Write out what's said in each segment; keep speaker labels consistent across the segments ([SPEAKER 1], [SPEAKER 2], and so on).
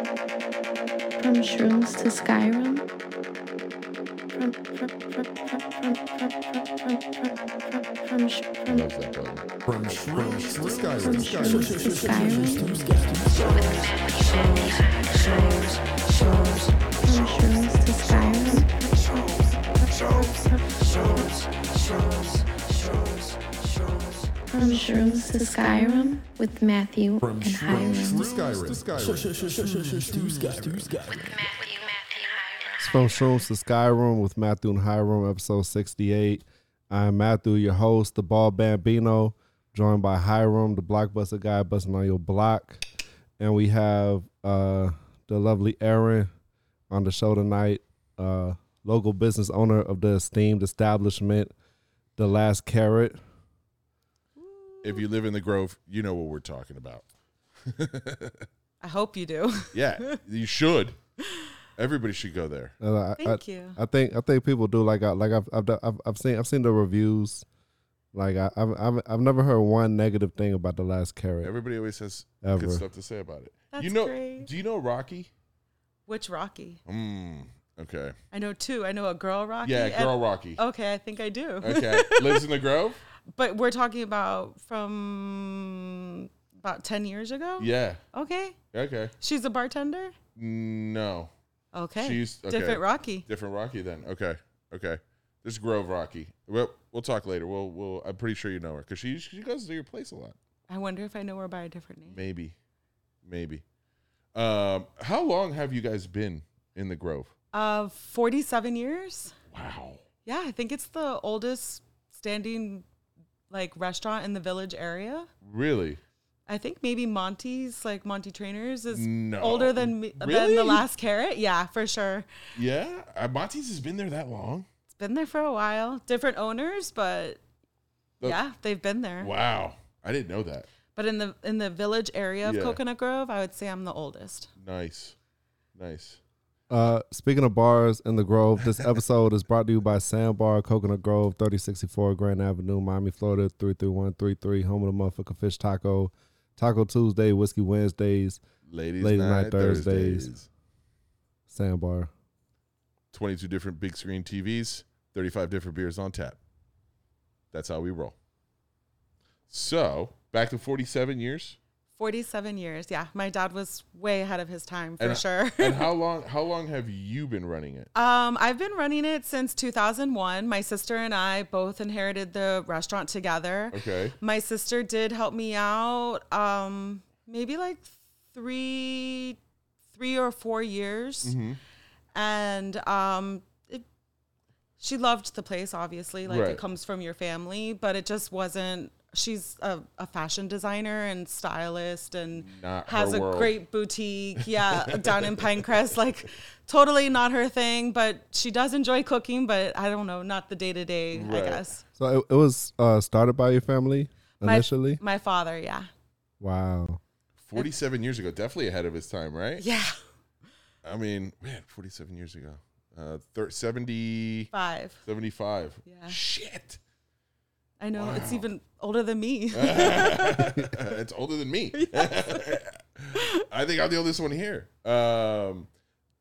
[SPEAKER 1] From shrooms to Skyrim. From from from from from from from from from
[SPEAKER 2] Love that button.
[SPEAKER 3] From shrooms to
[SPEAKER 1] from shrooms
[SPEAKER 3] Skyrim.
[SPEAKER 1] to Skyrim. From shrooms to Skyrim. From shrooms to Skyrim with Matthew
[SPEAKER 3] From
[SPEAKER 1] and
[SPEAKER 3] shrooms to
[SPEAKER 1] Hiram.
[SPEAKER 3] Skyrim.
[SPEAKER 4] It's from Shrooms to Skyrim with Matthew and Hiram, episode 68. I'm Matthew, your host, the Ball Bambino, joined by Hiram, the blockbuster guy busting on your block. And we have uh, the lovely Erin on the show tonight, uh, local business owner of the esteemed establishment, The Last Carrot.
[SPEAKER 2] If you live in the Grove, you know what we're talking about.
[SPEAKER 5] I hope you do.
[SPEAKER 2] Yeah, you should. Everybody should go there.
[SPEAKER 4] And Uh, I,
[SPEAKER 2] Uh,
[SPEAKER 4] I-
[SPEAKER 5] Thank you.
[SPEAKER 4] I think I think people do like I like I've I've, done- I've, I've seen I've seen the reviews. Like I, I've I've I've never heard one negative thing about the last carrot
[SPEAKER 2] Everybody always has
[SPEAKER 4] ever.
[SPEAKER 2] good stuff to say about it.
[SPEAKER 5] That's
[SPEAKER 2] you know,
[SPEAKER 5] great.
[SPEAKER 2] do you know Rocky?
[SPEAKER 5] Which Rocky?
[SPEAKER 2] Mm, okay.
[SPEAKER 5] I know two. I know a girl Rocky.
[SPEAKER 2] Yeah,
[SPEAKER 5] and- Oh.
[SPEAKER 2] girl Rocky.
[SPEAKER 5] Okay, I think I do.
[SPEAKER 2] Okay, lives in the Grove.
[SPEAKER 5] But we're talking about from about 10 years ago?
[SPEAKER 2] Yeah.
[SPEAKER 5] Okay.
[SPEAKER 2] Okay.
[SPEAKER 5] She's a bartender?
[SPEAKER 2] No,
[SPEAKER 5] Okay.
[SPEAKER 2] She's- okay.
[SPEAKER 5] different Rocky.
[SPEAKER 2] different Rocky then. Okay. Okay. This Grove Rocky. We'll, we'll talk later. We'll we'll. I'm pretty sure you know her because she she goes to your place a lot.
[SPEAKER 5] I wonder if I know her by a different name.
[SPEAKER 2] Maybe, maybe. Um, how long have you guys been in the Grove?
[SPEAKER 5] Uh 47 years?
[SPEAKER 2] Wow.
[SPEAKER 5] Yeah, I think it's the oldest standing like restaurant in the village area.
[SPEAKER 2] Really?
[SPEAKER 5] I think maybe Monty's, like Monty Trainers, is
[SPEAKER 2] No.
[SPEAKER 5] older than me, than
[SPEAKER 2] Really?
[SPEAKER 5] the last carrot. Yeah, for sure.
[SPEAKER 2] Yeah. Uh, Monty's has been there that long.
[SPEAKER 5] It's been there for a while. Different owners, but
[SPEAKER 2] Uh,
[SPEAKER 5] yeah, they've been there.
[SPEAKER 2] Wow. I didn't know that.
[SPEAKER 5] But in the in the village area of
[SPEAKER 2] Yeah.
[SPEAKER 5] Coconut Grove, I would say I'm the oldest.
[SPEAKER 2] Nice. Nice.
[SPEAKER 4] Uh, speaking of bars in the Grove, this episode is brought to you by Sandbar Coconut Grove, thirty sixty four Grand Avenue, Miami, Florida three three one three three. Home of the motherfucking fish taco, Taco Tuesday, Whiskey Wednesdays,
[SPEAKER 2] Ladies,
[SPEAKER 4] Ladies'
[SPEAKER 2] night,
[SPEAKER 4] night
[SPEAKER 2] Thursdays.
[SPEAKER 4] Thursdays. Sandbar.
[SPEAKER 2] 22 different big screen TVs, 35 different beers on tap. That's how we roll. So, back to 47 years.
[SPEAKER 5] 47 years. Yeah, my dad was way ahead of his time for
[SPEAKER 2] And I-
[SPEAKER 5] sure.
[SPEAKER 2] And how long how long have you been running it?
[SPEAKER 5] Um, I've been running it since 2001. My sister and I both inherited the restaurant together.
[SPEAKER 2] Okay.
[SPEAKER 5] My sister did help me out um, maybe like three, three or four years,
[SPEAKER 2] Mm-hmm.
[SPEAKER 5] and um, it, she loved the place. Obviously, like
[SPEAKER 2] Right.
[SPEAKER 5] it comes from your family, but it just wasn't. She's a, a fashion designer and stylist, and
[SPEAKER 2] Not her
[SPEAKER 5] has a
[SPEAKER 2] world.
[SPEAKER 5] great boutique. Yeah, down in Pinecrest, like totally not her thing. But she does enjoy cooking, but I don't know, not the day to day. I
[SPEAKER 2] Right.
[SPEAKER 5] guess.
[SPEAKER 4] So it, it was uh, started by your family
[SPEAKER 5] My-
[SPEAKER 4] initially.
[SPEAKER 5] My father, yeah.
[SPEAKER 4] wow.
[SPEAKER 2] 47 years ago, definitely ahead of his time, right?
[SPEAKER 5] Yeah.
[SPEAKER 2] I mean, man, 47 years ago. Uh thir- 70
[SPEAKER 5] Five.
[SPEAKER 2] 75.
[SPEAKER 5] Yeah.
[SPEAKER 2] Shit.
[SPEAKER 5] I know it's even older than me.
[SPEAKER 2] it's older than me. I think I'm the oldest one here. Um,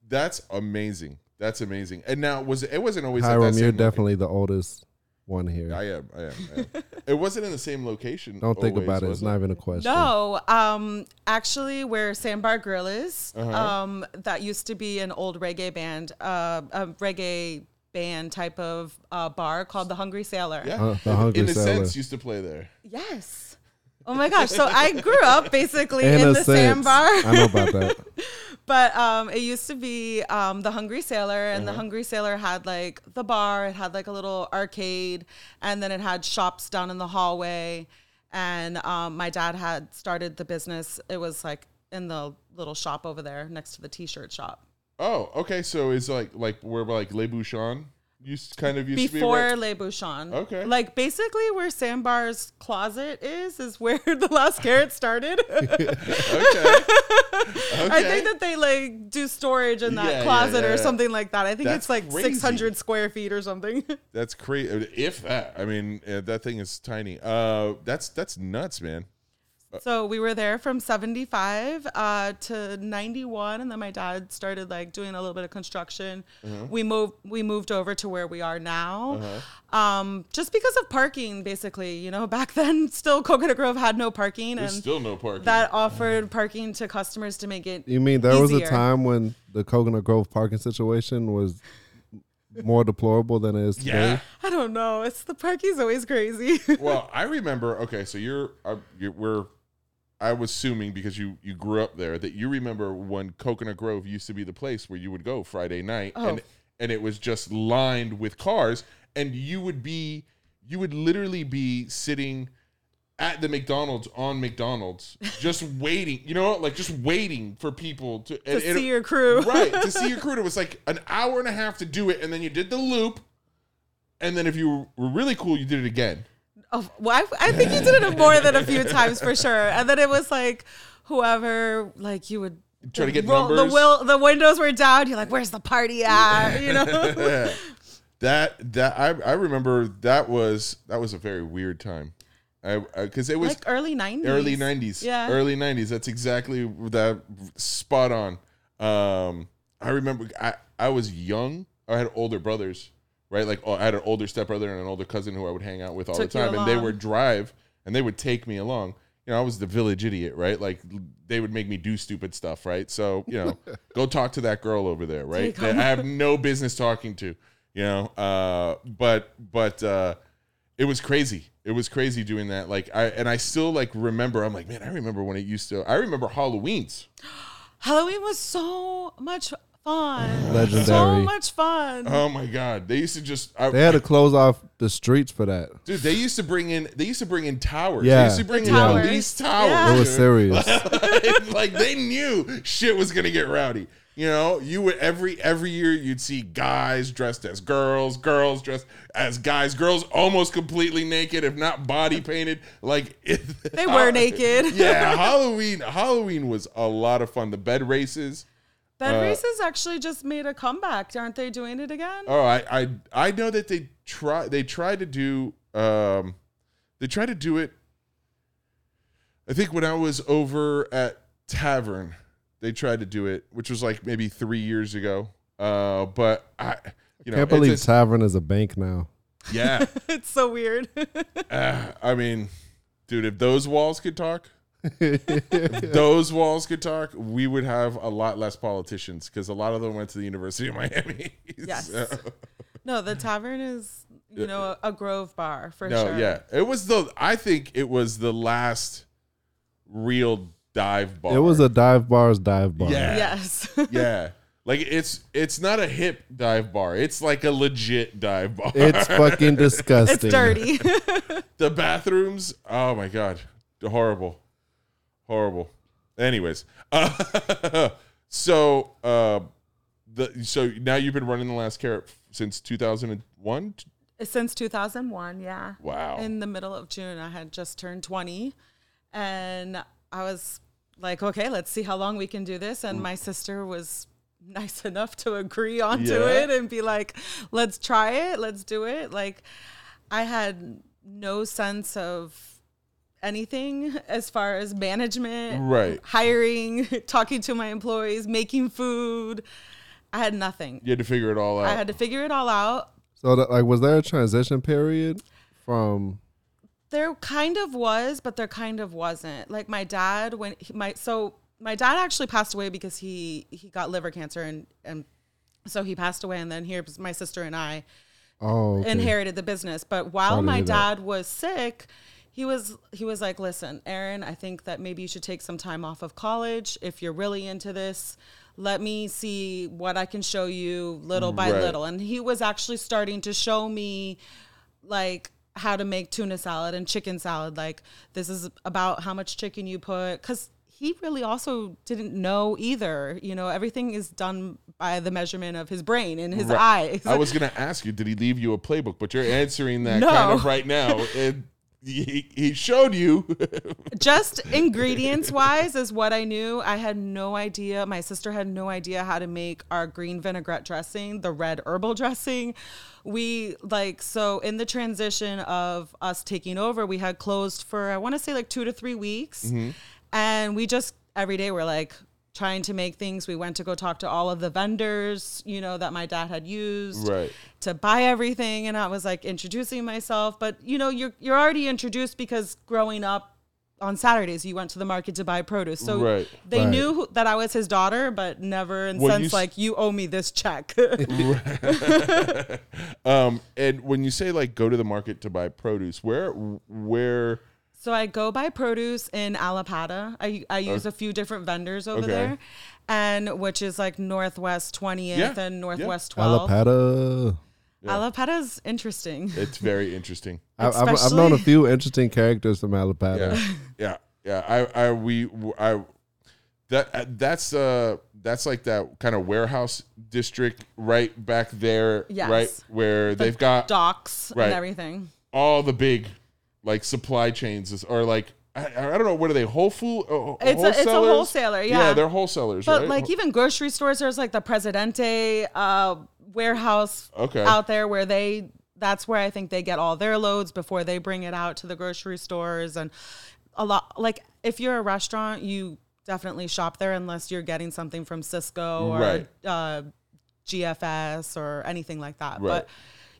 [SPEAKER 2] that's amazing. That's amazing. And now was it, it wasn't always at that
[SPEAKER 4] Hiram,
[SPEAKER 2] same
[SPEAKER 4] you're definitely the oldest one here.
[SPEAKER 2] I am. I am. I am. it wasn't in the same location.
[SPEAKER 4] Don't think
[SPEAKER 2] always,
[SPEAKER 4] about it.
[SPEAKER 2] was
[SPEAKER 4] It's not even a question.
[SPEAKER 5] no, um, actually, where Sandbar Grill is, um, that used to be an old reggae band, uh, a reggae band type of uh, bar called the Hungry Sailor.
[SPEAKER 2] Yeah.
[SPEAKER 4] Uh, the Hungry
[SPEAKER 2] in a
[SPEAKER 4] Sailor.
[SPEAKER 2] sense, used to play there.
[SPEAKER 5] Yes. Oh my gosh! So I grew up basically in,
[SPEAKER 4] In a
[SPEAKER 5] the
[SPEAKER 4] sense,
[SPEAKER 5] Sandbar.
[SPEAKER 4] I know about that.
[SPEAKER 5] But um, it used to be um, the Hungry Sailor, and the
[SPEAKER 2] Mm-hmm.
[SPEAKER 5] Hungry Sailor had like the bar, it had like a little arcade, and then it had shops down in the hallway. And um, my dad had started the business. It was like in the little shop over there next to the T-shirt shop.
[SPEAKER 2] Oh, okay. So it's like like where like Le Bouchon used kind of used
[SPEAKER 5] Before
[SPEAKER 2] to be. right?
[SPEAKER 5] Le Bouchon.
[SPEAKER 2] Okay.
[SPEAKER 5] Like basically where Sandbar's closet is, is where the last carrot started.
[SPEAKER 2] Okay.
[SPEAKER 5] I think that they like do storage in that
[SPEAKER 2] Yeah, yeah,
[SPEAKER 5] closet
[SPEAKER 2] yeah,
[SPEAKER 5] or
[SPEAKER 2] yeah.
[SPEAKER 5] something like that. I think
[SPEAKER 2] That's
[SPEAKER 5] it's like
[SPEAKER 2] crazy.
[SPEAKER 5] 600 square feet or something.
[SPEAKER 2] that's crazy. If that, I mean, uh, that thing is tiny. Uh, that's that's nuts, man.
[SPEAKER 5] So we were there from 75 uh, to 91 and then my dad started like doing a little bit of construction.
[SPEAKER 2] Mm-hmm.
[SPEAKER 5] We moved we moved over to where we are now.
[SPEAKER 2] Uh-huh.
[SPEAKER 5] Um, just because of parking basically, you know, back then still Coconut Grove had no parking
[SPEAKER 2] There's
[SPEAKER 5] and
[SPEAKER 2] still no parking.
[SPEAKER 5] that offered parking to customers to make it
[SPEAKER 4] You mean there was a
[SPEAKER 5] easier.
[SPEAKER 4] time when the Coconut Grove parking situation was more deplorable than it is today?
[SPEAKER 2] yeah.
[SPEAKER 5] I don't know. It's the parking's always crazy.
[SPEAKER 2] well, I remember. Okay, so you're, uh, you're we're. I'm assuming because you you grew up there that you remember when Coconut Grove used to be the place where you would go Friday night, and
[SPEAKER 5] Oh.
[SPEAKER 2] and it was just lined with cars, and you would be you would literally be sitting at the McDonald's on McDonald's, just waiting. You know, like just waiting for people to
[SPEAKER 5] to
[SPEAKER 2] and it-
[SPEAKER 5] see your crew.
[SPEAKER 2] right to see your crew. It was like an hour and a half to do it, and then you did the loop, and then if you were really cool, you did it again.
[SPEAKER 5] Oh, well, I, I think you did it more than a few times for sure. And then it was like whoever, like you would
[SPEAKER 2] Try to get
[SPEAKER 5] The
[SPEAKER 2] numbers.
[SPEAKER 5] will the windows were down. You're like, where's the party at? You know.
[SPEAKER 2] That that I, I remember that was that was a very weird time, I because it was
[SPEAKER 5] like early 90s.
[SPEAKER 2] early '90s,
[SPEAKER 5] Yeah.
[SPEAKER 2] early '90s. That's exactly that spot on. Um, I remember I I was young. I had older brothers, right? Like oh, I had an older stepbrother and an older cousin who I would hang out with all
[SPEAKER 5] Took
[SPEAKER 2] the
[SPEAKER 5] you
[SPEAKER 2] time, and they
[SPEAKER 5] along.
[SPEAKER 2] would drive and they would take me along. You know, I was the village idiot, right? Like they would make me do stupid stuff, right? So you know, go talk to that girl over there, right?
[SPEAKER 5] Take
[SPEAKER 2] That I have no business talking to, you know. Uh, but but uh, it was crazy. It was crazy doing that. Like I and I still like remember. I'm like, man, I remember when it used to. I remember Halloween's.
[SPEAKER 5] Halloween was so much fun. So
[SPEAKER 4] Legendary.
[SPEAKER 5] much fun.
[SPEAKER 2] Oh my god, they used to just. I,
[SPEAKER 4] They had to close off the streets for that.
[SPEAKER 2] dude, they used to bring in. They used to bring in towers. They
[SPEAKER 4] Yeah.
[SPEAKER 2] used to bring in
[SPEAKER 5] Towers.
[SPEAKER 2] police towers.
[SPEAKER 5] Yeah.
[SPEAKER 4] It was
[SPEAKER 2] dude.
[SPEAKER 4] serious.
[SPEAKER 2] like they knew shit was gonna get rowdy. You know, you would every every year you'd see guys dressed as girls, girls dressed as guys, girls almost completely naked, if not body painted. Like
[SPEAKER 5] They were naked.
[SPEAKER 2] uh, yeah, Halloween. Halloween was a lot of fun. The bed races.
[SPEAKER 5] Bed
[SPEAKER 2] Uh,
[SPEAKER 5] races actually just made a comeback. Aren't they doing it again?
[SPEAKER 2] Oh, I I I know that they try they try to do um they try to do it I think when I was over at Tavern, they tried to do it, which was like maybe 3 years ago. Uh but I you know,
[SPEAKER 4] Can't
[SPEAKER 2] it's
[SPEAKER 4] believe
[SPEAKER 2] just-
[SPEAKER 4] Tavern is a bank now.
[SPEAKER 2] yeah.
[SPEAKER 5] It's so weird.
[SPEAKER 2] uh, I mean, dude, if those walls could talk, if those walls could talk, we would have a lot less politicians cuz a lot of them went to the University of Miami.
[SPEAKER 5] Yes.
[SPEAKER 2] So-
[SPEAKER 5] no, the tavern is, you know, a, a Grove bar for
[SPEAKER 2] No,
[SPEAKER 5] sure.
[SPEAKER 2] yeah. It was the I think it was the last real dive bar.
[SPEAKER 4] It was a dive bar's dive bar.
[SPEAKER 2] Yeah.
[SPEAKER 5] Yes.
[SPEAKER 2] Yeah. Like it's it's not a hip dive bar. It's like a legit dive bar.
[SPEAKER 4] It's fucking
[SPEAKER 5] it's
[SPEAKER 4] disgusting.
[SPEAKER 5] dirty.
[SPEAKER 2] the bathrooms, oh my god. Horrible. Horrible. Anyways. Uh, so uh the so now you've been running the last carrot since 2001?
[SPEAKER 5] Since 2001, yeah.
[SPEAKER 2] Wow.
[SPEAKER 5] In the middle of June, I had just turned 20. And I was like, okay, let's see how long we can do this.
[SPEAKER 2] Mm.
[SPEAKER 5] And my sister was nice enough to agree onto
[SPEAKER 2] Yeah.
[SPEAKER 5] it and be like, let's try it, let's do it. Like, I had no sense of anything as far as management,
[SPEAKER 2] Right.
[SPEAKER 5] hiring, talking to my employees, making food. I had nothing.
[SPEAKER 2] You had to figure it all out.
[SPEAKER 5] I had to figure it all out.
[SPEAKER 4] So, that, like, was there a transition period from?
[SPEAKER 5] There kind of was, but there kind of wasn't. Like my dad, when he, my so my dad actually passed away because he he got liver cancer and and so he passed away, and then here's my sister and I
[SPEAKER 4] Oh, okay.
[SPEAKER 5] inherited the business. But while
[SPEAKER 4] Sorry to
[SPEAKER 5] my
[SPEAKER 4] hear that.
[SPEAKER 5] dad was sick, he was he was like, "Listen, Aaron, I think that maybe you should take some time off of college if you're really into this. Let me see what I can show you little by
[SPEAKER 2] Right.
[SPEAKER 5] little." And he was actually starting to show me like how to make tuna salad and chicken salad. Like this is about how much chicken you put cuz he really also didn't know either. You know, everything is done by the measurement of his brain and his
[SPEAKER 2] Right.
[SPEAKER 5] eyes.
[SPEAKER 2] I was gonna ask you, did he leave you a playbook? But you're answering that kind of
[SPEAKER 5] No.
[SPEAKER 2] right now. It, he, he showed you.
[SPEAKER 5] just ingredients wise is what I knew. I had no idea. My sister had no idea how to make our green vinaigrette dressing, the red herbal dressing. We like so in the transition of us taking over, we had closed for I want to say like 2 to 3 weeks. And we just every day we're like trying to make things. We went to go talk to all of the vendors, you know, that my dad had used
[SPEAKER 2] Right.
[SPEAKER 5] to buy everything and I was like introducing myself but you know you're you're already introduced because growing up on Saturdays you went to the market to buy produce so
[SPEAKER 2] Right.
[SPEAKER 5] they
[SPEAKER 4] Right.
[SPEAKER 5] knew who, that I was his daughter but never in
[SPEAKER 2] Well, you
[SPEAKER 5] sense
[SPEAKER 2] s-
[SPEAKER 5] like you owe me this check
[SPEAKER 2] um, and when you say like go to the market to buy produce, where where
[SPEAKER 5] so I go buy produce in Alapata I I use a few different vendors over
[SPEAKER 2] Uh, Okay.
[SPEAKER 5] there and which is like Northwest 20th
[SPEAKER 2] Yeah.
[SPEAKER 5] and Northwest 12th
[SPEAKER 4] Alapata.
[SPEAKER 5] Alapata's interesting
[SPEAKER 2] it's very interesting.
[SPEAKER 4] I- I've, I've known a
[SPEAKER 5] Especially-
[SPEAKER 4] few interesting characters from Alapata.
[SPEAKER 2] yeah yeah yeah i i we i that that's uh that's like that kind of warehouse district right back there
[SPEAKER 5] Yes.
[SPEAKER 2] right where they've got
[SPEAKER 5] docks
[SPEAKER 2] Right.
[SPEAKER 5] and everything
[SPEAKER 2] all the big like supply chains is- or like I, I don't know what are they whole uh, food
[SPEAKER 5] It's a- it's a wholesaler, yeah.
[SPEAKER 2] they're wholesalers
[SPEAKER 5] But
[SPEAKER 2] right?
[SPEAKER 5] like even grocery stores, there's like the Presidente uh, warehouse
[SPEAKER 2] Okay.
[SPEAKER 5] out there where they that's where I think they get all their loads before they bring it out to the grocery stores and a lot like if you're a restaurant, you definitely shop there unless you're getting something from Cisco or
[SPEAKER 2] Right.
[SPEAKER 5] uh, GFS or anything like that.
[SPEAKER 2] Right.
[SPEAKER 5] But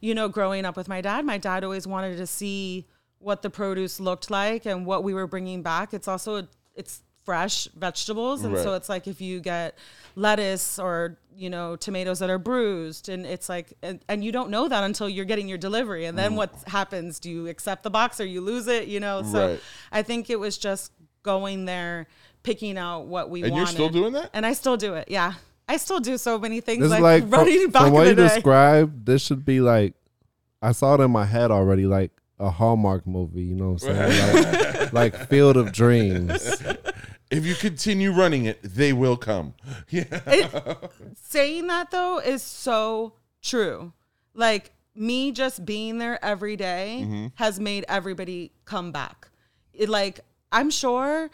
[SPEAKER 5] you know, growing up with my dad, my dad always wanted to see what the produce looked like and what we were bringing back. It's also it's fresh vegetables, and so
[SPEAKER 2] Right.
[SPEAKER 5] it's like if you get lettuce or you know tomatoes that are bruised, and it's like and, and you don't know that until you're getting your delivery, and
[SPEAKER 2] Mm.
[SPEAKER 5] then what happens? Do you accept the box or you lose it? You know, so
[SPEAKER 2] Right.
[SPEAKER 5] I think it was just going there, picking out what we
[SPEAKER 2] and
[SPEAKER 5] wanted.
[SPEAKER 2] you're still doing that
[SPEAKER 5] and I still do it. Yeah, I still do so many things
[SPEAKER 4] This
[SPEAKER 5] like,
[SPEAKER 4] is like from,
[SPEAKER 5] running back
[SPEAKER 4] from
[SPEAKER 5] in
[SPEAKER 4] what
[SPEAKER 5] the
[SPEAKER 4] you
[SPEAKER 5] day.
[SPEAKER 4] described. This should be like I saw it in my head already, like a Hallmark movie. You know what I'm saying? like, like Field of Dreams.
[SPEAKER 2] if you continue running it they will come yeah
[SPEAKER 5] it, saying that though is so true. Like me just being there every day
[SPEAKER 4] Mm-hmm.
[SPEAKER 5] has made everybody come back. It, like I'm sure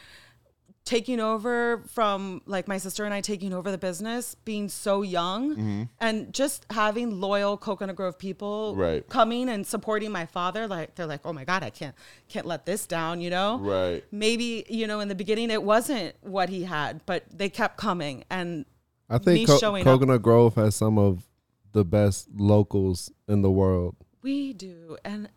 [SPEAKER 5] taking over from like my sister and I taking over the business, being so young
[SPEAKER 4] Mm-hmm.
[SPEAKER 5] and just having loyal Coconut Grove people
[SPEAKER 2] Right.
[SPEAKER 5] coming and supporting my father, like they're like, Oh my God, I can't can't let this down, you know?
[SPEAKER 2] right
[SPEAKER 5] maybe you know in the beginning it wasn't what he had but they kept coming and
[SPEAKER 4] I
[SPEAKER 5] Me
[SPEAKER 4] think Co-
[SPEAKER 5] showing up.
[SPEAKER 4] Coconut Grove has some of the best locals in the world.
[SPEAKER 5] we do and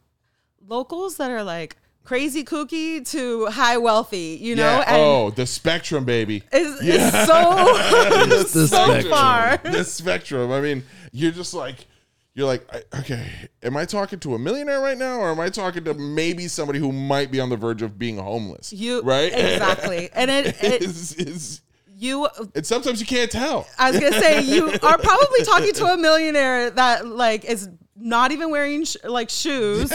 [SPEAKER 5] locals that are like crazy kooky to high wealthy you know
[SPEAKER 2] yeah
[SPEAKER 5] and
[SPEAKER 2] oh the spectrum baby
[SPEAKER 5] it's, it's so
[SPEAKER 4] the
[SPEAKER 5] so
[SPEAKER 4] spectrum.
[SPEAKER 5] far
[SPEAKER 2] the spectrum. I mean, you're just like, you're like, I, okay, am I talking to a millionaire right now, or am I talking to maybe somebody who might be on the verge of being homeless?
[SPEAKER 5] you
[SPEAKER 2] right?
[SPEAKER 5] exactly and it, it
[SPEAKER 2] it's, it's,
[SPEAKER 5] you
[SPEAKER 2] and sometimes you can't tell.
[SPEAKER 5] I was gonna say you are probably talking to a millionaire that like is not even wearing sh- like shoes,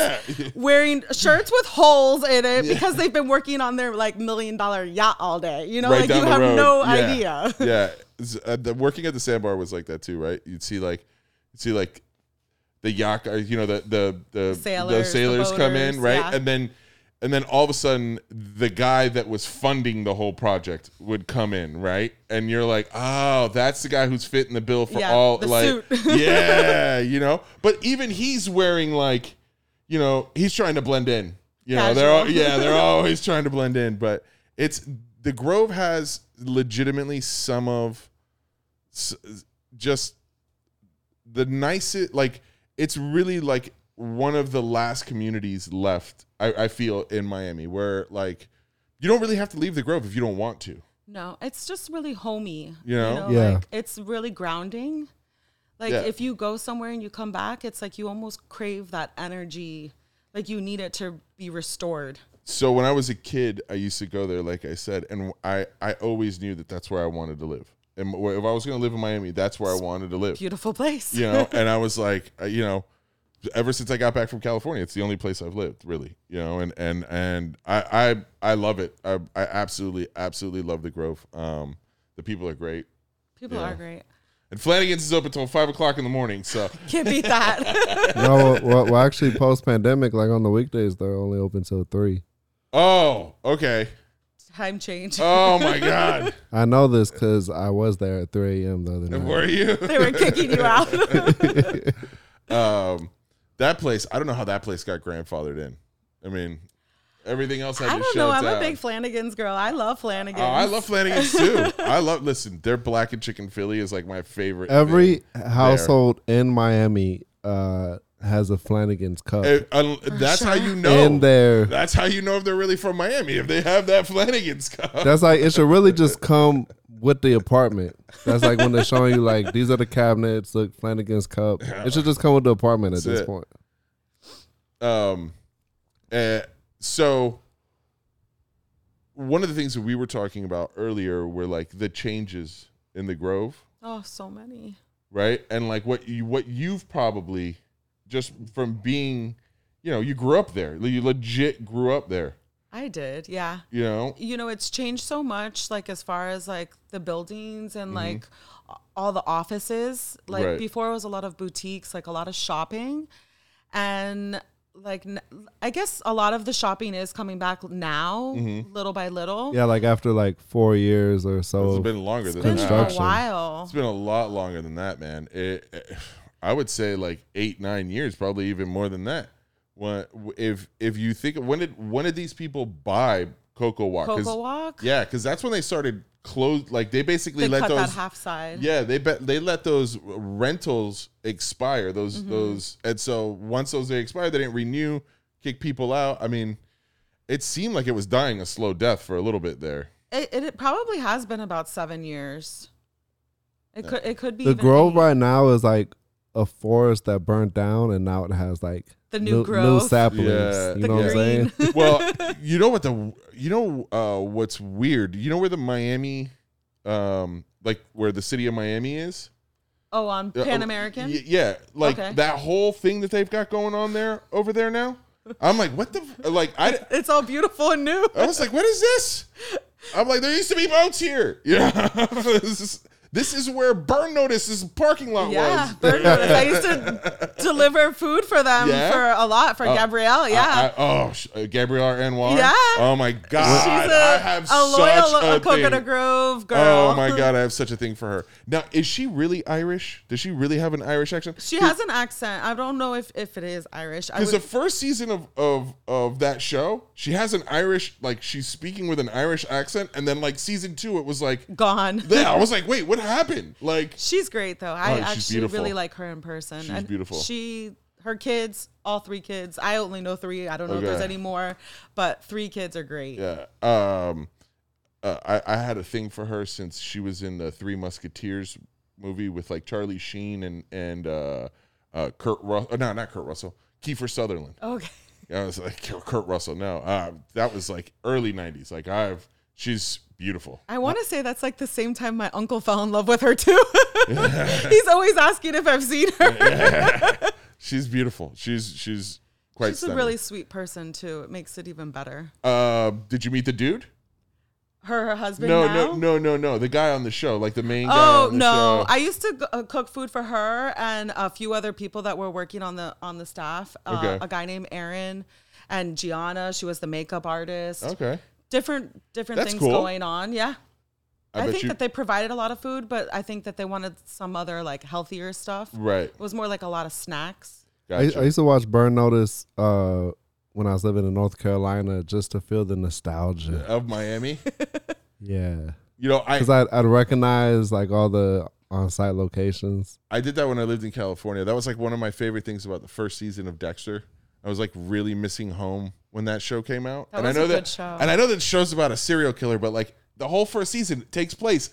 [SPEAKER 5] wearing shirts with holes in it because they've been working on their like million dollar yacht all day. You know,
[SPEAKER 2] right
[SPEAKER 5] like
[SPEAKER 2] down
[SPEAKER 5] you
[SPEAKER 2] the
[SPEAKER 5] have
[SPEAKER 2] road.
[SPEAKER 5] no
[SPEAKER 2] Yeah.
[SPEAKER 5] idea.
[SPEAKER 2] yeah, It's, uh, the working at the sandbar was like that too, right? You'd see like, you'd see like. The yacht, uh, you know, the the the
[SPEAKER 5] Sailors,
[SPEAKER 2] the
[SPEAKER 5] the
[SPEAKER 2] sailors come in,
[SPEAKER 5] boaters,
[SPEAKER 2] right?
[SPEAKER 5] yeah.
[SPEAKER 2] And then, and then all of a sudden, the guy that was funding the whole project would come in, right? And you're like, oh, that's the guy who's fitting the bill for
[SPEAKER 5] Yeah,
[SPEAKER 2] all,
[SPEAKER 5] the
[SPEAKER 2] like,
[SPEAKER 5] suit.
[SPEAKER 2] yeah, you know. But even he's wearing like, you know, he's trying to blend in. You know, they're all,
[SPEAKER 5] Casual.
[SPEAKER 2] yeah, they're always trying to blend in, but it's the Grove has legitimately some of s- just the nicest. Like it's really like one of the last communities left. I, I feel in Miami where like you don't really have to leave the Grove if you don't want to.
[SPEAKER 5] No, it's just really homey.
[SPEAKER 2] You know?
[SPEAKER 4] Yeah.
[SPEAKER 5] like, it's really grounding. Like
[SPEAKER 2] Yeah.
[SPEAKER 5] if you go somewhere and you come back, it's like you almost crave that energy. Like you need it to be restored.
[SPEAKER 2] So when I was a kid, I used to go there, like I said, and I I always knew that that's where I wanted to live. And wh- if I was going to live in Miami, that's where I wanted to live.
[SPEAKER 5] Beautiful place.
[SPEAKER 2] you know and i was like uh, you know ever since i got back from california it's the only place i've lived really you know and and and i i i love it i, I absolutely absolutely love the grove um the people are great
[SPEAKER 5] People
[SPEAKER 2] Yeah.
[SPEAKER 5] are great.
[SPEAKER 2] And Flanagan's is open until five o'clock in the morning. So
[SPEAKER 5] Can't beat that.
[SPEAKER 4] No, well, well, well, actually, post pandemic, like on the weekdays, they're only open till three.
[SPEAKER 2] oh okay.
[SPEAKER 5] Time change.
[SPEAKER 2] Oh my god,
[SPEAKER 4] I know this because I was there at three a.m. the other night.
[SPEAKER 2] were you?
[SPEAKER 5] They were kicking you out.
[SPEAKER 2] Um, that place. I don't know how that place got grandfathered in. I mean, everything else had
[SPEAKER 5] I
[SPEAKER 2] to
[SPEAKER 5] don't
[SPEAKER 2] shut
[SPEAKER 5] know. I'm
[SPEAKER 2] down.
[SPEAKER 5] a big Flanagan's girl. I love Flanagan's.
[SPEAKER 2] Oh, I love Flanagan's too. I love. Listen, their black and chicken Philly is like my favorite.
[SPEAKER 4] Every
[SPEAKER 2] thing.
[SPEAKER 4] household in Miami uh, has a Flanagan's cup
[SPEAKER 2] It- un- that's how you know.
[SPEAKER 4] in there.
[SPEAKER 2] That's how you know if they're really from Miami if they have that Flanagan's cup.
[SPEAKER 4] That's like it should really just come with the apartment. That's like when they're showing you like these are the cabinets. Look, Flanagan's cup. It should just come with the apartment at
[SPEAKER 2] That's
[SPEAKER 4] this
[SPEAKER 2] it.
[SPEAKER 4] point.
[SPEAKER 2] Um, uh, so one of the things that we were talking about earlier were like the changes in the Grove.
[SPEAKER 5] Oh, so many.
[SPEAKER 2] right? And like what you what you've probably just from being, you know, you grew up there. You legit grew up there.
[SPEAKER 5] I did. Yeah.
[SPEAKER 2] You know,
[SPEAKER 5] you know it's changed so much like as far as like the buildings and like a- all the offices like
[SPEAKER 2] Mm-hmm. Right.
[SPEAKER 5] before it was a lot of boutiques like a lot of shopping and like n- i guess a lot of the shopping is coming back now
[SPEAKER 2] Mm-hmm.
[SPEAKER 5] little by little
[SPEAKER 4] Yeah, like after like four years or so.
[SPEAKER 2] it's been longer than
[SPEAKER 5] been
[SPEAKER 2] that.
[SPEAKER 5] a
[SPEAKER 4] construction.
[SPEAKER 5] while
[SPEAKER 2] It's been a lot longer than that, man. It, it- I would say like eight, nine years, probably even more than that. When if if you think when did when did these people buy Cocoa Walk? 'Cause-
[SPEAKER 5] cocoa walk
[SPEAKER 2] Yeah, because that's when they started close. Like they basically
[SPEAKER 5] they
[SPEAKER 2] let
[SPEAKER 5] cut
[SPEAKER 2] those
[SPEAKER 5] that half side
[SPEAKER 2] Yeah, they bet they let those rentals expire. Those
[SPEAKER 5] Mm-hmm.
[SPEAKER 2] those and so once those they expired, they didn't renew, kick people out. I mean, it seemed like it was dying a slow death for a little bit there.
[SPEAKER 5] it, it, it probably has been about seven years it could it could be
[SPEAKER 4] the
[SPEAKER 5] even
[SPEAKER 4] grove
[SPEAKER 5] eight.
[SPEAKER 4] right now is like a forest that burnt down, and now it has like
[SPEAKER 5] The new growth.
[SPEAKER 4] saplings.
[SPEAKER 2] Yeah.
[SPEAKER 4] You
[SPEAKER 5] The
[SPEAKER 4] know what I'm saying?
[SPEAKER 5] green.
[SPEAKER 2] Well, you know what the you know uh, what's weird. You know where the Miami, um, like where the city of Miami is.
[SPEAKER 5] oh on
[SPEAKER 2] Uh,
[SPEAKER 5] pan american
[SPEAKER 2] y- yeah, like
[SPEAKER 5] Okay.
[SPEAKER 2] that whole thing that they've got going on there over there now. I'm like, what the f- like I.
[SPEAKER 5] it's all beautiful and new
[SPEAKER 2] I was like, what is this? I'm like, there used to be boats here. Yeah. this, is, this is where Burn Notice's parking lot
[SPEAKER 5] Yeah,
[SPEAKER 2] Oh, was.
[SPEAKER 5] burn notice. I used to deliver food for them
[SPEAKER 2] Yeah? Uh,
[SPEAKER 5] for a lot for Gabrielle. Yeah,
[SPEAKER 2] I, I, oh, sh- uh, Gabrielle Anwar.
[SPEAKER 5] Yeah.
[SPEAKER 2] Oh my God.
[SPEAKER 5] she's a,
[SPEAKER 2] I have
[SPEAKER 5] a
[SPEAKER 2] such
[SPEAKER 5] loyal
[SPEAKER 2] a,
[SPEAKER 5] a Coconut
[SPEAKER 2] thing.
[SPEAKER 5] Grove girl.
[SPEAKER 2] Oh my God, I have such a thing for her. Now, is she really Irish? Does she really have an Irish accent?
[SPEAKER 5] She has an accent. I don't know if, if it is Irish. I
[SPEAKER 2] Because
[SPEAKER 5] would,
[SPEAKER 2] the first season of, of of that show, she has an Irish like she's speaking with an Irish accent, and then like season two, it was like,
[SPEAKER 5] gone.
[SPEAKER 2] yeah, I was like, wait, what happened? Like,
[SPEAKER 5] she's great though. I
[SPEAKER 2] Oh, she's
[SPEAKER 5] actually
[SPEAKER 2] beautiful.
[SPEAKER 5] really like her in person.
[SPEAKER 2] She's
[SPEAKER 5] And
[SPEAKER 2] beautiful.
[SPEAKER 5] She her kids, all three kids. I only know three. I don't know if there's
[SPEAKER 2] Okay.
[SPEAKER 5] any more, but three kids are great.
[SPEAKER 2] Yeah. Um, uh, I, I had a thing for her since she was in the Three Musketeers movie with like Charlie Sheen and and uh, uh, Kurt Russell. no, not Kurt Russell. Kiefer Sutherland.
[SPEAKER 5] Okay.
[SPEAKER 2] I was like "Yo, Kurt Russell. No, uh, that was like early '90s. Like I've, she's beautiful.
[SPEAKER 5] I want to say that's like the same time my uncle fell in love with her too. He's always asking if I've seen her.
[SPEAKER 2] She's beautiful. She's she's quite.
[SPEAKER 5] She's a
[SPEAKER 2] stunning.
[SPEAKER 5] really sweet person too. It makes it even better.
[SPEAKER 2] Uh, did you meet the dude?
[SPEAKER 5] Her, her husband.
[SPEAKER 2] No,
[SPEAKER 5] now?
[SPEAKER 2] no, no, no, no. The guy on the show, like the main guy.
[SPEAKER 5] Oh
[SPEAKER 2] on the
[SPEAKER 5] no!
[SPEAKER 2] show.
[SPEAKER 5] I used to go- uh, cook food for her and a few other people that were working on the on the staff. Uh,
[SPEAKER 2] Okay.
[SPEAKER 5] A guy named Aaron and Gianna. She was the makeup artist.
[SPEAKER 2] okay.
[SPEAKER 5] Different different
[SPEAKER 2] Oh. That's
[SPEAKER 5] things
[SPEAKER 2] cool.
[SPEAKER 5] going on. Yeah,
[SPEAKER 2] I,
[SPEAKER 5] I,
[SPEAKER 2] bet
[SPEAKER 5] think
[SPEAKER 2] you.
[SPEAKER 5] that they provided a lot of food, but I think that they wanted some other like healthier stuff.
[SPEAKER 2] right.
[SPEAKER 5] It was more like a lot of snacks.
[SPEAKER 4] I,
[SPEAKER 2] Gotcha.
[SPEAKER 4] I used to watch Burn Notice uh, when I was living in North Carolina just to feel the nostalgia.
[SPEAKER 2] of Miami.
[SPEAKER 4] Yeah.
[SPEAKER 2] You know, I
[SPEAKER 4] Because I'd, I'd recognize like all the on site locations.
[SPEAKER 2] I did that when I lived in California. That was like one of my favorite things about the first season of Dexter. I was like really missing home when that show came out.
[SPEAKER 5] That
[SPEAKER 2] and
[SPEAKER 5] was
[SPEAKER 2] I know
[SPEAKER 5] a
[SPEAKER 2] that
[SPEAKER 5] good show.
[SPEAKER 2] and I know that show's about a serial killer, but like the whole first season takes place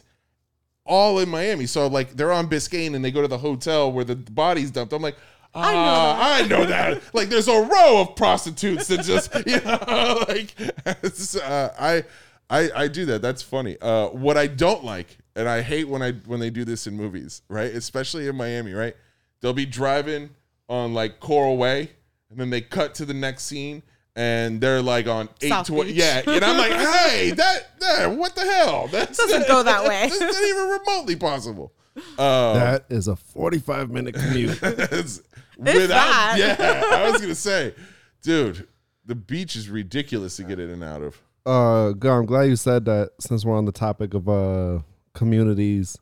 [SPEAKER 2] all in Miami. So like they're on Biscayne and they go to the hotel where the body's dumped. I'm like
[SPEAKER 5] know
[SPEAKER 2] Ah, I know that. Like, there's a row of prostitutes that just, you know, like, it's, uh, I, I, I do that. That's funny. Uh, what I don't like, and I hate when I when they do this in movies, right? Especially in Miami, right? They'll be driving on like Coral Way, and then they cut to the next scene, and they're like on eight
[SPEAKER 5] South
[SPEAKER 2] twenty.
[SPEAKER 5] Beach.
[SPEAKER 2] Yeah, and I'm like, hey, that, that, what the hell? That
[SPEAKER 5] Doesn't go that way.
[SPEAKER 2] That's not even remotely possible. Um,
[SPEAKER 4] That is a 45 minute commute.
[SPEAKER 2] It's-
[SPEAKER 5] bad.
[SPEAKER 2] yeah, I was gonna say, dude, the beach is ridiculous to get in and out of.
[SPEAKER 4] uh, Gar, I'm glad you said that since we're on the topic of uh, communities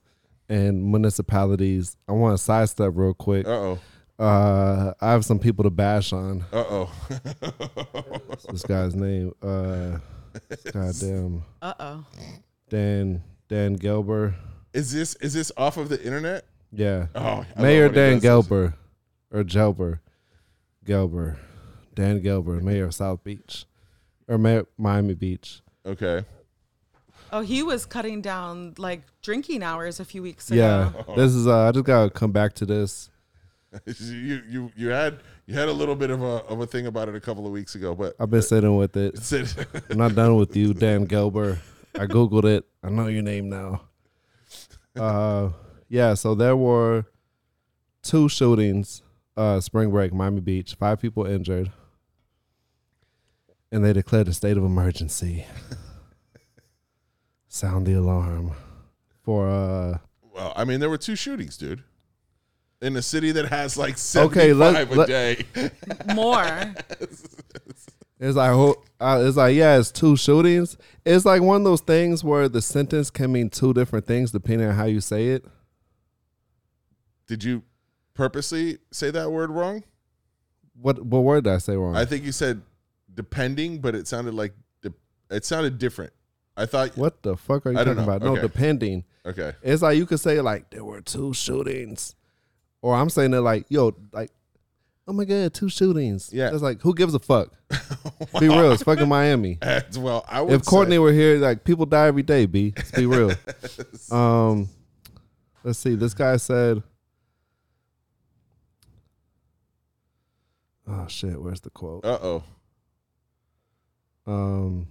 [SPEAKER 4] and municipalities. I want to sidestep real quick.
[SPEAKER 2] Uh oh,
[SPEAKER 4] Uh, I have some people to bash on.
[SPEAKER 2] uh oh.
[SPEAKER 4] This guy's name. Uh, goddamn.
[SPEAKER 5] Uh oh.
[SPEAKER 4] Dan, Dan Gelber.
[SPEAKER 2] is this is this off of the internet?
[SPEAKER 4] Yeah.
[SPEAKER 2] Oh, I
[SPEAKER 4] Mayor
[SPEAKER 2] love when he
[SPEAKER 4] Dan
[SPEAKER 2] does this.
[SPEAKER 4] Gelber, or Gelber, Gelber, Dan Gelber, Mayor of South Beach, or Mayor Miami Beach.
[SPEAKER 2] Okay,
[SPEAKER 5] Oh, he was cutting down like drinking hours a few weeks ago.
[SPEAKER 4] Yeah, this is. Uh, I just gotta come back to this.
[SPEAKER 2] you you you had you had a little bit of a of a thing about it a couple of weeks ago, but
[SPEAKER 4] I've been sitting with it.
[SPEAKER 2] said
[SPEAKER 4] I'm not done with you, Dan Gelber. I googled it. I know your name now. Uh, yeah. So there were two shootings. Uh, spring break, Miami Beach. Five people injured, and they declared a state of emergency. Sound the alarm for uh.
[SPEAKER 2] well, I mean, there were two shootings, dude, in a city that has like
[SPEAKER 4] Okay,
[SPEAKER 2] seventy
[SPEAKER 4] let-
[SPEAKER 2] five a
[SPEAKER 4] let-
[SPEAKER 2] day.
[SPEAKER 5] More.
[SPEAKER 4] It's like ho- uh, it's like yeah, it's two shootings. It's like one of those things where the sentence can mean two different things depending on how you say it.
[SPEAKER 2] Did you purposely say that word wrong?
[SPEAKER 4] What what word did I say wrong?
[SPEAKER 2] I think you said depending, but it sounded like de- it sounded different. I thought
[SPEAKER 4] What the fuck are you
[SPEAKER 2] I
[SPEAKER 4] talking
[SPEAKER 2] don't know.
[SPEAKER 4] about? No,
[SPEAKER 2] Okay.
[SPEAKER 4] depending.
[SPEAKER 2] okay,
[SPEAKER 4] It's like you could say like there were two shootings, or I'm saying it like yo, like oh my god, two shootings.
[SPEAKER 2] Yeah.
[SPEAKER 4] it's like who gives a fuck? Be real, it's fucking Miami.
[SPEAKER 2] as well. I would
[SPEAKER 4] If Courtney
[SPEAKER 2] say,
[SPEAKER 4] were here, like people die every day. B, let's be real. um, let's see. This guy said, "Oh shit, where's the quote?"
[SPEAKER 2] uh oh,
[SPEAKER 4] um,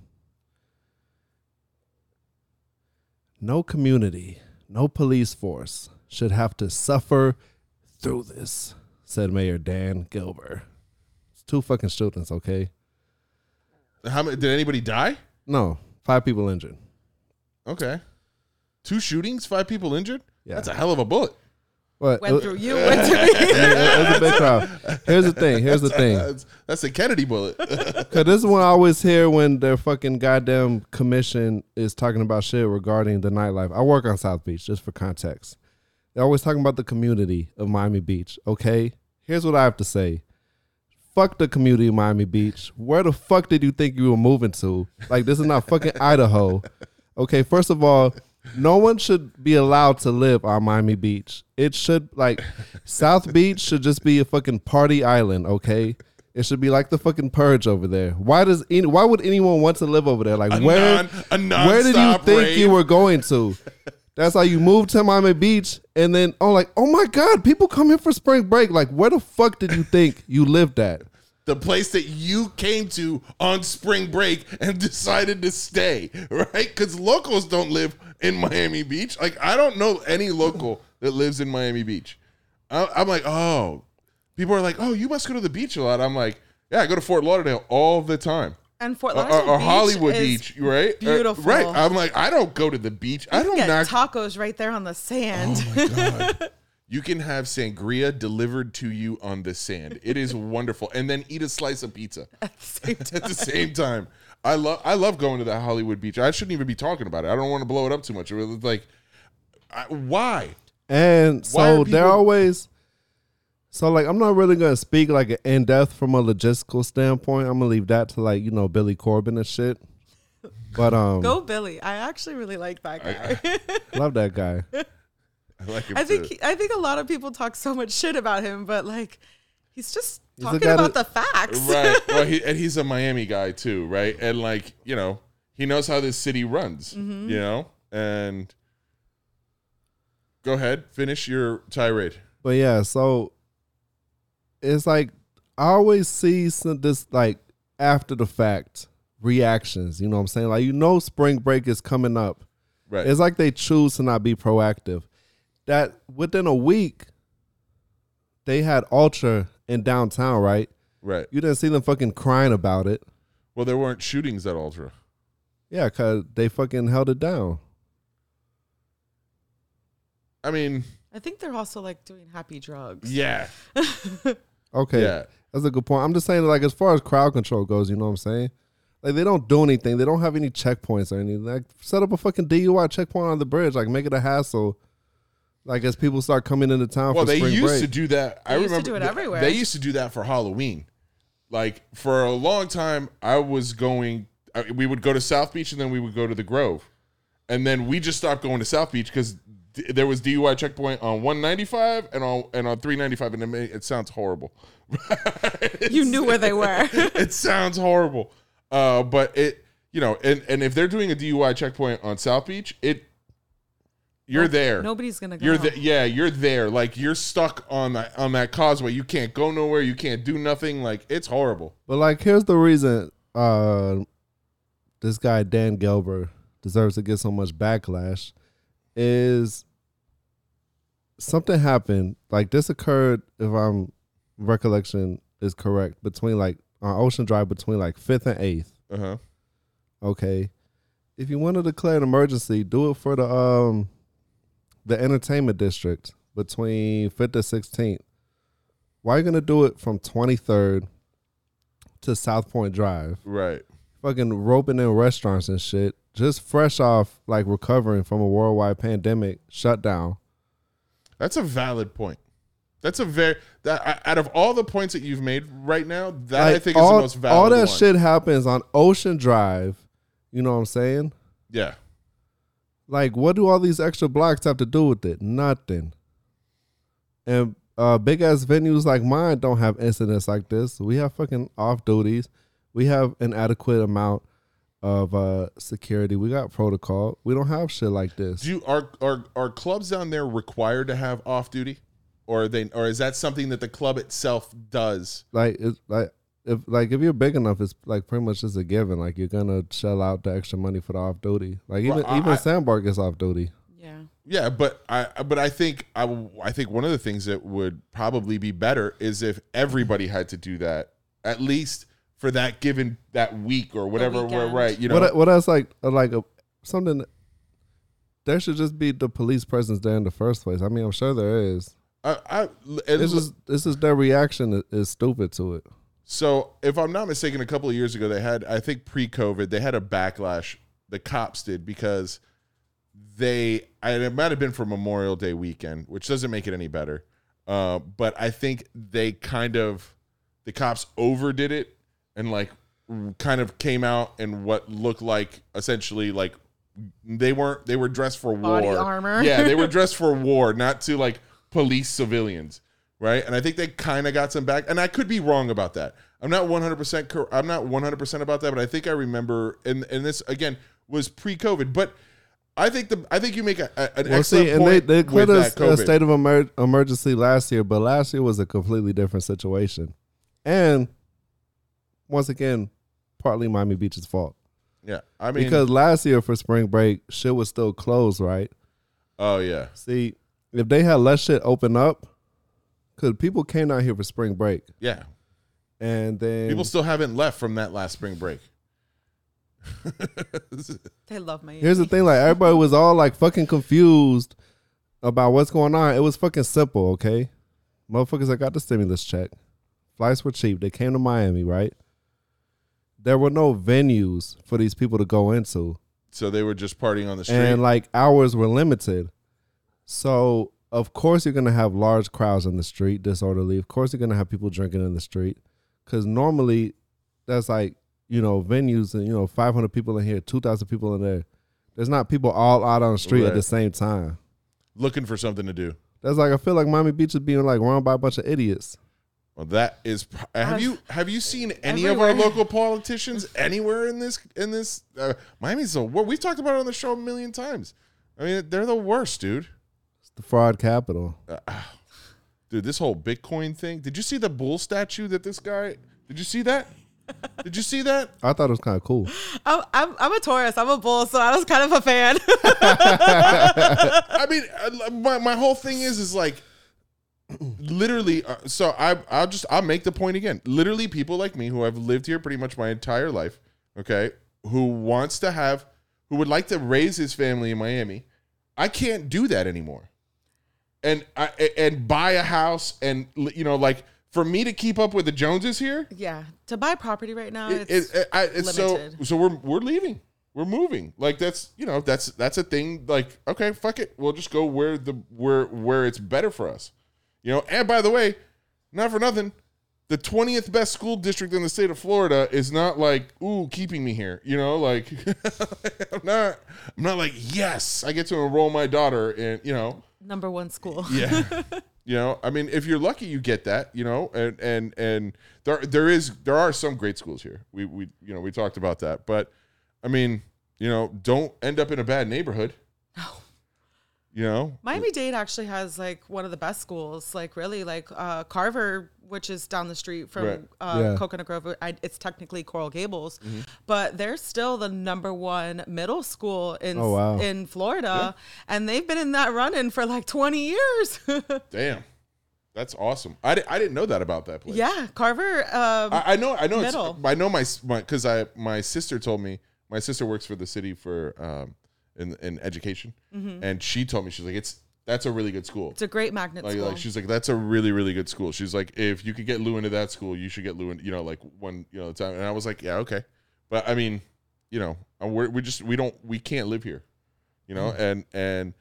[SPEAKER 4] no community, no police force should have to suffer through this, said Mayor Dan Gilbert. It's two fucking shootings, okay?
[SPEAKER 2] how many? Did anybody die?
[SPEAKER 4] No, five people injured.
[SPEAKER 2] Okay, two shootings, five people injured.
[SPEAKER 4] Yeah.
[SPEAKER 2] That's a hell of a bullet.
[SPEAKER 4] But
[SPEAKER 5] Went
[SPEAKER 4] it,
[SPEAKER 5] through you, went through me.
[SPEAKER 4] it was a big crowd. Here's the thing. Here's the thing.
[SPEAKER 2] That's, that's a Kennedy bullet.
[SPEAKER 4] Cause this is what I always hear when their fucking goddamn commission is talking about shit regarding the nightlife. I work on South Beach, just for context. They're always talking about the community of Miami Beach. Okay, here's what I have to say. Fuck the community of Miami Beach. Where the fuck did you think you were moving to? Like this is not fucking Idaho. Okay, first of all, no one should be allowed to live on Miami Beach. It should like South Beach should just be a fucking party island. Okay, it should be like the fucking purge over there. Why does any, why would anyone want to live over there? Like
[SPEAKER 2] A
[SPEAKER 4] where
[SPEAKER 2] non- a
[SPEAKER 4] where did you
[SPEAKER 2] nonstop
[SPEAKER 4] think you
[SPEAKER 2] rave.
[SPEAKER 4] were going to? That's how you moved to Miami Beach, and then oh, like oh my god, people come here for spring break. Like where the fuck did you think you lived at?
[SPEAKER 2] the place that you came to on spring break and decided to stay, right? Because locals don't live in Miami Beach. Like, I don't know any local that lives in Miami Beach. I- I'm like, oh, people are like, oh, you must go to the beach a lot. I'm like, yeah, I go to Fort Lauderdale all the time.
[SPEAKER 5] And Fort
[SPEAKER 2] Or,
[SPEAKER 5] Lauderdale
[SPEAKER 2] or- or
[SPEAKER 5] Beach
[SPEAKER 2] Hollywood
[SPEAKER 5] is
[SPEAKER 2] Beach, right? Or-
[SPEAKER 5] beautiful.
[SPEAKER 2] right. I'm like, I don't go to the beach. I
[SPEAKER 5] You
[SPEAKER 2] don't
[SPEAKER 5] get
[SPEAKER 2] knock.
[SPEAKER 5] tacos right there on the sand.
[SPEAKER 2] you can have sangria delivered to you on the sand. It is wonderful. And then eat a slice of pizza. at the same time. I love I love going to that Hollywood beach. I shouldn't even be talking about it. I don't want to blow it up too much. It was like, I, why?
[SPEAKER 4] And
[SPEAKER 2] Why
[SPEAKER 4] so
[SPEAKER 2] are
[SPEAKER 4] they're
[SPEAKER 2] people-
[SPEAKER 4] always so like I'm not really gonna speak like an in depth from a logistical standpoint. I'm gonna leave that to like you know Billy Corbin and shit. But um,
[SPEAKER 5] Go Billy. I actually really like that guy. I,
[SPEAKER 4] love that guy.
[SPEAKER 2] I like him
[SPEAKER 5] think
[SPEAKER 2] too.
[SPEAKER 5] he- I think a lot of people talk so much shit about him, but like he's just
[SPEAKER 4] a
[SPEAKER 5] talking
[SPEAKER 4] guy
[SPEAKER 5] about the
[SPEAKER 4] that-
[SPEAKER 5] facts.
[SPEAKER 2] right. Well, he, and he's a Miami guy too, right? And like you know, he knows how this city runs. You know, and go ahead, finish your tirade.
[SPEAKER 4] But yeah, so it's like I always see some this like after the fact reactions. You know what I'm saying? Like you know, spring break is coming up.
[SPEAKER 2] Right.
[SPEAKER 4] It's like they choose to not be proactive. That within a week, they had Ultra in downtown, right?
[SPEAKER 2] right.
[SPEAKER 4] You didn't see them fucking crying about it.
[SPEAKER 2] Well, there weren't shootings at Ultra.
[SPEAKER 4] Yeah, cause they fucking held it down.
[SPEAKER 2] I mean,
[SPEAKER 5] I think they're also like doing happy drugs.
[SPEAKER 2] yeah,
[SPEAKER 4] Okay.
[SPEAKER 2] Yeah.
[SPEAKER 4] That's a good point. I'm just saying, like, as far as crowd control goes, you know what I'm saying? Like, they don't do anything. They don't have any checkpoints or anything. Like, set up a fucking DUI checkpoint on the bridge. Like, make it a hassle. Like, as people start coming into town
[SPEAKER 2] Well,
[SPEAKER 4] for
[SPEAKER 2] they
[SPEAKER 4] spring
[SPEAKER 2] used
[SPEAKER 4] break.
[SPEAKER 2] to do that. I
[SPEAKER 5] They used to
[SPEAKER 2] remember
[SPEAKER 5] do it
[SPEAKER 2] th-
[SPEAKER 5] everywhere.
[SPEAKER 2] They used to do that for Halloween. Like for a long time, I was going. I, we would go to South Beach and then we would go to the Grove, and then we just stopped going to South Beach because d- there was DUI checkpoint on 195 and on and on 395, and it, ma- it sounds horrible.
[SPEAKER 5] You knew where they were.
[SPEAKER 2] it sounds horrible. Uh, but it, you know, and, and if they're doing a DUI checkpoint on South Beach, it, you're there.
[SPEAKER 5] Nobody's gonna go.
[SPEAKER 2] You're the, yeah, you're there. Like you're stuck on that on that causeway. You can't go nowhere. You can't do nothing. Like it's horrible.
[SPEAKER 4] But like, here's the reason uh, this guy Dan Gelber deserves to get so much backlash is something happened. Like this occurred, if I'm recollection is correct, between like on Ocean Drive between like fifth and eighth.
[SPEAKER 2] Uh huh.
[SPEAKER 4] Okay, if you want to declare an emergency, do it for the um the entertainment district between fifth and sixteenth. Why you gonna do it from twenty third to South Point Drive?
[SPEAKER 2] Right.
[SPEAKER 4] fucking roping in restaurants and shit, just fresh off like recovering from a worldwide pandemic shutdown.
[SPEAKER 2] That's a valid point. That's a very that I- out of all the points that you've made right now, that I
[SPEAKER 4] Like,
[SPEAKER 2] think
[SPEAKER 4] all,
[SPEAKER 2] is the most valid.
[SPEAKER 4] All that
[SPEAKER 2] one.
[SPEAKER 4] shit happens on Ocean Drive. You know what I'm saying?
[SPEAKER 2] Yeah.
[SPEAKER 4] Like, what do all these extra blocks have to do with it? Nothing. And uh, big ass venues like mine don't have incidents like this. We have fucking off duties. We have an adequate amount of uh, security. We got protocol. We don't have shit like this.
[SPEAKER 2] Do you, are are are clubs down there required to have off duty, or are they or is that something that the club itself does?
[SPEAKER 4] like it's like if like if you're big enough, it's like pretty much just a given. Like you're gonna shell out the extra money for the off duty. Like even
[SPEAKER 2] Well, I-
[SPEAKER 4] even
[SPEAKER 2] I-
[SPEAKER 4] Sandbar gets off duty.
[SPEAKER 5] yeah.
[SPEAKER 2] Yeah, but I but I think I w- I think one of the things that would probably be better is if everybody had to do that at least for that given that week or whatever. We're
[SPEAKER 5] weekend.
[SPEAKER 2] right, you know.
[SPEAKER 4] What I- what else like uh, like a, something. There should just be the police presence there in the first place. I mean, I'm sure there is.
[SPEAKER 2] I, I- and
[SPEAKER 4] It's just this is their reaction i- is stupid to it.
[SPEAKER 2] so if I'm not mistaken, a couple of years ago they had I think pre-COVID they had a backlash. The cops did because they and it might have been for Memorial Day weekend, which doesn't make it any better. Uh, but I think they kind of the cops overdid it and like kind of came out in what looked like essentially like they weren't they were dressed for war
[SPEAKER 5] Body armor.
[SPEAKER 2] yeah they were dressed for war not to like police civilians right and i think they kind of got some back and i could be wrong about that i'm not 100% cor- i'm not 100% about that but i think i remember and and this again was pre-covid but I think the I think you make a, a, an
[SPEAKER 4] Well,
[SPEAKER 2] excellent
[SPEAKER 4] see, and they
[SPEAKER 2] point
[SPEAKER 4] they
[SPEAKER 2] with
[SPEAKER 4] cleared
[SPEAKER 2] that
[SPEAKER 4] a, a
[SPEAKER 2] COVID.
[SPEAKER 4] state of emer- emergency last year, but last year was a completely different situation. And once again, partly Miami Beach's fault.
[SPEAKER 2] yeah, I mean,
[SPEAKER 4] because last year for spring break, shit was still closed, right?
[SPEAKER 2] oh yeah,
[SPEAKER 4] See, if they had let shit open up, because people came out here for spring break,
[SPEAKER 2] yeah.
[SPEAKER 4] and then
[SPEAKER 2] People still haven't left from that last spring break.
[SPEAKER 5] They love Miami.
[SPEAKER 4] here's the thing: like everybody was all like fucking confused about what's going on. It was fucking simple, okay? Motherfuckers, I got the stimulus check. Flights were cheap. They came to Miami, right? There were no venues for these people to go into.
[SPEAKER 2] So they were just partying on the street.
[SPEAKER 4] and like hours were limited. So of course you're gonna have large crowds on the street, disorderly. Of course you're gonna have people drinking in the street, because normally that's like you know venues and you know 500 people in here, 2,000 people in there. There's not people all out on the street at
[SPEAKER 2] Right.
[SPEAKER 4] the same time.
[SPEAKER 2] looking for something to do.
[SPEAKER 4] That's like I feel like Miami Beach is being like run by a bunch of idiots.
[SPEAKER 2] Well, that is. pr- Have
[SPEAKER 5] Uh,
[SPEAKER 2] you have you seen any of our
[SPEAKER 5] everywhere.
[SPEAKER 2] local politicians anywhere in this in this uh, Miami's the worst. We've talked about it on the show a million times. I mean, they're the worst, dude.
[SPEAKER 4] It's the fraud capital.
[SPEAKER 2] Uh, Dude, this whole Bitcoin thing. Did you see the bull statue that this guy? Did you see that? Did you see that?
[SPEAKER 4] I thought it was kind of cool.
[SPEAKER 5] I'm, I'm, I'm a Taurus. I'm a bull, so I was kind of a fan.
[SPEAKER 2] I mean, I- my, my whole thing is is like literally. Uh, so I I'll just I'll make the point again. Literally, people like me who have lived here pretty much my entire life, okay, who wants to have, who would like to raise his family in Miami, I can't do that anymore. and I, and buy a house and you know like for me to keep up with the Joneses here,
[SPEAKER 5] Yeah. To buy property right now,
[SPEAKER 2] it,
[SPEAKER 5] it's
[SPEAKER 2] it, it- I, it's so
[SPEAKER 5] limited.
[SPEAKER 2] so we're we're leaving. We're moving. Like that's you know that's that's a thing. Like okay, fuck it. We'll just go where the where where it's better for us. You know. And by the way, not for nothing, the twentieth best school district in the state of Florida is not like ooh keeping me here. You know, like I'm not I'm not like yes I get to enroll my daughter in you know
[SPEAKER 5] number one school.
[SPEAKER 2] yeah. You know, I mean, if you're lucky, you get that. You know, and and and there there is there are some great schools here. We we you know we talked about that, but I mean, you know, don't end up in a bad neighborhood. You know,
[SPEAKER 5] Miami Dade actually has like one of the best schools, like really, like uh, Carver, which is down the street from
[SPEAKER 2] Right. Mm-hmm.
[SPEAKER 5] uh,
[SPEAKER 4] Yeah.
[SPEAKER 5] Coconut Grove. I, it's technically Coral Gables, but they're still the number one middle school in
[SPEAKER 4] Oh, wow.
[SPEAKER 5] in Florida, and they've been in that running for like twenty years.
[SPEAKER 2] damn, that's awesome. I, di- I didn't know that about that place.
[SPEAKER 5] yeah, Carver. Um,
[SPEAKER 2] I, I know I know
[SPEAKER 5] Middle.
[SPEAKER 2] it's I know my my because I my sister told me my sister works for the city for um in in education,
[SPEAKER 5] Mm-hmm.
[SPEAKER 2] and she told me she's like it's that's a really good school.
[SPEAKER 5] it's a great magnet
[SPEAKER 2] like,
[SPEAKER 5] school.
[SPEAKER 2] like she's like that's a really really good school she's like if you could get lou into that school you should get lou in you know like one you know time and i was like yeah okay but i mean you know and we're, we just we don't we can't live here you know and and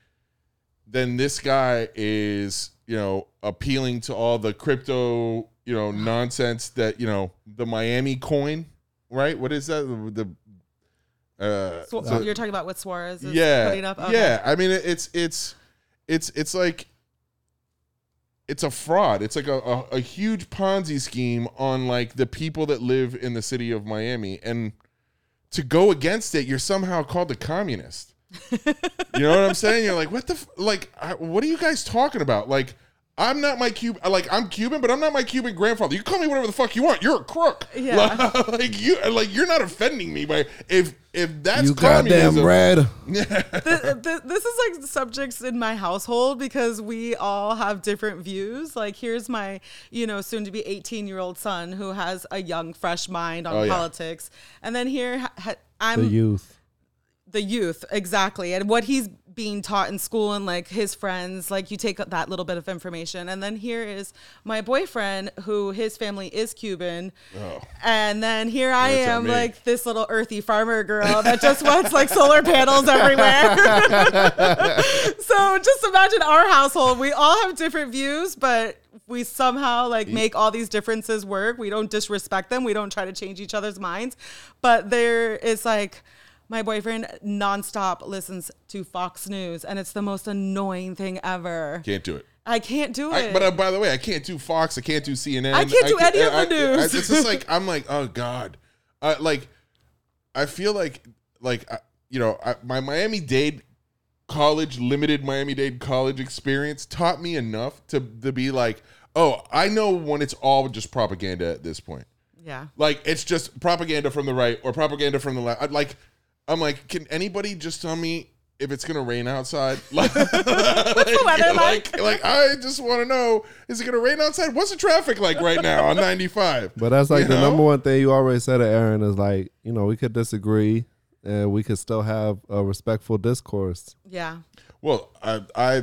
[SPEAKER 2] then this guy is you know appealing to all the crypto you know nonsense that you know the miami coin right what is that the the, uh
[SPEAKER 5] Swa-
[SPEAKER 2] the-
[SPEAKER 5] you're talking about what Suarez is
[SPEAKER 2] yeah,
[SPEAKER 5] putting up. Okay.
[SPEAKER 2] yeah. I mean, it- it's it's it's it's like it's a fraud. It's like a, a, a huge Ponzi scheme on like the people that live in the city of Miami, and to go against it, you're somehow called a communist. you know what I'm saying? You're like, what the f-? like? I, what are you guys talking about? Like. I'm not my Cuban. Like I'm Cuban, but I'm not my Cuban grandfather. You call me whatever the fuck you want. You're a crook.
[SPEAKER 5] Yeah.
[SPEAKER 2] like you, like you're not offending me. But if if that's
[SPEAKER 4] you goddamn
[SPEAKER 2] communism-
[SPEAKER 4] red.
[SPEAKER 5] Th- th- this is like subjects in my household because we all have different views. Like, here's my, you know, soon to be 18 year old son who has a young, fresh mind on
[SPEAKER 2] Oh, yeah.
[SPEAKER 5] politics. And then here ha- ha- I'm
[SPEAKER 4] The youth.
[SPEAKER 5] the youth exactly and what he's being taught in school and like his friends like you take that little bit of information and then here is my boyfriend who his family is cuban and then here i
[SPEAKER 2] Oh. That's on
[SPEAKER 5] am
[SPEAKER 2] me.
[SPEAKER 5] like this little earthy farmer girl that just wants like solar panels everywhere so just imagine our household we all have different views but we somehow like make all these differences work we don't disrespect them we don't try to change each other's minds but there is like my boyfriend nonstop listens to Fox News, and it's the most annoying thing ever.
[SPEAKER 2] Can't do it.
[SPEAKER 5] I can't do
[SPEAKER 2] I,
[SPEAKER 5] it.
[SPEAKER 2] but uh, by the way, I can't do Fox. I can't do CNN.
[SPEAKER 5] I can't do any of the news.
[SPEAKER 2] it's just like I'm like, oh god, uh, like I feel like like I, you know I, my Miami Dade college limited Miami Dade college experience taught me enough to to be like, oh, I know when it's all just propaganda at this point.
[SPEAKER 5] yeah.
[SPEAKER 2] Like it's just propaganda from the right or propaganda from the left. I'd like I'm like, can anybody just tell me if it's gonna rain outside? Like,
[SPEAKER 5] weather
[SPEAKER 2] like, like, I just want to know: is it gonna rain outside? What's the traffic like right now on 95?
[SPEAKER 4] But that's like
[SPEAKER 2] You
[SPEAKER 4] the
[SPEAKER 2] know?
[SPEAKER 4] number one thing you already said, Aaron, is like, you know, we could disagree and we could still have a respectful discourse.
[SPEAKER 5] Yeah.
[SPEAKER 2] Well, I, I,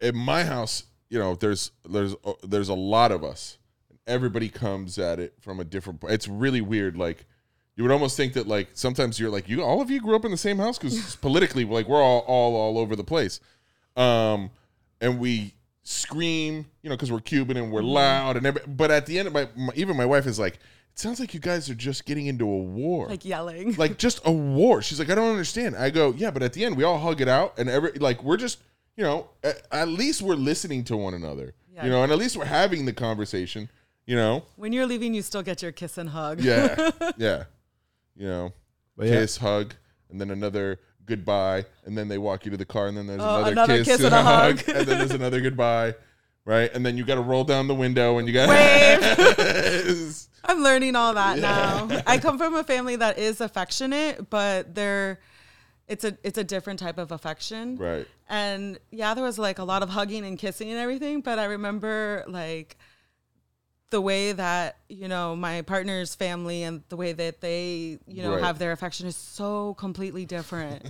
[SPEAKER 2] in my house, you know, there's there's uh, there's a lot of us. Everybody comes at it from a different. It's really weird. Like, you would almost think that like sometimes you're like you all of you grew up in the same house because politically, like we're all all all over the place. um, and we scream, you know, because we're Cuban and we're loud and every, but at the end of my, my even my wife is like, it sounds like you guys are just getting into a war,
[SPEAKER 5] Like yelling.
[SPEAKER 2] like just a war. She's like, I don't understand. I go, yeah, but at the end we all hug it out and every like we're just, you know, at, at least we're listening to one another,
[SPEAKER 5] Yeah.
[SPEAKER 2] you know, and at least we're having the conversation, you know,
[SPEAKER 5] when you're leaving, you still get your kiss and hug.
[SPEAKER 2] yeah, yeah, you know,
[SPEAKER 4] But yeah,
[SPEAKER 2] kiss, hug, and then another goodbye, and then they walk you to the car, and then there's
[SPEAKER 5] Oh,
[SPEAKER 2] another,
[SPEAKER 5] another
[SPEAKER 2] kiss,
[SPEAKER 5] kiss and
[SPEAKER 2] and
[SPEAKER 5] a
[SPEAKER 2] a hug,
[SPEAKER 5] hug.
[SPEAKER 2] and then there's another goodbye, right? And then you got to roll down the window, and you got
[SPEAKER 5] Wave.
[SPEAKER 2] to.
[SPEAKER 5] I'm learning all that now. I come from a family that is affectionate, but they're it's a it's a different type of affection.
[SPEAKER 2] Right.
[SPEAKER 5] And yeah, there was like a lot of hugging and kissing and everything, but I remember like the way that you know my partner's family and the way that they you know
[SPEAKER 2] Right.
[SPEAKER 5] have their affection is so completely different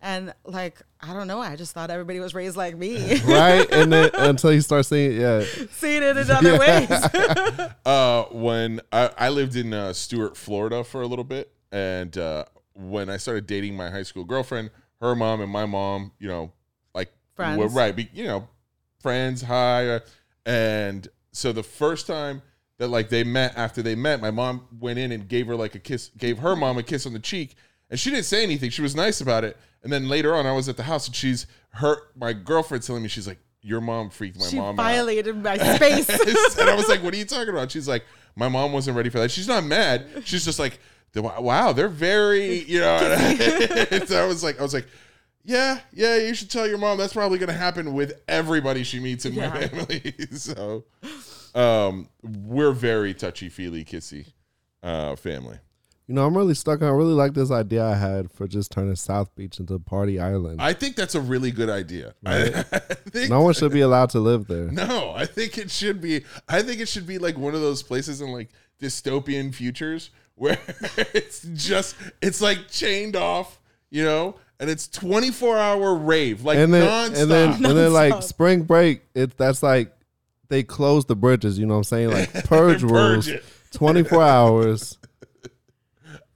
[SPEAKER 5] and like i don't know i just thought everybody was raised like me
[SPEAKER 4] right? And then until you start seeing, yeah,
[SPEAKER 5] seen it in other ways
[SPEAKER 2] uh, when I, I lived in uh, Stuart, Florida for a little bit, and uh, when I started dating my high school girlfriend, her mom and my mom, you know, like
[SPEAKER 5] Friends.
[SPEAKER 2] were right, be, you know, friends, hi, uh, and so the first time that like they met after they met, my mom went in and gave her like a kiss, gave her mom a kiss on the cheek, and she didn't say anything. She was nice about it, and then later on, I was at the house and she's her my girlfriend telling me she's like. Your mom freaked my
[SPEAKER 5] she
[SPEAKER 2] mom out
[SPEAKER 5] violated my space
[SPEAKER 2] and I was like, "What are you talking about?" She's like, "My mom wasn't ready for that." She's not mad. She's just like, "Wow, they're very," you know. and so I was like, I was like, "Yeah, yeah, you should tell your mom. That's probably going to happen with everybody she meets in my
[SPEAKER 5] Yeah.
[SPEAKER 2] family." so, um, we're very touchy feely, kissy, uh, family.
[SPEAKER 4] you know, I'm really stuck. on I really like this idea I had for just turning South Beach into a party island.
[SPEAKER 2] I think that's a really good idea. I- I, think
[SPEAKER 4] no one should be allowed to live there.
[SPEAKER 2] No, I think it should be. I think it should be like one of those places in like dystopian futures where it's just it's like chained off, you know, and it's twenty four hour rave like
[SPEAKER 4] and then
[SPEAKER 2] nonstop.
[SPEAKER 4] and then and then like
[SPEAKER 5] Nonstop.
[SPEAKER 4] spring break it that's like they close the bridges you know what i'm saying like purge rules
[SPEAKER 2] it.
[SPEAKER 4] 24 hours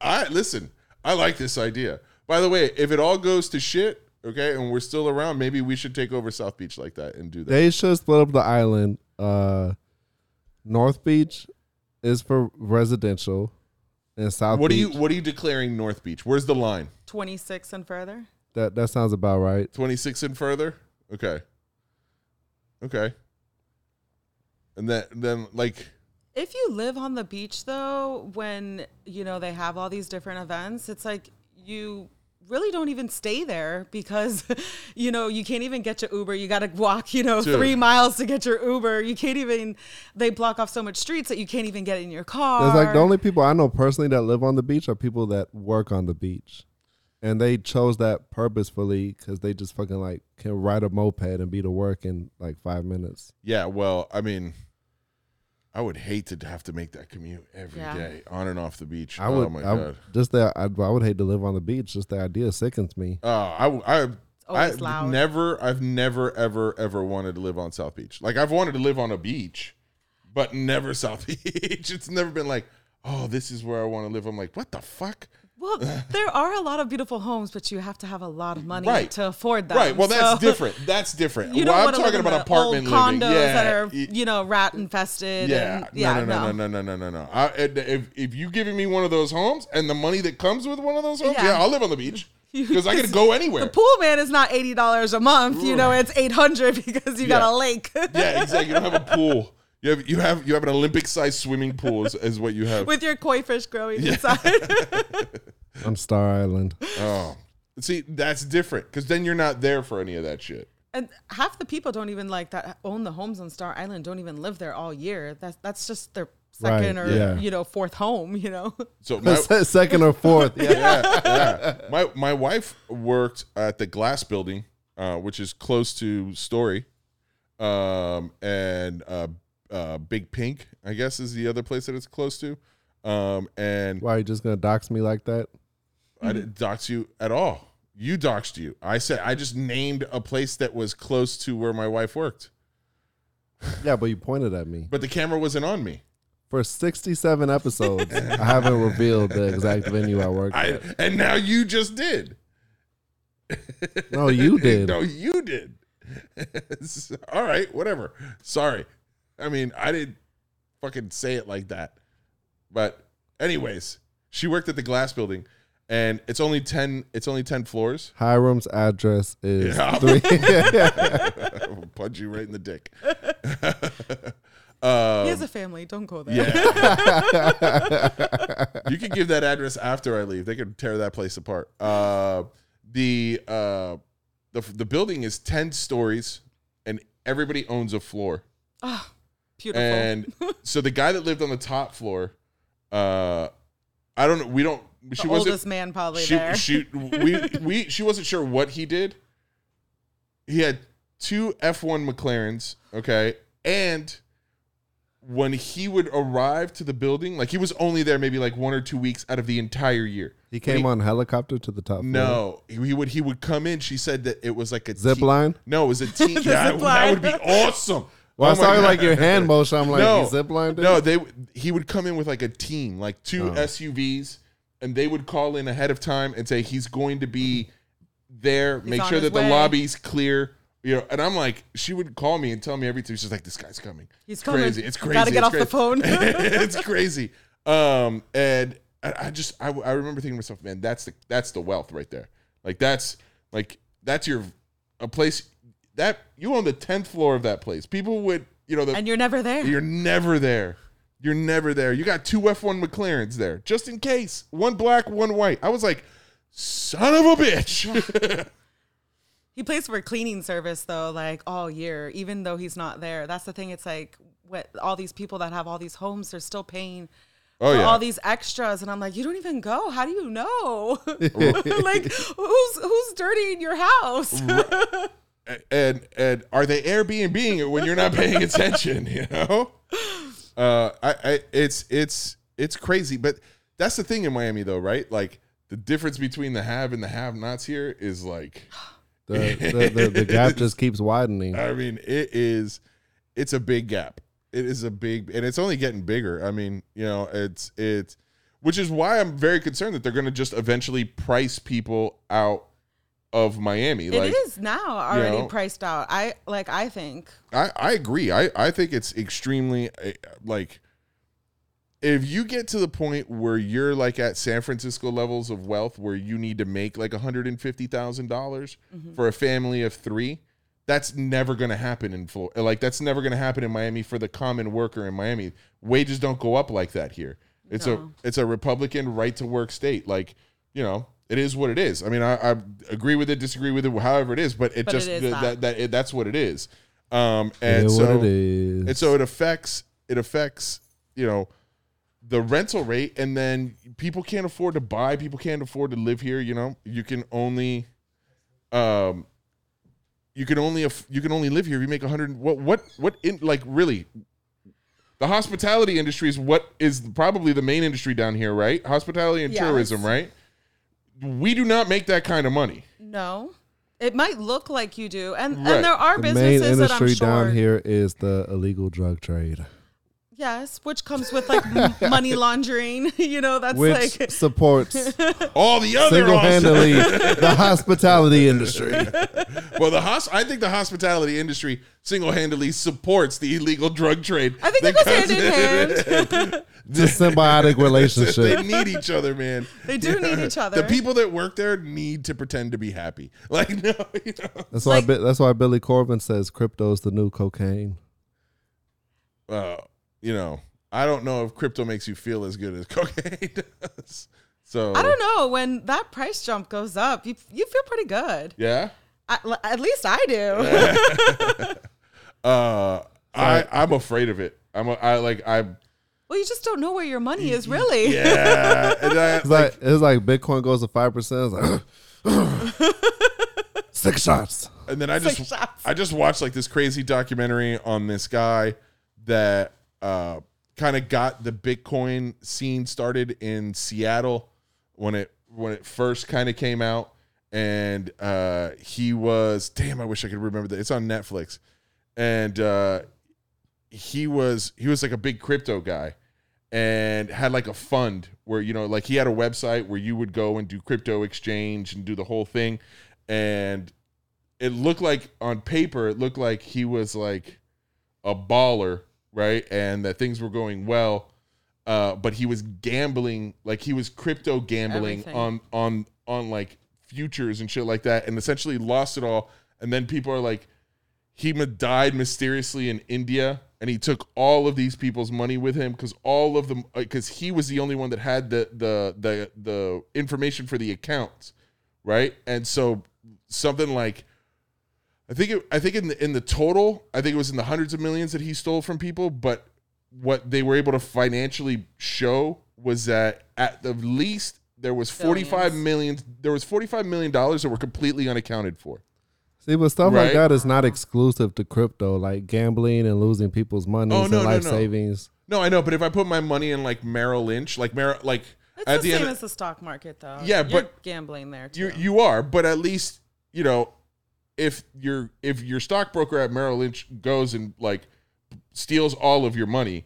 [SPEAKER 2] I listen. I like this idea. By the way, if it all goes to shit, okay, and we're still around, maybe we should take over South Beach like that and do that.
[SPEAKER 4] they should split up the island uh north beach is for residential and south
[SPEAKER 2] what
[SPEAKER 4] beach
[SPEAKER 2] are you What are you declaring North Beach? Where's the line?
[SPEAKER 5] 26 and further
[SPEAKER 4] that that sounds about right
[SPEAKER 2] Twenty six and further. Okay. Okay. And then then like.
[SPEAKER 5] If you live on the beach though, when you know they have all these different events, it's like you really don't even stay there because you know you can't even get your uber you got to walk you know
[SPEAKER 2] Dude.
[SPEAKER 5] 3 miles to get your uber you can't even they block off so much streets that you can't even get in your car
[SPEAKER 4] There's like the only people I know personally that live on the beach are people that work on the beach, and they chose that purposefully because they just fucking like can ride a moped and be to work in like five minutes.
[SPEAKER 2] Yeah, well, I mean, I would hate to have to make that commute every day
[SPEAKER 5] Yeah.
[SPEAKER 2] on and off the beach.
[SPEAKER 4] I
[SPEAKER 2] oh
[SPEAKER 4] would,
[SPEAKER 2] my
[SPEAKER 4] I,
[SPEAKER 2] god.
[SPEAKER 4] just that I, I would hate to live on the beach. Just the idea sickens me.
[SPEAKER 2] Oh, I, w- I,
[SPEAKER 5] always
[SPEAKER 2] I've
[SPEAKER 5] loud.
[SPEAKER 2] never, I've never, ever, ever wanted to live on South Beach. Like I've wanted to live on a beach, but never South Beach. It's never been like, oh, this is where I want to live. I'm like, what the fuck?
[SPEAKER 5] well there are a lot of beautiful homes but you have to have a lot of money
[SPEAKER 2] Right.
[SPEAKER 5] to afford them
[SPEAKER 2] right. Well, that's
[SPEAKER 5] So,
[SPEAKER 2] different. That's different.
[SPEAKER 5] you don't
[SPEAKER 2] well, I'm
[SPEAKER 5] wanna live
[SPEAKER 2] talking
[SPEAKER 5] in
[SPEAKER 2] about
[SPEAKER 5] the old
[SPEAKER 2] apartment living.
[SPEAKER 5] condos
[SPEAKER 2] Yeah.
[SPEAKER 5] that are
[SPEAKER 2] y-
[SPEAKER 5] you know rat infested
[SPEAKER 2] Yeah,
[SPEAKER 5] and, yeah
[SPEAKER 2] no, no, no, no, no, no, no, no. I, and if if you giving me one of those homes and the money that comes with one of those homes, yeah,
[SPEAKER 5] Yeah.
[SPEAKER 2] I'll live on the beach because I can go anywhere.
[SPEAKER 5] The pool man is not eighty dollars a month. You know, it's eight hundred because you
[SPEAKER 2] Yeah.
[SPEAKER 5] got a lake
[SPEAKER 2] yeah, exactly. You don't have a pool. You have you have you have an Olympic sized swimming pool is, is what you have.
[SPEAKER 5] with your koi fish growing inside.
[SPEAKER 4] On Star Island,
[SPEAKER 2] oh, see, that's different because then you're not there for any of that shit.
[SPEAKER 5] and half the people don't even like that own the homes on Star Island. Don't even live there all year. That's that's just their second
[SPEAKER 4] Right,
[SPEAKER 5] or
[SPEAKER 4] yeah.
[SPEAKER 5] you know fourth home. You know,
[SPEAKER 2] So my,
[SPEAKER 4] second or fourth. Yeah,
[SPEAKER 2] yeah, yeah. My my wife worked at the glass building, uh, which is close to Story, um, and uh, uh, Big Pink, I guess, is the other place that it's close to. Um, and
[SPEAKER 4] why are you just gonna dox me like that?
[SPEAKER 2] I didn't dox you at all. You doxed you. I said I just named a place that was close to where my wife worked,
[SPEAKER 4] Yeah, but you pointed at me
[SPEAKER 2] but the camera wasn't on me.
[SPEAKER 4] for 67 episodes. I haven't revealed the exact venue I work
[SPEAKER 2] I
[SPEAKER 4] at.
[SPEAKER 2] and now you just did.
[SPEAKER 4] No, you did.
[SPEAKER 2] No, you did. It's- All right, whatever. Sorry. I mean, I didn't fucking say it like that. But anyways, she worked at the glass building and it's only 10 it's only 10 floors.
[SPEAKER 4] Hiram's address is
[SPEAKER 2] Yeah.
[SPEAKER 4] three.
[SPEAKER 2] I'll punch you right in the dick. um,
[SPEAKER 5] he has a family. Don't go there.
[SPEAKER 2] yeah. you can give that address after I leave. They could tear that place apart. Uh, the uh, the the building is ten stories, and everybody owns a floor.
[SPEAKER 5] Beautiful.
[SPEAKER 2] And so the guy that lived on the top floor, uh, I don't know. We don't.
[SPEAKER 5] the
[SPEAKER 2] She wasn't.
[SPEAKER 5] oldest man probably
[SPEAKER 2] She,
[SPEAKER 5] there.
[SPEAKER 2] she we we she wasn't sure what he did. He had two F one McLarens, okay, and when he would arrive to the building, like he was only there maybe like one or two weeks out of the entire year.
[SPEAKER 4] He came
[SPEAKER 2] When
[SPEAKER 4] on helicopter to the top. floor.
[SPEAKER 2] No, he he would he would come in. She said that it was like a
[SPEAKER 4] Zip
[SPEAKER 2] te-
[SPEAKER 4] line?
[SPEAKER 2] No, it was a team.
[SPEAKER 5] The
[SPEAKER 2] yeah,
[SPEAKER 5] zip
[SPEAKER 2] that
[SPEAKER 5] line.
[SPEAKER 2] would be awesome.
[SPEAKER 4] Well, I
[SPEAKER 2] Oh my
[SPEAKER 4] saw like
[SPEAKER 2] God.
[SPEAKER 4] your hand motion. I'm like,
[SPEAKER 2] no,
[SPEAKER 4] he zip lined.
[SPEAKER 2] No, they he would come in with like a team, like
[SPEAKER 4] Oh.
[SPEAKER 2] two SUVs, and they would call in ahead of time and say he's going to be there. make
[SPEAKER 5] on
[SPEAKER 2] sure
[SPEAKER 5] his
[SPEAKER 2] that the
[SPEAKER 5] way."
[SPEAKER 2] lobby's clear. You know, and I'm like, she would call me and tell me everything. She's like, this guy's coming.
[SPEAKER 5] He's
[SPEAKER 2] It's
[SPEAKER 5] coming.
[SPEAKER 2] Crazy. It's crazy.
[SPEAKER 5] Gotta get
[SPEAKER 2] It's
[SPEAKER 5] off the phone.
[SPEAKER 2] it's crazy. Um, and I, I just I, I remember thinking to myself, man, that's the that's the wealth right there. Like that's like that's your a place that you own the tenth floor of that place. People would you know the
[SPEAKER 5] and you're never there.
[SPEAKER 2] you're never there. You're never there. You got two F1 McLarens there, just in case. One black, one white. I was like, son of a bitch.
[SPEAKER 5] He plays for a cleaning service though, like all year, even though he's not there. That's the thing. It's like what all these people that have all these homes, they're still paying
[SPEAKER 2] oh,
[SPEAKER 5] for
[SPEAKER 2] yeah.
[SPEAKER 5] all these extras, and I'm like, you don't even go. How do you know? like who's who's dirtying your house?
[SPEAKER 2] and and are they Airbnbing it when you're not paying attention? You know, uh, I, I it's it's it's crazy, but that's the thing in Miami though, right? Like the difference between the have and the have-nots here is like,
[SPEAKER 4] The, the, the, the gap just keeps widening.
[SPEAKER 2] I mean, it is, it's a big gap. It is a big, and it's only getting bigger. I mean, you know, it's it's, which is why I'm very concerned that they're going to just eventually price people out of Miami.
[SPEAKER 5] It is now already
[SPEAKER 2] know.
[SPEAKER 5] priced out. I like. I think
[SPEAKER 2] I, I agree. I, I think it's extremely uh, like if you get to the point where you're like at San Francisco levels of wealth where you need to make like $150,000 dollars
[SPEAKER 5] Mm-hmm.
[SPEAKER 2] for a family of 3, that's never going to happen in Florida. Like that's never going to happen in Miami for the common worker in Miami. Wages don't go up like that here. It's
[SPEAKER 5] No.
[SPEAKER 2] a it's a Republican right to work state. Like, you know, it is what it is. I mean, I, I agree with it, disagree with it, however it is, but it
[SPEAKER 5] But
[SPEAKER 2] just
[SPEAKER 5] it is
[SPEAKER 2] th-
[SPEAKER 5] that.
[SPEAKER 2] that that it, that's what it is. Um, and
[SPEAKER 4] And
[SPEAKER 2] so
[SPEAKER 4] what it is.
[SPEAKER 2] and so it affects it affects you know the rental rate, and then people can't afford to buy, people can't afford to live here. You know, you can only, um, you can only aff- you can only live here if you make a hundred. What what what in like really. The hospitality industry is what is probably the main industry down here, right? Hospitality and
[SPEAKER 5] Yes.
[SPEAKER 2] tourism, right? We do not make that kind of money.
[SPEAKER 5] no. It might look like you do, and
[SPEAKER 2] Right.
[SPEAKER 5] and there are
[SPEAKER 4] the main
[SPEAKER 5] businesses that I'm
[SPEAKER 4] industry
[SPEAKER 5] sure.
[SPEAKER 4] down here is the illegal drug trade,
[SPEAKER 5] Yes, which comes with like m- money laundering. You know, that's
[SPEAKER 4] which
[SPEAKER 5] like
[SPEAKER 4] supports
[SPEAKER 2] All the other awesome-
[SPEAKER 4] single-handedly the hospitality industry.
[SPEAKER 2] Well, the hos- I think the hospitality industry single-handedly supports the illegal drug trade.
[SPEAKER 5] I think it goes hand in hand.
[SPEAKER 4] Just symbiotic
[SPEAKER 2] They
[SPEAKER 4] relationship.
[SPEAKER 2] need each other, man.
[SPEAKER 5] They do need each other.
[SPEAKER 2] The people that work there need to pretend to be happy. Like no, you know.
[SPEAKER 4] That's why.
[SPEAKER 5] like-
[SPEAKER 4] Bi- that's why Billy Corbin says crypto's the new cocaine.
[SPEAKER 2] Uh, you know, I don't know if crypto makes you feel as good as cocaine does. So
[SPEAKER 5] I don't know when that price jump goes up, you you feel pretty good.
[SPEAKER 2] Yeah.
[SPEAKER 5] I, l- at least I do.
[SPEAKER 2] Uh, I I'm afraid of it. I'm a, I like I
[SPEAKER 5] well, you just don't know where your money is really.
[SPEAKER 2] yeah. And I,
[SPEAKER 4] It's like, it's like Bitcoin goes to five percent. Like, six shots.
[SPEAKER 2] and then I
[SPEAKER 5] Six
[SPEAKER 2] just
[SPEAKER 5] shots.
[SPEAKER 2] I just watched like this crazy documentary on this guy that uh, kind of got the Bitcoin scene started in Seattle when it when it first kind of came out, and uh, he was damn I wish I could remember that it's on Netflix, and uh, he was he was like a big crypto guy and had like a fund where you know like he had a website where you would go and do crypto exchange and do the whole thing and it looked like on paper it looked like he was like a baller right and that things were going well uh, but he was gambling like he was crypto gambling
[SPEAKER 5] Everything.
[SPEAKER 2] on on on like futures and shit like that and essentially lost it all and then people are like he ma- died mysteriously in India, and he took all of these people's money with him because all of them, because he was the only one that had the the the the information for the accounts, right? And so something like, I think it, I think in the in the total, I think it was in the hundreds of millions that he stole from people, but what they were able to financially show was that at the least there was 45
[SPEAKER 5] Billions.
[SPEAKER 2] million there was 45 million dollars that were completely unaccounted for
[SPEAKER 4] See, but stuff
[SPEAKER 2] Right.
[SPEAKER 4] like that is not exclusive to crypto, like gambling and losing people's money
[SPEAKER 2] Oh,
[SPEAKER 4] and
[SPEAKER 2] no, no,
[SPEAKER 4] life
[SPEAKER 2] no.
[SPEAKER 4] savings.
[SPEAKER 2] No, I know, but if I put my money in like Merrill Lynch, like Merrill, like
[SPEAKER 5] It's
[SPEAKER 2] at
[SPEAKER 5] the,
[SPEAKER 2] the,
[SPEAKER 5] same
[SPEAKER 2] end,
[SPEAKER 5] as the stock market, though.
[SPEAKER 2] Yeah,
[SPEAKER 5] You're
[SPEAKER 2] but-
[SPEAKER 5] gambling there too.
[SPEAKER 2] you you are, but at least you know if your if your stockbroker at Merrill Lynch goes and like steals all of your money,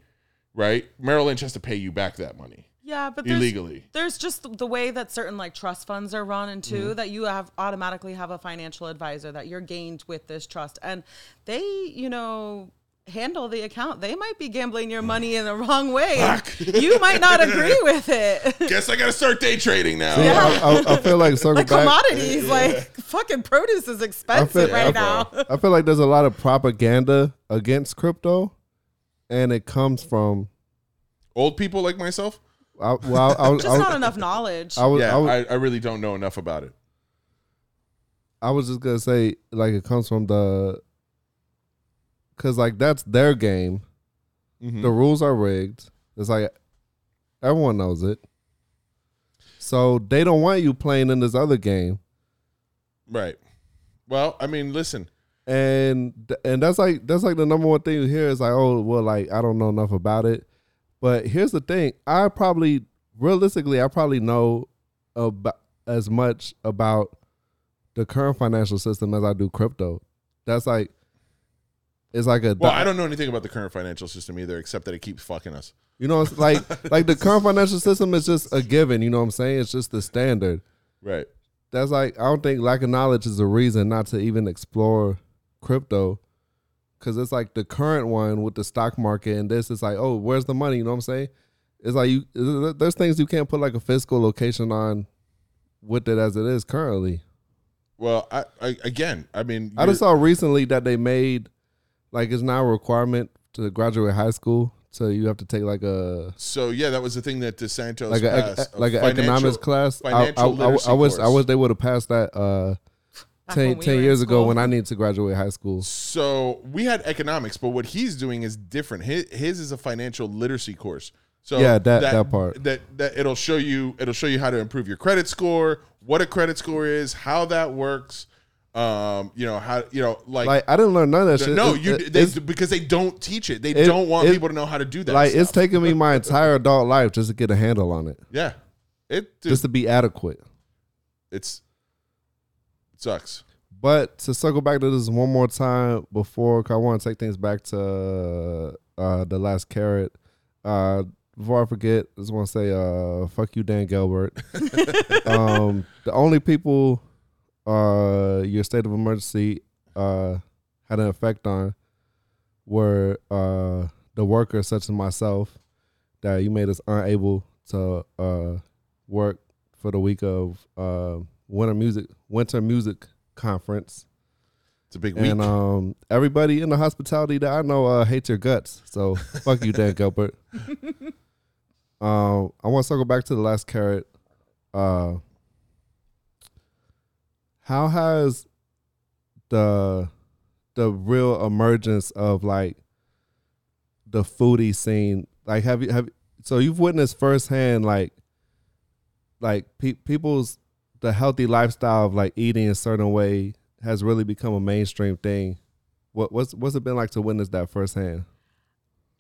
[SPEAKER 2] right? Merrill Lynch has to pay you back that money
[SPEAKER 5] yeah, but there's,
[SPEAKER 2] illegally.
[SPEAKER 5] there's just the way that certain like trust funds are run and
[SPEAKER 2] Mm.
[SPEAKER 5] too that you have automatically have a financial advisor that you're gained with this trust and they you know handle the account they might be gambling your money in the wrong way
[SPEAKER 2] Mm. Fuck.
[SPEAKER 5] you might not agree with it
[SPEAKER 2] Guess I gotta start day trading now.
[SPEAKER 4] Yeah, I, I, I feel like circle
[SPEAKER 5] like
[SPEAKER 4] back.
[SPEAKER 5] commodities like fucking produce is expensive right now
[SPEAKER 4] I feel like there's a lot of propaganda against crypto, and it comes from.
[SPEAKER 2] Old people like myself,
[SPEAKER 4] I, well, I, I,
[SPEAKER 5] just
[SPEAKER 4] I,
[SPEAKER 5] not enough knowledge
[SPEAKER 4] I was,
[SPEAKER 2] yeah,
[SPEAKER 4] I, was,
[SPEAKER 2] I, I really don't know enough about it.
[SPEAKER 4] I was just gonna say, like, it comes from the, cause like that's their game.
[SPEAKER 2] Mhm.
[SPEAKER 4] The rules are rigged. It's like everyone knows it. So they don't want you playing in this other game,
[SPEAKER 2] Right. Well, I mean, listen.
[SPEAKER 4] and and that's like that's like the number one thing you hear is like, oh well, like I don't know enough about it. But here's the thing: I probably, realistically, I probably know about as much about the current financial system as I do crypto. That's like, it's like a
[SPEAKER 2] Well, I don't know anything about the current financial system either, except that it keeps fucking us.
[SPEAKER 4] You know, it's like like the current financial system is just a given. You know what I'm saying? It's just the standard.
[SPEAKER 2] Right.
[SPEAKER 4] That's like I don't think lack of knowledge is a reason not to even explore crypto, because it's like the current one with the stock market and this. It's like, oh, where's the money? You know what I'm saying? It's like you. There's things you can't put like a physical location on with it as it is currently.
[SPEAKER 2] Well, I, I again, I mean,
[SPEAKER 4] I just
[SPEAKER 2] you're-
[SPEAKER 4] saw recently that they made like it's now a requirement to graduate high school, so you have to take like a
[SPEAKER 2] so yeah, that was the thing that DeSantos
[SPEAKER 4] like a,
[SPEAKER 2] passed,
[SPEAKER 4] like an
[SPEAKER 2] financial-
[SPEAKER 4] economics class. I- I, I-
[SPEAKER 2] financial
[SPEAKER 4] I
[SPEAKER 2] literacy
[SPEAKER 4] wish I
[SPEAKER 2] course.
[SPEAKER 4] wish they would have passed that uh,
[SPEAKER 5] Back when
[SPEAKER 4] 10,
[SPEAKER 5] we
[SPEAKER 4] 10
[SPEAKER 5] were in
[SPEAKER 4] years ago
[SPEAKER 5] school.
[SPEAKER 4] when I needed to graduate high school.
[SPEAKER 2] So we had economics, but what he's doing is different. His, his is a financial literacy course. So
[SPEAKER 4] Yeah, that- that part.
[SPEAKER 2] that that it'll show you it'll show you how to improve your credit score, what a credit score is, how that works. Um, you know how you know like,
[SPEAKER 4] Like I didn't learn none of that shit.
[SPEAKER 2] no,
[SPEAKER 4] It's-
[SPEAKER 2] you
[SPEAKER 4] it-
[SPEAKER 2] they,
[SPEAKER 4] it's,
[SPEAKER 2] because they don't teach it. They
[SPEAKER 4] it-
[SPEAKER 2] don't want
[SPEAKER 4] it-
[SPEAKER 2] people to know how to do that.
[SPEAKER 4] like
[SPEAKER 2] stuff.
[SPEAKER 4] it's taken me my entire adult life just to get a handle on it,
[SPEAKER 2] yeah, it
[SPEAKER 4] just to be adequate.
[SPEAKER 2] it's it sucks.
[SPEAKER 4] But to circle back to this one more time before, 'cause I want to take things back to uh, the last carrot. Uh, before I forget, I just want to say, uh, fuck you, Dan Gilbert. um, the only people uh, your state of emergency uh, had an effect on were uh, the workers, such as myself, that you made us unable to uh, work for the week of uh, winter music winter music conference.
[SPEAKER 2] It's a big week.
[SPEAKER 4] And um, everybody in the hospitality that I know uh, hates your guts. So fuck you, Dan Gilbert. um, I want to circle back to the last carrot. Uh, how has the the real emergence of like the foodie scene like have you have so you've witnessed firsthand like like pe- people's the healthy lifestyle of like eating a certain way has really become a mainstream thing. What what's what's it been like to witness that firsthand?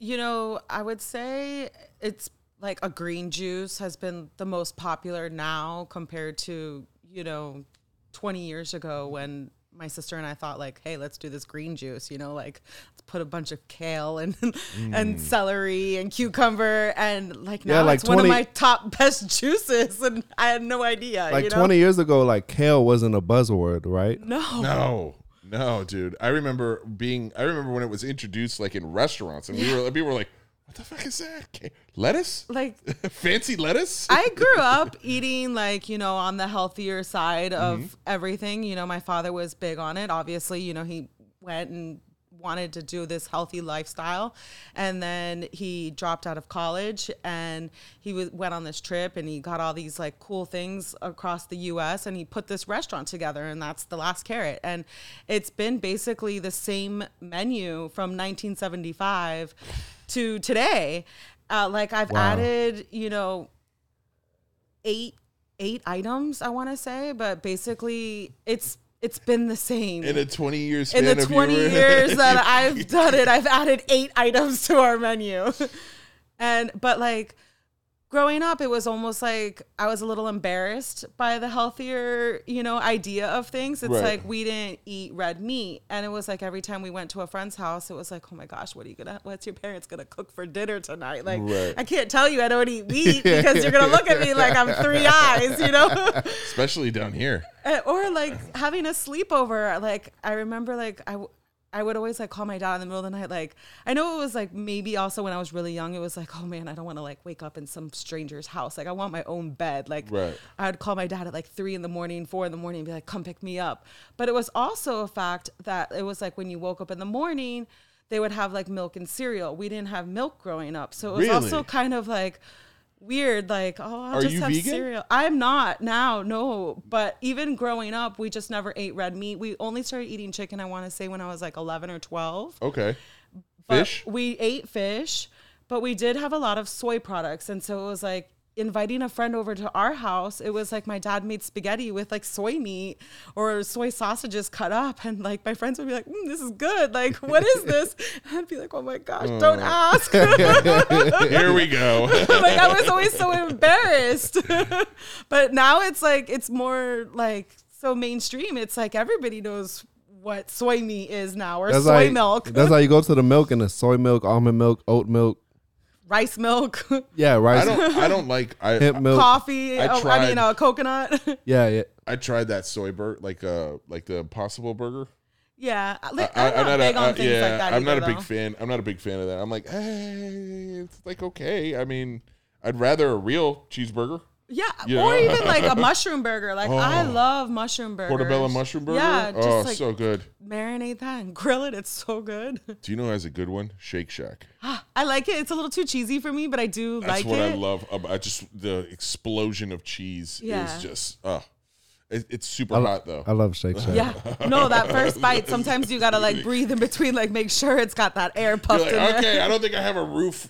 [SPEAKER 5] You know, I would say it's like a green juice has been the most popular now compared to, you know, 20 years ago when my sister and I thought like, hey, let's do this green juice, you know, like let's put a bunch of kale and and celery and cucumber and like now
[SPEAKER 4] Mm. Yeah, like
[SPEAKER 5] it's one of
[SPEAKER 4] 20
[SPEAKER 5] my top best juices and I had no idea.
[SPEAKER 4] Like
[SPEAKER 5] you know? Mm,
[SPEAKER 4] 20 years ago, like kale wasn't a buzzword, right?
[SPEAKER 5] No.
[SPEAKER 2] No, no, dude. I remember being. I remember when it was introduced, like in restaurants, and we were people were like, "What the fuck is that? Ca- Lettuce?
[SPEAKER 5] Like
[SPEAKER 2] Fancy lettuce?"
[SPEAKER 5] I grew up eating like, you know, on the healthier side of everything. You know, my father was big on it. Obviously, you know, he went and wanted to do this healthy lifestyle and then he dropped out of college and he w- went on this trip and he got all these like cool things across the US and he put this restaurant together and that's the last carrot and it's been basically the same menu from 1975 to today uh, like I've added you know eight eight items i want to say but basically it's It's been the same.
[SPEAKER 2] in a 20 year
[SPEAKER 5] in
[SPEAKER 2] span
[SPEAKER 5] the
[SPEAKER 2] of
[SPEAKER 5] 20
[SPEAKER 2] your-
[SPEAKER 5] years that I've done it, I've added eight items to our menu. And but like growing up, it was almost like I was a little embarrassed by the healthier, you know, idea of things. It's
[SPEAKER 2] Right.
[SPEAKER 5] like we didn't eat red meat, and it was like every time we went to a friend's house, it was like, oh my gosh, what are you gonna? What's your parents gonna cook for dinner tonight? Like
[SPEAKER 2] Right.
[SPEAKER 5] I can't tell you I don't eat meat because you're gonna look at me like I'm three eyes, you know.
[SPEAKER 2] especially down here
[SPEAKER 5] Uh, or like having a sleepover. Like I remember, like I, w- I would always like call my dad in the middle of the night. Like I know it was like maybe also when I was really young, it was like, oh man, I don't want to like wake up in some stranger's house. Like I want my own bed. Like
[SPEAKER 2] Right.
[SPEAKER 5] I'd call my dad at like three in the morning, four in the morning, and be like, come pick me up. But it was also a fact that it was like when you woke up in the morning. They would have like milk and cereal. We didn't have milk growing up, so it was also
[SPEAKER 2] Really?
[SPEAKER 5] kind of like weird. Like, oh, I'll
[SPEAKER 2] Are
[SPEAKER 5] just
[SPEAKER 2] you
[SPEAKER 5] have
[SPEAKER 2] vegan?
[SPEAKER 5] cereal. I'm not now, no. But even growing up, we just never ate red meat. We only started eating chicken, I want to say, when I was like 11 or 12.
[SPEAKER 2] okay
[SPEAKER 5] But
[SPEAKER 2] fish
[SPEAKER 5] we ate fish, but we did have a lot of soy products. And so it was like inviting a friend over to our house. It was like my dad made spaghetti with like soy meat or soy sausages cut up. And like my friends would be like, mm, this is good. Like, what is this? And I'd be like, oh my gosh, don't ask.
[SPEAKER 2] here we go
[SPEAKER 5] like I was always so embarrassed. but now it's like it's more like so mainstream. It's like everybody knows what soy meat is now or soy
[SPEAKER 4] how you-
[SPEAKER 5] milk,
[SPEAKER 4] That's how you go to the milk and the soy milk, almond milk, oat milk.
[SPEAKER 5] rice milk,
[SPEAKER 4] Yeah,
[SPEAKER 2] i
[SPEAKER 4] rice,
[SPEAKER 2] don't i don't like i
[SPEAKER 4] hemp milk.
[SPEAKER 5] coffee.
[SPEAKER 2] I
[SPEAKER 5] oh, I mean,
[SPEAKER 2] tried-
[SPEAKER 5] uh, coconut.
[SPEAKER 4] Yeah, yeah.
[SPEAKER 2] i tried that soy burger like uh like the impossible burger
[SPEAKER 5] yeah,
[SPEAKER 2] I,
[SPEAKER 5] like, I, am not big on
[SPEAKER 2] I-
[SPEAKER 5] things like that.
[SPEAKER 2] uh, I'm not
[SPEAKER 5] either,
[SPEAKER 2] a big
[SPEAKER 5] though.
[SPEAKER 2] fan. I'm not a big fan of that. I'm like, eh, it's like okay. I mean, I'd rather a real cheeseburger,
[SPEAKER 5] Yeah,
[SPEAKER 2] Yeah.
[SPEAKER 5] or even like a mushroom burger. Like I
[SPEAKER 2] Oh.
[SPEAKER 5] love mushroom burgers.
[SPEAKER 2] portobello mushroom burger.
[SPEAKER 5] Yeah, just
[SPEAKER 2] oh,
[SPEAKER 5] like
[SPEAKER 2] so good.
[SPEAKER 5] marinate that and grill it. It's so good.
[SPEAKER 2] Do you know who has a good one? Shake Shack.
[SPEAKER 5] I like it. It's a little too cheesy for me, but I do
[SPEAKER 2] That's
[SPEAKER 5] like
[SPEAKER 2] what
[SPEAKER 5] it.
[SPEAKER 2] I love. ab- I just the explosion of cheese
[SPEAKER 5] Yeah.
[SPEAKER 2] is just uh it, it's super
[SPEAKER 4] I lo-
[SPEAKER 2] hot though.
[SPEAKER 4] I love Shake Shack.
[SPEAKER 5] Yeah. No, that first bite, sometimes you gotta like breathe in between, like make sure it's got that air
[SPEAKER 2] You're
[SPEAKER 5] puffed
[SPEAKER 2] like,
[SPEAKER 5] in there.
[SPEAKER 2] okay, I don't think I have a roof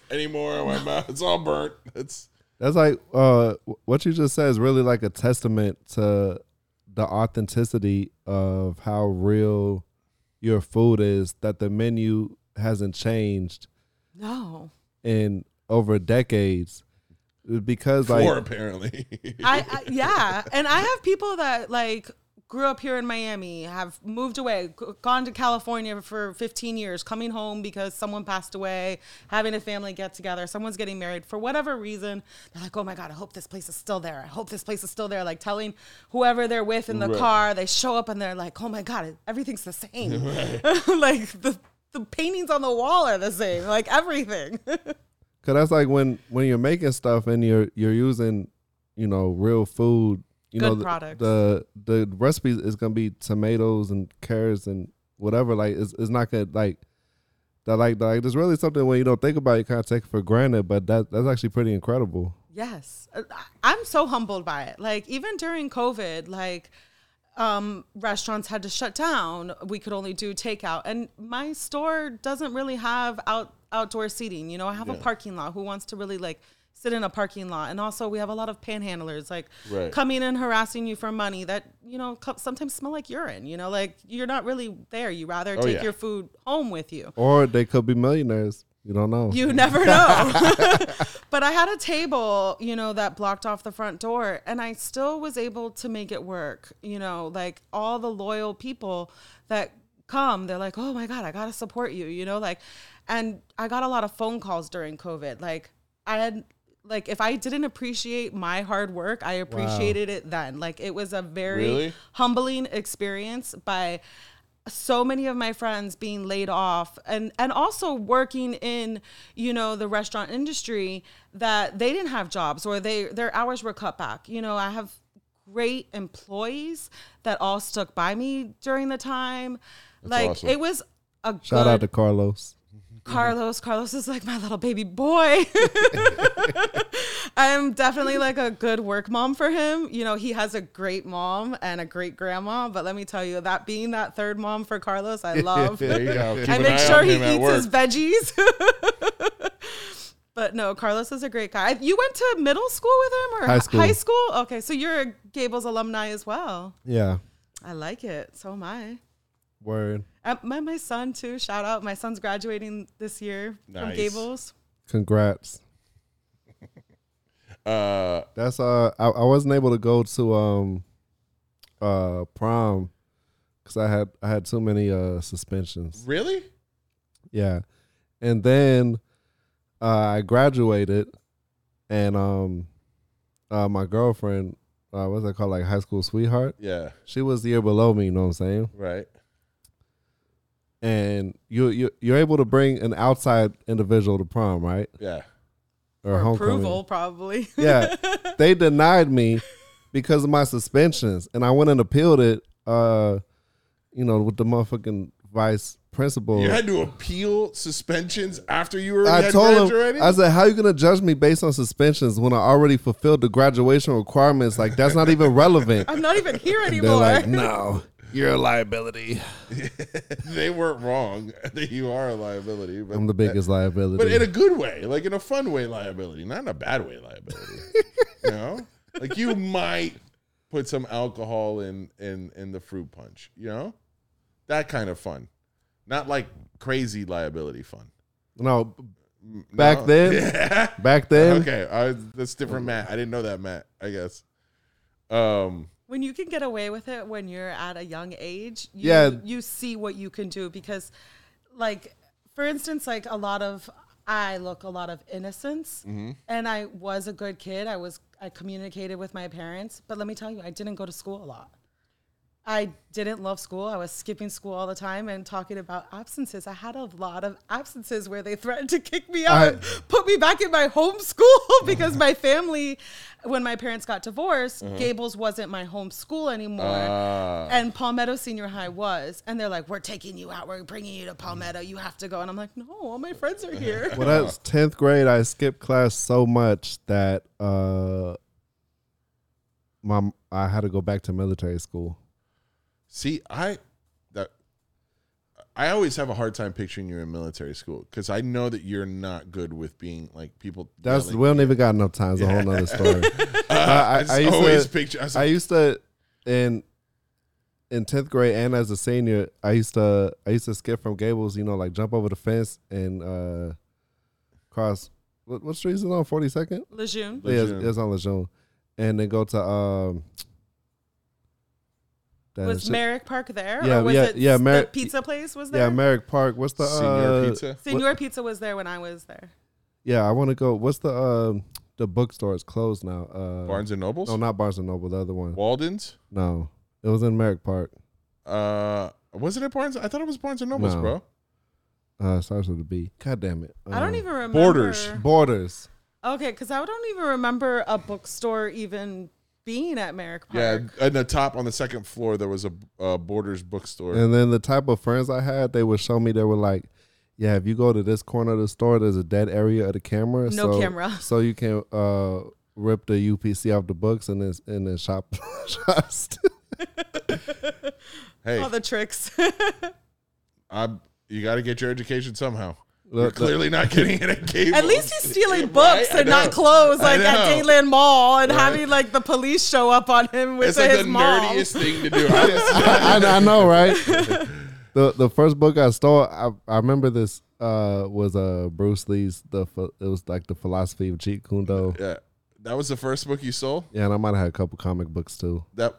[SPEAKER 2] anymore. My mouth, it's all burnt. It's
[SPEAKER 4] That's like uh, wh- what you just said is really like a testament to the authenticity of how real your food is. That the menu hasn't changed
[SPEAKER 5] No.
[SPEAKER 4] in over decades because like
[SPEAKER 2] poor apparently.
[SPEAKER 5] I, I yeah. And I have people that like grew up here in Miami, have moved away, g- gone to California for 15 years, coming home because someone passed away, having a family get together, someone's getting married for whatever reason. They're like, "Oh my god, I hope this place is still there. I hope this place is still there." Like telling whoever they're with in the
[SPEAKER 2] Right.
[SPEAKER 5] car, they show up and they're like, "Oh my god, everything's the same." like the the paintings on the wall are the same, like everything.
[SPEAKER 4] Cause that's like when when you're making stuff and you're you're using, you know, real food. You
[SPEAKER 5] Good
[SPEAKER 4] know, the-
[SPEAKER 5] products.
[SPEAKER 4] The, the recipe is gonna be tomatoes and carrots and whatever. Like it's, it's not gonna like that. Like like there's really something when you don't think about it, you kind of take it for granted. But that that's actually pretty incredible.
[SPEAKER 5] Yes. Uh, I- I'm so humbled by it. Like even during COVID, like um restaurants had to shut down. We could only do takeout and my store doesn't really have out outdoor seating. You know, I have a parking lot. Who wants to really like sit in a parking lot? And also we have a lot of panhandlers like
[SPEAKER 2] Right.
[SPEAKER 5] coming and harassing you for money that, you know, co- sometimes smell like urine, you know, like you're not really there. You rather take
[SPEAKER 2] Oh, yeah.
[SPEAKER 5] your food home with you.
[SPEAKER 4] Or they could be millionaires. You don't know.
[SPEAKER 5] You never know. but I had a table, you know, that blocked off the front door, and I still was able to make it work. You know, like all the loyal people that come, they're like, oh my God, I got to support you, you know, like, and I got a lot of phone calls during COVID. Like, I had, like, if I didn't appreciate my hard work, I appreciated it then. Like, it was a very
[SPEAKER 2] Really?
[SPEAKER 5] humbling experience by so many of my friends being laid off and and also working in you know the restaurant industry that they didn't have jobs or they their hours were cut back you know i have great employees that all stuck by me during the time like
[SPEAKER 2] awesome.
[SPEAKER 5] it was a
[SPEAKER 4] Shout
[SPEAKER 5] good
[SPEAKER 4] out to Carlos.
[SPEAKER 5] Carlos. Carlos is like my little baby boy. I'm definitely like a good work mom for him. You know, he has a great mom and a great grandma, but let me tell you, that being that third mom for Carlos, I love.
[SPEAKER 2] there you go. Keep
[SPEAKER 5] I
[SPEAKER 2] an
[SPEAKER 5] make
[SPEAKER 2] eye
[SPEAKER 5] sure
[SPEAKER 2] on
[SPEAKER 5] he
[SPEAKER 2] him at
[SPEAKER 5] eats
[SPEAKER 2] work.
[SPEAKER 5] his veggies. but no, Carlos is a great guy. You went to middle school with him or
[SPEAKER 4] High school.
[SPEAKER 5] high school? Okay, so you're a Gables alumni as well.
[SPEAKER 4] Yeah.
[SPEAKER 5] I like it. So am I.
[SPEAKER 4] Word.
[SPEAKER 5] I my, my son, too. Shout out. My son's graduating this year from
[SPEAKER 2] Nice.
[SPEAKER 5] Gables.
[SPEAKER 4] Congrats.
[SPEAKER 2] Uh,
[SPEAKER 4] That's uh, I, I wasn't able to go to um, uh, prom because I had I had too many uh suspensions.
[SPEAKER 2] really?
[SPEAKER 5] Mm-hmm.
[SPEAKER 4] Yeah. And then uh, I graduated and um uh, my girlfriend, uh what's that called, like high school sweetheart?
[SPEAKER 2] Yeah.
[SPEAKER 4] She was the year below me, you know what I'm saying?
[SPEAKER 2] Right.
[SPEAKER 4] And you you you're able to bring an outside individual to prom, right?
[SPEAKER 2] Yeah.
[SPEAKER 4] Or
[SPEAKER 5] For
[SPEAKER 4] homecoming.
[SPEAKER 5] approval, probably.
[SPEAKER 4] Yeah. They denied me because of my suspensions. And I went and appealed it uh you know, with the motherfucking vice principal.
[SPEAKER 2] You had to appeal suspensions after you already
[SPEAKER 4] I
[SPEAKER 2] had
[SPEAKER 4] told
[SPEAKER 2] graduated?
[SPEAKER 4] him, I said, "How you gonna judge me based on suspensions when I already fulfilled the graduation requirements? Like that's not even relevant."
[SPEAKER 5] I'm not even here
[SPEAKER 4] They're
[SPEAKER 5] anymore.
[SPEAKER 4] like, "No, you're a liability.
[SPEAKER 2] they weren't wrong. you are a liability. But
[SPEAKER 4] I'm the biggest liability."
[SPEAKER 2] But in a good way, like in a fun way liability, not in a bad way liability. you know? Like you might put some alcohol in in in the fruit punch, you know? That kind of fun. Not like crazy liability fun.
[SPEAKER 4] no, back
[SPEAKER 2] No?
[SPEAKER 4] then,
[SPEAKER 2] Yeah.
[SPEAKER 4] back then,
[SPEAKER 2] Okay, I, that's different, Matt. I didn't know that, Matt. I guess. Um,
[SPEAKER 5] when you can get away with it when you're at a young age, you,
[SPEAKER 4] Yeah.
[SPEAKER 5] you see what you can do because, like, for instance, like a lot of I look a lot of innocence,
[SPEAKER 4] Mm-hmm.
[SPEAKER 5] and I was a good kid. I was I communicated with my parents, but let me tell you, I didn't go to school a lot. I didn't love school. I was skipping school all the time and talking about absences. I had a lot of absences where they threatened to kick me out
[SPEAKER 4] I-
[SPEAKER 5] and put me back in my home school because my family, when my parents got divorced,
[SPEAKER 4] Mm-hmm.
[SPEAKER 5] Gables wasn't my home school anymore.
[SPEAKER 4] Ah.
[SPEAKER 2] uh,
[SPEAKER 5] and Palmetto Senior High was. And they're like, we're taking you out. We're bringing you to Palmetto. You have to go. And I'm like, no, all my friends are here.
[SPEAKER 4] when I was tenth grade, I skipped class so much that uh, my I had to go back to military school.
[SPEAKER 2] see, I that I always have a hard time picturing you in military school because I know that you're not good with being like people.
[SPEAKER 4] That's
[SPEAKER 2] yelling.
[SPEAKER 4] we don't even got enough time. It's a whole nother story. I,
[SPEAKER 2] I, just always picture. I, was
[SPEAKER 4] I
[SPEAKER 2] like,
[SPEAKER 4] used to in in tenth grade and as a senior, I used to I used to skip from Gables, you know, like jump over the fence and uh cross what what street is it on? Forty second?
[SPEAKER 5] Lejeune.
[SPEAKER 4] Yeah, it's,
[SPEAKER 2] Lejeune.
[SPEAKER 4] it's on Lejeune. And then go to um that
[SPEAKER 5] Was
[SPEAKER 4] shit-
[SPEAKER 5] Merrick Park there?
[SPEAKER 4] Yeah,
[SPEAKER 5] or was
[SPEAKER 4] yeah,
[SPEAKER 5] it
[SPEAKER 4] yeah,
[SPEAKER 5] the
[SPEAKER 4] Merrick-
[SPEAKER 5] pizza place was there?
[SPEAKER 4] Yeah, Merrick Park. What's the
[SPEAKER 2] Senior
[SPEAKER 4] uh,
[SPEAKER 2] pizza.
[SPEAKER 5] Senor Pizza was there when I was there.
[SPEAKER 4] Yeah, I wanna go what's the um the bookstore is closed now. Uh
[SPEAKER 2] Barnes and Nobles,
[SPEAKER 4] No, not Barnes and Noble, the other one.
[SPEAKER 2] Walden's.
[SPEAKER 4] No. It was in Merrick Park.
[SPEAKER 2] Uh, was it at Barnes? I thought it was Barnes and Nobles,
[SPEAKER 4] No.
[SPEAKER 2] bro.
[SPEAKER 4] Uh starts with a B. God damn it.
[SPEAKER 5] I don't
[SPEAKER 4] Um,
[SPEAKER 5] even remember.
[SPEAKER 2] Borders.
[SPEAKER 4] Borders.
[SPEAKER 5] Okay, because I don't even remember a bookstore even being at Merrick
[SPEAKER 2] Yeah,
[SPEAKER 5] Park.
[SPEAKER 2] in the top on the second floor there was a uh, Borders bookstore.
[SPEAKER 4] And then the type of friends I had, they would show me they were like, "Yeah, if you go to this corner of the store, there's a dead area of the camera.
[SPEAKER 5] No
[SPEAKER 4] so,
[SPEAKER 5] camera.
[SPEAKER 4] so you can uh, rip the UPC off the books and then and then shop." shop still.
[SPEAKER 2] hey,
[SPEAKER 5] All the tricks.
[SPEAKER 2] I you got to get your education somehow. You're
[SPEAKER 4] Look, look,
[SPEAKER 2] clearly not getting it at Gables.
[SPEAKER 5] at least he's stealing books
[SPEAKER 2] I
[SPEAKER 5] and not
[SPEAKER 2] know.
[SPEAKER 5] clothes,
[SPEAKER 2] I
[SPEAKER 5] like at
[SPEAKER 2] know.
[SPEAKER 5] Dayland Mall, and having like the police show up on him with
[SPEAKER 2] It's like
[SPEAKER 5] his
[SPEAKER 2] the
[SPEAKER 5] mom.
[SPEAKER 2] nerdiest thing to do. I just-
[SPEAKER 4] I, I know, right? the The first book I stole, I, I remember this uh, was uh, Bruce Lee's. The ph- it was like the philosophy of Jeet Kune Do.
[SPEAKER 2] yeah, that was the first book you sold.
[SPEAKER 4] Yeah, and I might have had a couple comic books too.
[SPEAKER 2] That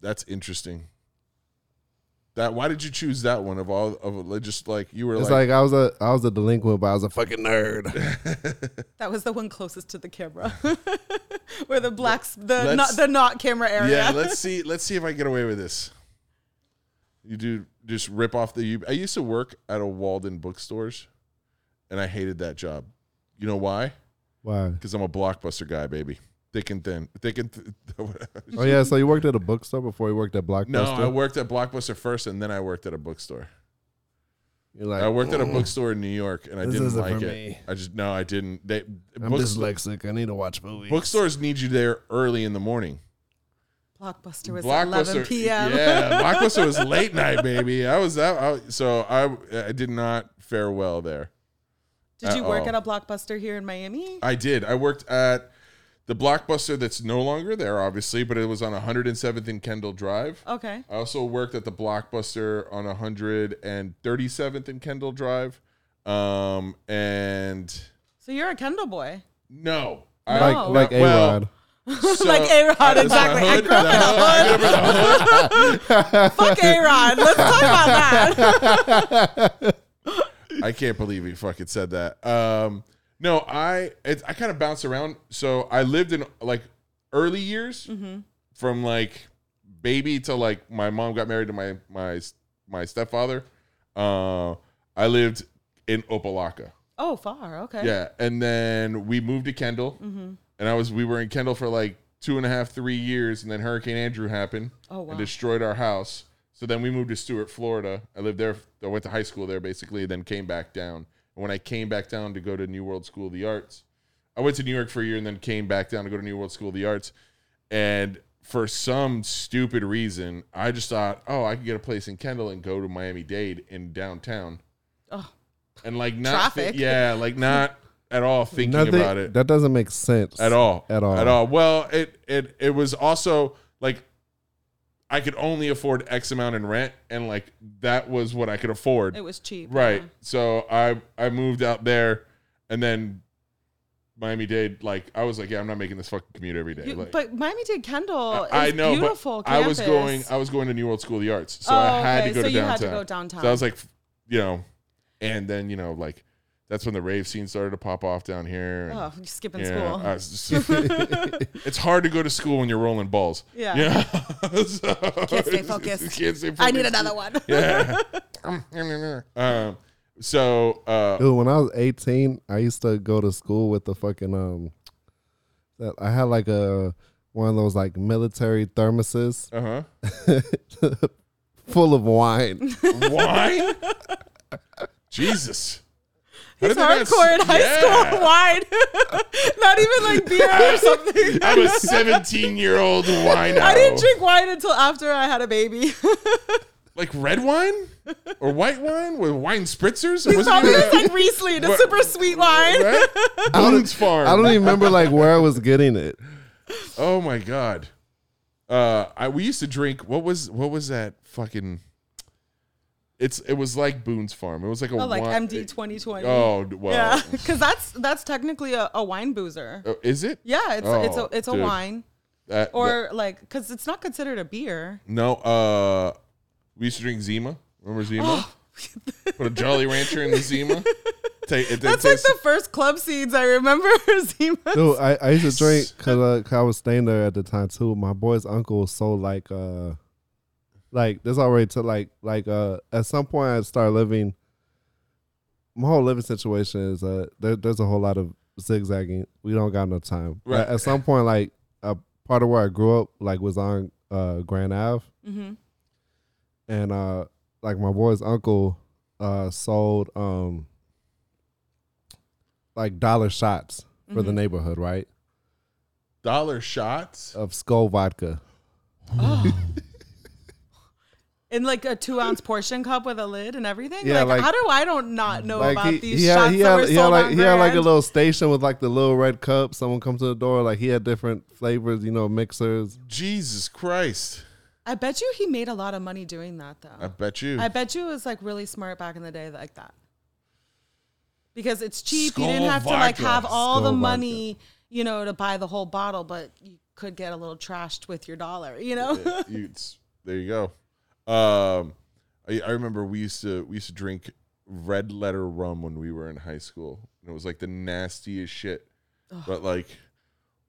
[SPEAKER 2] that's interesting. That why did you choose that one of all of like, just like you were
[SPEAKER 4] It's
[SPEAKER 2] like,
[SPEAKER 4] like I was a I was a delinquent, but I was a fucking nerd.
[SPEAKER 5] That was the one closest to the camera, where the blacks, the
[SPEAKER 2] Let's-
[SPEAKER 5] not the not camera area.
[SPEAKER 2] yeah, let's see, let's see if I can get away with this. You do just rip off the. U- I used to work at a Walden bookstores, and I hated that job. You know why?
[SPEAKER 4] Why?
[SPEAKER 2] Because I'm a blockbuster guy, baby. Thick and thin, thick and. Th-
[SPEAKER 4] Oh yeah, so you worked at a bookstore before you worked at Blockbuster.
[SPEAKER 2] No, I worked at Blockbuster first, and then I worked at a bookstore.
[SPEAKER 4] You're like,
[SPEAKER 2] I worked at a
[SPEAKER 4] "Mm,
[SPEAKER 2] bookstore in New York, and I
[SPEAKER 4] This
[SPEAKER 2] didn't
[SPEAKER 4] isn't
[SPEAKER 2] like
[SPEAKER 4] for
[SPEAKER 2] it.
[SPEAKER 4] me.
[SPEAKER 2] I just no, I didn't. They
[SPEAKER 4] I'm
[SPEAKER 2] books-
[SPEAKER 4] dyslexic. I need to watch movies.
[SPEAKER 2] bookstores need you there early in the morning.
[SPEAKER 5] Blockbuster was at 11 p.m.
[SPEAKER 2] yeah, Blockbuster was late night, baby. I was out, I, so I I did not fare well there.
[SPEAKER 5] Did you work
[SPEAKER 2] Uh-oh. Uh,
[SPEAKER 5] at a Blockbuster here in Miami?
[SPEAKER 2] I did. I worked at the blockbuster that's no longer there, obviously, but it was on 107th and Kendall Drive.
[SPEAKER 5] Okay.
[SPEAKER 2] I also worked at the Blockbuster on 137th and Kendall Drive. Um, and
[SPEAKER 5] So you're a Kendall boy.
[SPEAKER 2] no,
[SPEAKER 4] Like
[SPEAKER 5] No.
[SPEAKER 4] like A
[SPEAKER 2] Well,
[SPEAKER 4] Rod.
[SPEAKER 2] so-
[SPEAKER 5] like A-Rod,
[SPEAKER 2] Uh, so I
[SPEAKER 5] exactly. I
[SPEAKER 2] heard
[SPEAKER 5] grew up in a
[SPEAKER 2] that. I remember that.
[SPEAKER 5] Fuck A Rod. Let's talk about that.
[SPEAKER 2] I can't believe he fucking said that. Um, no, I it, I kind of bounced around. So I lived in like early years
[SPEAKER 5] Mm-hmm.
[SPEAKER 2] from like baby to like my mom got married to my my my stepfather. Uh, I lived in Opalaka.
[SPEAKER 5] Oh, far. Okay.
[SPEAKER 2] Yeah, and then we moved to Kendall, and I was we were in Kendall for like two and a half, three years, and then Hurricane Andrew happened
[SPEAKER 5] Oh, wow.
[SPEAKER 2] and destroyed our house. So then we moved to Stewart, Florida. I lived there. I went to high school there basically, then came back down. And when I came back down to go to New World School of the Arts, I went to New York for a year and then came back down to go to New World School of the Arts. And for some stupid reason, I just thought, oh, I could get a place in Kendall and go to Miami Dade in downtown.
[SPEAKER 5] Oh.
[SPEAKER 2] And like not, thi-
[SPEAKER 5] Traffic.
[SPEAKER 2] yeah, like not at all thinking
[SPEAKER 4] Nothing-
[SPEAKER 2] about it
[SPEAKER 4] That doesn't make sense
[SPEAKER 2] at all,
[SPEAKER 4] At all.
[SPEAKER 2] at all. Well, it it it was also like I could only afford X amount in rent, and like that was what I could afford.
[SPEAKER 5] It was cheap.
[SPEAKER 2] Right. So I I moved out there, and then Miami Dade. Like I was like, yeah, I'm not making this fucking commute every day.
[SPEAKER 5] You-
[SPEAKER 2] like,
[SPEAKER 5] but Miami Dade Kendall is
[SPEAKER 2] I I know,
[SPEAKER 5] beautiful.
[SPEAKER 2] but I was
[SPEAKER 5] campus.
[SPEAKER 2] going. I was going to New World School of the Arts, so
[SPEAKER 5] Oh,
[SPEAKER 2] I had
[SPEAKER 5] okay.
[SPEAKER 2] to go
[SPEAKER 5] So
[SPEAKER 2] to
[SPEAKER 5] you
[SPEAKER 2] downtown.
[SPEAKER 5] had to go downtown.
[SPEAKER 2] So I was like, f- you know, and then you know, like that's when the rave scene started to pop off down here. and-
[SPEAKER 5] oh, you're skipping
[SPEAKER 2] yeah,
[SPEAKER 5] school.
[SPEAKER 2] I was just- it's hard to go to school when you're rolling balls.
[SPEAKER 5] Yeah.
[SPEAKER 2] Yeah. So-
[SPEAKER 5] Can't stay focused.
[SPEAKER 2] Can't stay focused.
[SPEAKER 5] I need another one.
[SPEAKER 2] Yeah. um, so uh,
[SPEAKER 4] Dude, when I was 18, I used to go to school with the fucking um that I had like a one of those like military thermoses
[SPEAKER 2] uh-huh.
[SPEAKER 4] full of wine.
[SPEAKER 2] Wine? Jesus. How
[SPEAKER 5] He's
[SPEAKER 2] did they not
[SPEAKER 5] hardcore in
[SPEAKER 2] s-
[SPEAKER 5] high
[SPEAKER 2] Yeah.
[SPEAKER 5] school wine. Not even like beer or something.
[SPEAKER 2] I'm a 17 year old wine.
[SPEAKER 5] I didn't drink wine until after I had a baby.
[SPEAKER 2] Like red wine or white wine with wine spritzers? It
[SPEAKER 5] It's
[SPEAKER 2] wasn't
[SPEAKER 5] probably
[SPEAKER 2] even-
[SPEAKER 5] just like Riesling, a
[SPEAKER 2] What-
[SPEAKER 5] super sweet wine.
[SPEAKER 2] right? Boone's Farm.
[SPEAKER 4] I don't even remember like where I was getting it.
[SPEAKER 2] Oh my god. Uh I we used to drink what was what was that fucking It's it was like Boone's Farm. It was like a
[SPEAKER 5] Oh, like
[SPEAKER 2] wine-
[SPEAKER 5] MD 2020.
[SPEAKER 2] Oh, d- well.
[SPEAKER 5] yeah, because that's that's technically a, a wine boozer.
[SPEAKER 2] Oh, Is it?
[SPEAKER 5] Yeah, it's it's
[SPEAKER 2] Oh,
[SPEAKER 5] a it's a
[SPEAKER 2] dude.
[SPEAKER 5] wine
[SPEAKER 2] That-
[SPEAKER 5] or like because it's not considered a beer.
[SPEAKER 2] that- no, uh we used to drink Zima. Remember Zima?
[SPEAKER 5] Oh.
[SPEAKER 2] Put a Jolly Rancher in the Zima. Take it,
[SPEAKER 5] That's like the first club seeds I remember. Zima.
[SPEAKER 4] Dude, I, I used to drink because I was staying there at the time too. My boy's uncle was so like, uh, like this already to like, like, uh, at some point I started living. My whole living situation is uh, there, there's a whole lot of zigzagging. We don't got no time. Right.
[SPEAKER 2] Right.
[SPEAKER 4] At some point, like a part of where I grew up, like was on uh Grand Ave,
[SPEAKER 5] Mm-hmm.
[SPEAKER 4] and uh, like my boy's uncle, uh, sold um, like dollar shots for the neighborhood, right?
[SPEAKER 2] dollar shots.
[SPEAKER 4] of skull vodka.
[SPEAKER 5] In like a two ounce portion cup with a lid and everything.
[SPEAKER 4] Yeah,
[SPEAKER 5] like,
[SPEAKER 4] like-
[SPEAKER 5] how do I don't not know about
[SPEAKER 4] he,
[SPEAKER 5] these
[SPEAKER 4] he
[SPEAKER 5] shots
[SPEAKER 4] had, he
[SPEAKER 5] that
[SPEAKER 4] had,
[SPEAKER 5] were
[SPEAKER 4] he
[SPEAKER 5] sold
[SPEAKER 4] had
[SPEAKER 5] on
[SPEAKER 4] like he had like a
[SPEAKER 5] Grand?
[SPEAKER 4] little station with like the little red cup. Someone comes to the door, like he had different flavors, you know, mixers.
[SPEAKER 2] Jesus Christ.
[SPEAKER 5] I bet you he made a lot of money doing that though.
[SPEAKER 2] I bet you.
[SPEAKER 5] I bet you it was like really smart back in the day like that. Because it's cheap. you
[SPEAKER 2] Skull
[SPEAKER 5] didn't have to like
[SPEAKER 2] vodka.
[SPEAKER 5] have all the
[SPEAKER 4] Skull vodka.
[SPEAKER 5] money, you know, to buy the whole bottle, but you could get a little trashed with your dollar, you know?
[SPEAKER 2] you, it's, there you go. Um, I, I remember we used to we used to drink red letter rum when we were in high school, and it was like the nastiest shit. But like,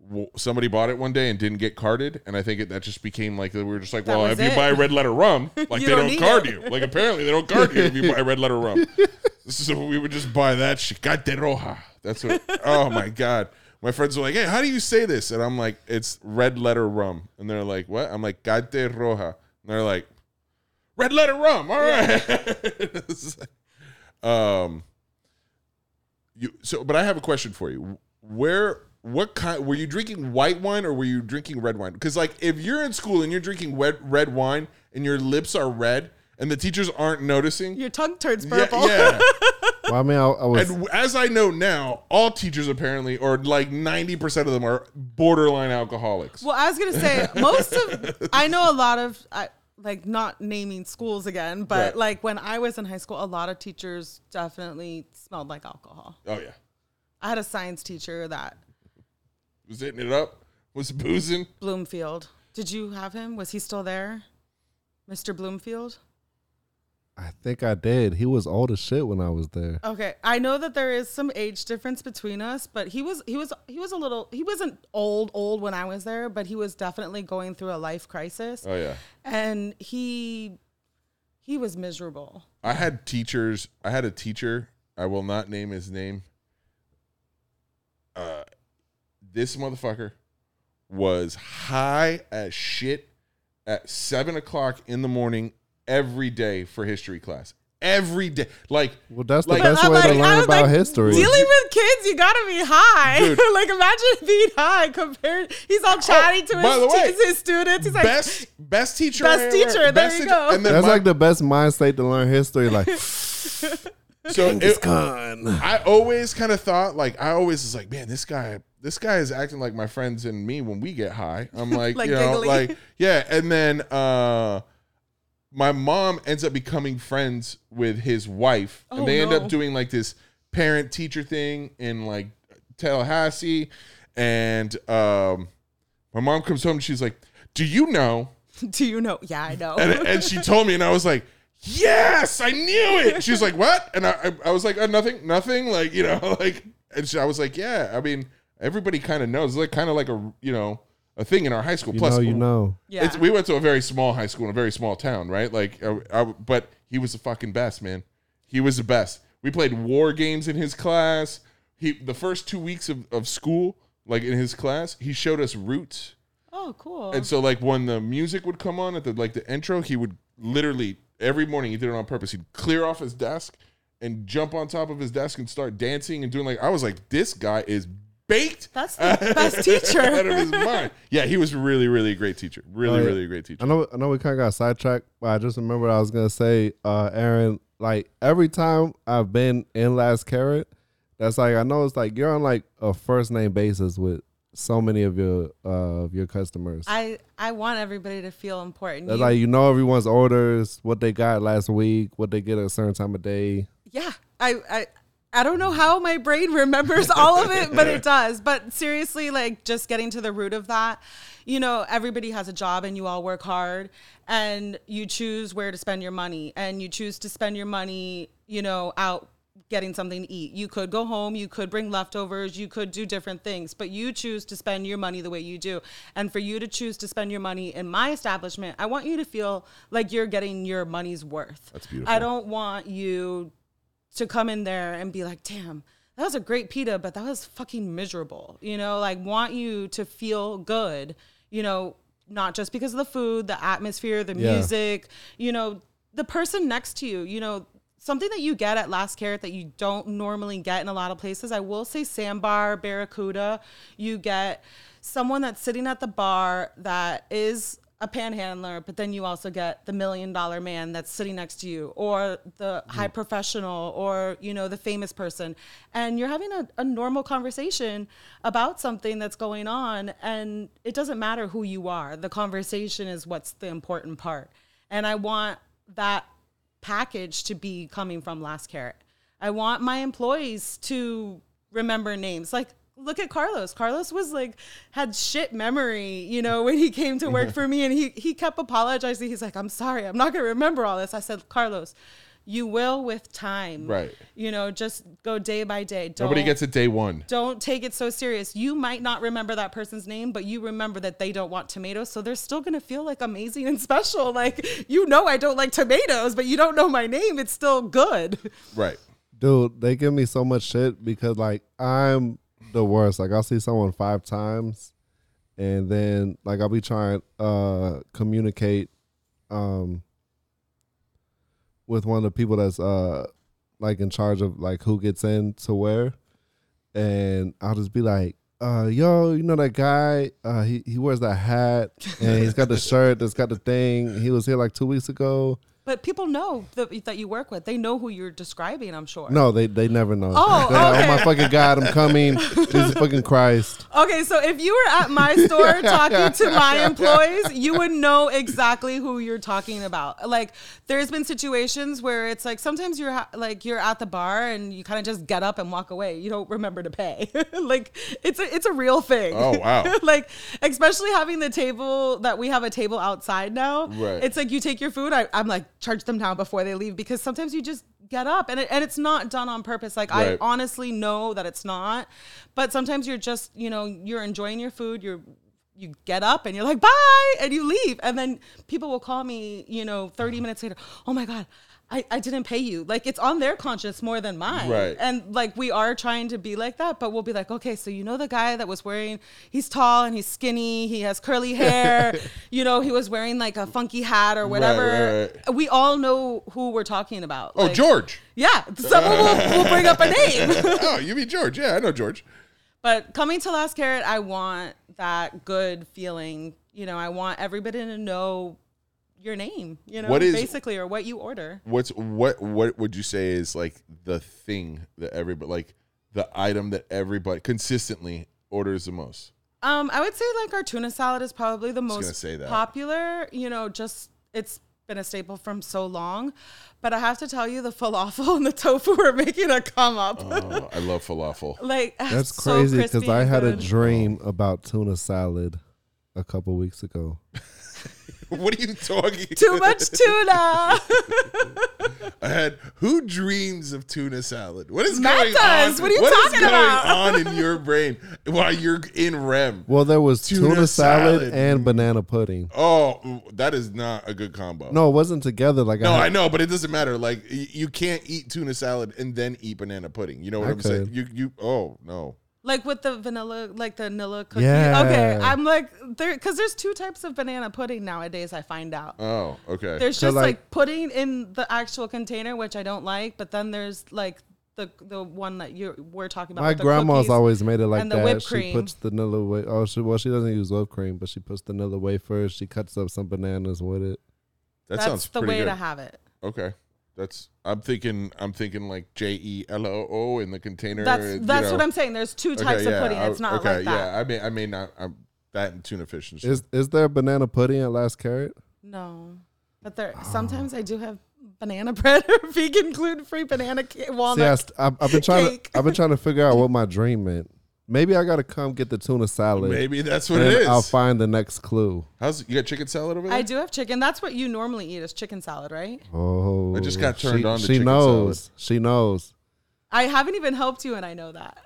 [SPEAKER 2] w- somebody bought it one day and didn't get carded, and I think it, that just became like we were just like,
[SPEAKER 5] That
[SPEAKER 2] well,
[SPEAKER 5] was
[SPEAKER 2] if
[SPEAKER 5] it.
[SPEAKER 2] you buy red letter rum, like
[SPEAKER 5] You
[SPEAKER 2] they
[SPEAKER 5] don't
[SPEAKER 2] don't,
[SPEAKER 5] need
[SPEAKER 2] card
[SPEAKER 5] it.
[SPEAKER 2] you. Like apparently they don't card you if you buy red letter rum. so we would just buy that shit. Got de roja. That's what. oh my god. My friends were like, "Hey, how do you say this?" And I'm like, "It's red letter rum." And they're like, "What?" I'm like, "Gate roja." And they're like, "Red letter rum." All right. It's like- um. You so, but I have a question for you. Where, what kind? Were you drinking white wine or were you drinking red wine? Because like, if you're in school and you're drinking red red wine and your lips are red and the teachers aren't noticing,
[SPEAKER 5] Your tongue turns
[SPEAKER 2] yeah,
[SPEAKER 5] purple.
[SPEAKER 2] yeah.
[SPEAKER 4] Well, I mean, I, I was.
[SPEAKER 2] And as I know now, all teachers apparently, or like ninety percent of them, are borderline alcoholics.
[SPEAKER 5] Well, I was gonna say most of I know a lot of I, like not naming schools again, but
[SPEAKER 2] Right.
[SPEAKER 5] like when I was in high school, a lot of teachers definitely smelled like alcohol.
[SPEAKER 2] Oh yeah,
[SPEAKER 5] I had a science teacher that
[SPEAKER 2] was hitting it up, was boozing.
[SPEAKER 5] Bloomfield. Did you have him? Was he still there, Mr. Bloomfield?
[SPEAKER 4] I think I did. He was old as shit when I was there.
[SPEAKER 5] Okay, I know that there is some age difference between us, but he was he was he was a little he wasn't old old when I was there, but he was definitely going through a life crisis,
[SPEAKER 2] Oh yeah.
[SPEAKER 5] and he he was miserable.
[SPEAKER 2] I had teachers. I had a teacher. I will not name his name. Uh, this motherfucker was high as shit at seven o'clock in the morning every day for history class. Every day, like
[SPEAKER 4] Well, that's the
[SPEAKER 2] Like-
[SPEAKER 4] best
[SPEAKER 5] I'm
[SPEAKER 4] way to
[SPEAKER 5] like- I
[SPEAKER 4] learn
[SPEAKER 5] was
[SPEAKER 4] about
[SPEAKER 5] like,
[SPEAKER 4] history.
[SPEAKER 5] Dealing with kids, you gotta be high.
[SPEAKER 2] Dude. Oh,
[SPEAKER 5] like imagine being high compared. He's all chatty to
[SPEAKER 2] by the
[SPEAKER 5] his,
[SPEAKER 2] way,
[SPEAKER 5] his, his students. He's like,
[SPEAKER 2] best best teacher,
[SPEAKER 5] Best
[SPEAKER 2] I ever-
[SPEAKER 5] teacher, there you
[SPEAKER 2] teacher-
[SPEAKER 5] go.
[SPEAKER 2] And then
[SPEAKER 4] That's
[SPEAKER 2] my,
[SPEAKER 4] like the best mind state to learn history. Like,
[SPEAKER 2] so it,
[SPEAKER 4] Khan.
[SPEAKER 2] I always kind of thought like I always was like, man, this guy, this guy is acting like my friends and me when we get high. I'm like,
[SPEAKER 5] Like
[SPEAKER 2] you know,
[SPEAKER 5] giggly.
[SPEAKER 2] like yeah. And then uh, my mom ends up becoming friends with his wife,
[SPEAKER 5] Oh,
[SPEAKER 2] and they end
[SPEAKER 5] no.
[SPEAKER 2] up doing like this parent teacher thing in like Tallahassee, and um, my mom comes home and she's like, do you know?
[SPEAKER 5] do you know? Yeah, I know.
[SPEAKER 2] and, and she told me, and I was like, "Yes, I knew it." She's like, "What?" And I, I, I was like, oh, "Nothing, nothing." Like you know, like, and she, I was like, "Yeah." I mean, everybody kind of knows. It's like kind of like a you know a thing in our high school.
[SPEAKER 4] You
[SPEAKER 2] Plus,
[SPEAKER 4] know, you know.
[SPEAKER 5] yeah,
[SPEAKER 2] it's, we went to a very small high school in a very small town, right? Like, I, I, but he was the fucking best, man. He was the best. We played war games in his class. He the first two weeks of, of school, like in his class, he showed us roots.
[SPEAKER 5] oh, cool.
[SPEAKER 2] And so like when the music would come on at the like the intro, he would literally every morning he did it on purpose. He'd clear off his desk and jump on top of his desk and start dancing and doing like I was like, this guy is baked
[SPEAKER 5] That's the best teacher.
[SPEAKER 2] out of his mind. Yeah, he was really, really a great teacher. Really,
[SPEAKER 4] Oh, yeah.
[SPEAKER 2] really a great teacher.
[SPEAKER 4] I know. I know. We kind of got sidetracked, but I just remembered I was gonna say, uh, Aaron. Like every time I've been in Last Carrot, that's like I know it's like you're on like a first name basis with so many of your uh, of your customers.
[SPEAKER 5] I I want everybody to feel important.
[SPEAKER 4] That's
[SPEAKER 5] You-
[SPEAKER 4] like you know everyone's orders, what they got last week, what they get at a certain time of day.
[SPEAKER 5] yeah, I I. I don't know how my brain remembers all of it, but it does. But seriously, like just getting to the root of that, you know, everybody has a job and you all work hard and you choose where to spend your money and you choose to spend your money, you know, out getting something to eat. You could go home, you could bring leftovers, you could do different things, but you choose to spend your money the way you do. And for you to choose to spend your money in my establishment, I want you to feel like you're getting your money's worth. That's
[SPEAKER 2] beautiful.
[SPEAKER 5] I don't want you to come in there and be like, damn, that was a great pita, but that was fucking miserable. You know, like want you to feel good, you know, not just because of the food, the atmosphere, the
[SPEAKER 4] Yeah.
[SPEAKER 5] music, you know, the person next to you, you know, something that you get at Last Carrot that you don't normally get in a lot of places. I will say Sandbar, Barracuda, you get someone that's sitting at the bar that is a panhandler, but then you also get the million dollar man that's sitting next to you, or the high professional, or you know the famous person, and you're having a, a normal conversation about something that's going on, and it doesn't matter who you are. The conversation is what's the important part, and I want that package to be coming from Last Carrot. I want my employees to remember names. Like, look at Carlos. Carlos was like, had shit memory, you know, when he came to work for me and he, he kept apologizing. He's like, I'm sorry, I'm not going to remember all this. I said, Carlos, you will with time.
[SPEAKER 2] Right.
[SPEAKER 5] You know, just go day by day. Don't,
[SPEAKER 2] Nobody gets it day one.
[SPEAKER 5] don't take it so serious. You might not remember that person's name, but you remember that they don't want tomatoes, so they're still gonna feel like amazing and special. Like you know, I don't like tomatoes, but you don't know my name. It's still good.
[SPEAKER 2] Right.
[SPEAKER 4] Dude, they give me so much shit because like I'm the worst. Like I'll see someone five times and then like I'll be trying uh communicate um with one of the people that's uh like in charge of like who gets in to where and I'll just be like uh yo you know that guy uh he, he wears that hat and he's got the shirt that's got the thing he was here like two weeks ago
[SPEAKER 5] But people know that, that you work with. They know who you're describing, I'm sure.
[SPEAKER 4] No, they they never know.
[SPEAKER 5] Oh,
[SPEAKER 4] They're like,
[SPEAKER 5] okay.
[SPEAKER 4] my fucking god, I'm coming. Jesus fucking Christ.
[SPEAKER 5] Okay, so if you were at my store talking to my employees, you would know exactly who you're talking about. Like, there's been situations where it's like sometimes you're ha- like you're at the bar and you kind of just get up and walk away. You don't remember to pay. like, it's a, it's a real thing.
[SPEAKER 2] Oh, wow.
[SPEAKER 5] like, especially having the table that we have a table outside now.
[SPEAKER 2] Right.
[SPEAKER 5] It's like you take your food. I, I'm like charge them now before they leave because sometimes you just get up and it, and it's not done on purpose. Like
[SPEAKER 2] Right.
[SPEAKER 5] I honestly know that it's not, but sometimes you're just you know you're enjoying your food. You're you get up and you're like bye and you leave and then people will call me you know 30 minutes later oh my god I, I didn't pay you like it's on their conscience more than mine
[SPEAKER 2] Right.
[SPEAKER 5] and like we are trying to be like that but we'll be like okay so you know the guy that was wearing he's tall and he's skinny he has curly hair you know he was wearing like a funky hat or whatever
[SPEAKER 2] right, right.
[SPEAKER 5] we all know who we're talking about
[SPEAKER 2] Oh,
[SPEAKER 5] Like,
[SPEAKER 2] George.
[SPEAKER 5] yeah someone will, will bring up a name
[SPEAKER 2] oh, you mean George? Yeah, I know George.
[SPEAKER 5] But coming to Last Carrot, I want that good feeling. You know, I want everybody to know your name, you know,
[SPEAKER 2] What is-
[SPEAKER 5] basically, or what you order.
[SPEAKER 2] What's what? What would you say is like the thing that everybody like the item that everybody consistently orders the most?
[SPEAKER 5] Um, I would say like our tuna salad is probably the
[SPEAKER 2] gonna
[SPEAKER 5] most
[SPEAKER 2] say that.
[SPEAKER 5] popular, you know, just it's been a staple from so long. But I have to tell you, the falafel and the tofu are making a come up.
[SPEAKER 2] Oh, I love falafel.
[SPEAKER 5] like, ah,
[SPEAKER 4] That's
[SPEAKER 5] so
[SPEAKER 4] crazy because
[SPEAKER 5] crispy
[SPEAKER 4] I
[SPEAKER 5] and
[SPEAKER 4] had a
[SPEAKER 5] good.
[SPEAKER 4] dream about tuna salad a couple weeks ago.
[SPEAKER 2] what are you talking?
[SPEAKER 5] Too much tuna.
[SPEAKER 2] I had who dreams of tuna salad? What is
[SPEAKER 5] Matt
[SPEAKER 2] going
[SPEAKER 5] does.
[SPEAKER 2] on?
[SPEAKER 5] What are you
[SPEAKER 2] is
[SPEAKER 5] talking
[SPEAKER 2] going
[SPEAKER 5] about?
[SPEAKER 2] on in your brain while you're in REM?
[SPEAKER 4] Well, there was
[SPEAKER 2] Tuna
[SPEAKER 4] tuna, salad,
[SPEAKER 2] salad.
[SPEAKER 4] and banana pudding.
[SPEAKER 2] Oh, that is not a good combo.
[SPEAKER 4] No, it wasn't together. Like
[SPEAKER 2] No,
[SPEAKER 4] I, had-
[SPEAKER 2] I know, but it doesn't matter. Like y- you can't eat tuna salad and then eat banana pudding. You know what
[SPEAKER 4] I
[SPEAKER 2] I'm saying?
[SPEAKER 4] could.
[SPEAKER 2] You you oh no.
[SPEAKER 5] Like with the vanilla, like the vanilla cookie.
[SPEAKER 4] Yeah.
[SPEAKER 5] Okay, I'm like there because there's two types of banana pudding nowadays. I find out
[SPEAKER 2] Oh, okay.
[SPEAKER 5] there's
[SPEAKER 4] So,
[SPEAKER 5] just like,
[SPEAKER 4] like-
[SPEAKER 5] pudding in the actual container, which I don't like, but then there's like the the one that you we're talking about.
[SPEAKER 4] my
[SPEAKER 5] with the
[SPEAKER 4] grandma's
[SPEAKER 5] cookies.
[SPEAKER 4] always made it like
[SPEAKER 5] and the
[SPEAKER 4] that.
[SPEAKER 5] whipped
[SPEAKER 4] she
[SPEAKER 5] cream.
[SPEAKER 4] puts vanilla wa- oh she well she doesn't use whipped cream, but she puts vanilla wafers. She cuts up some bananas with it.
[SPEAKER 2] that
[SPEAKER 5] That's
[SPEAKER 2] sounds
[SPEAKER 5] the
[SPEAKER 2] pretty
[SPEAKER 5] way
[SPEAKER 2] good.
[SPEAKER 5] to have it.
[SPEAKER 2] okay. That's I'm thinking I'm thinking like J E L O O in the container.
[SPEAKER 5] That's
[SPEAKER 2] you
[SPEAKER 5] that's
[SPEAKER 2] know.
[SPEAKER 5] what I'm saying. There's two
[SPEAKER 2] Okay,
[SPEAKER 5] types
[SPEAKER 2] yeah,
[SPEAKER 5] of pudding.
[SPEAKER 2] I-
[SPEAKER 5] It's not
[SPEAKER 2] okay,
[SPEAKER 5] like that.
[SPEAKER 2] Yeah, I may I may not I'm that and tuna fish and shit.
[SPEAKER 4] Is is there banana pudding at Last Carrot?
[SPEAKER 5] No, but there
[SPEAKER 2] Oh.
[SPEAKER 5] sometimes I do have banana bread or vegan gluten free banana ca-
[SPEAKER 4] See, I
[SPEAKER 5] walnut.
[SPEAKER 4] st- I've, I've been trying.
[SPEAKER 5] cake.
[SPEAKER 4] To, I've been trying to figure out what my dream meant. Maybe I gotta come get the tuna salad.
[SPEAKER 2] Maybe that's what
[SPEAKER 4] and
[SPEAKER 2] it is.
[SPEAKER 4] I'll find the next clue.
[SPEAKER 2] How's you got chicken salad over there?
[SPEAKER 5] I do have chicken. That's what you normally eat is chicken salad, right?
[SPEAKER 4] Oh,
[SPEAKER 2] I just got turned
[SPEAKER 4] she,
[SPEAKER 2] on to
[SPEAKER 4] she
[SPEAKER 2] chicken
[SPEAKER 4] knows. She knows.
[SPEAKER 5] I haven't even helped you, and I know that.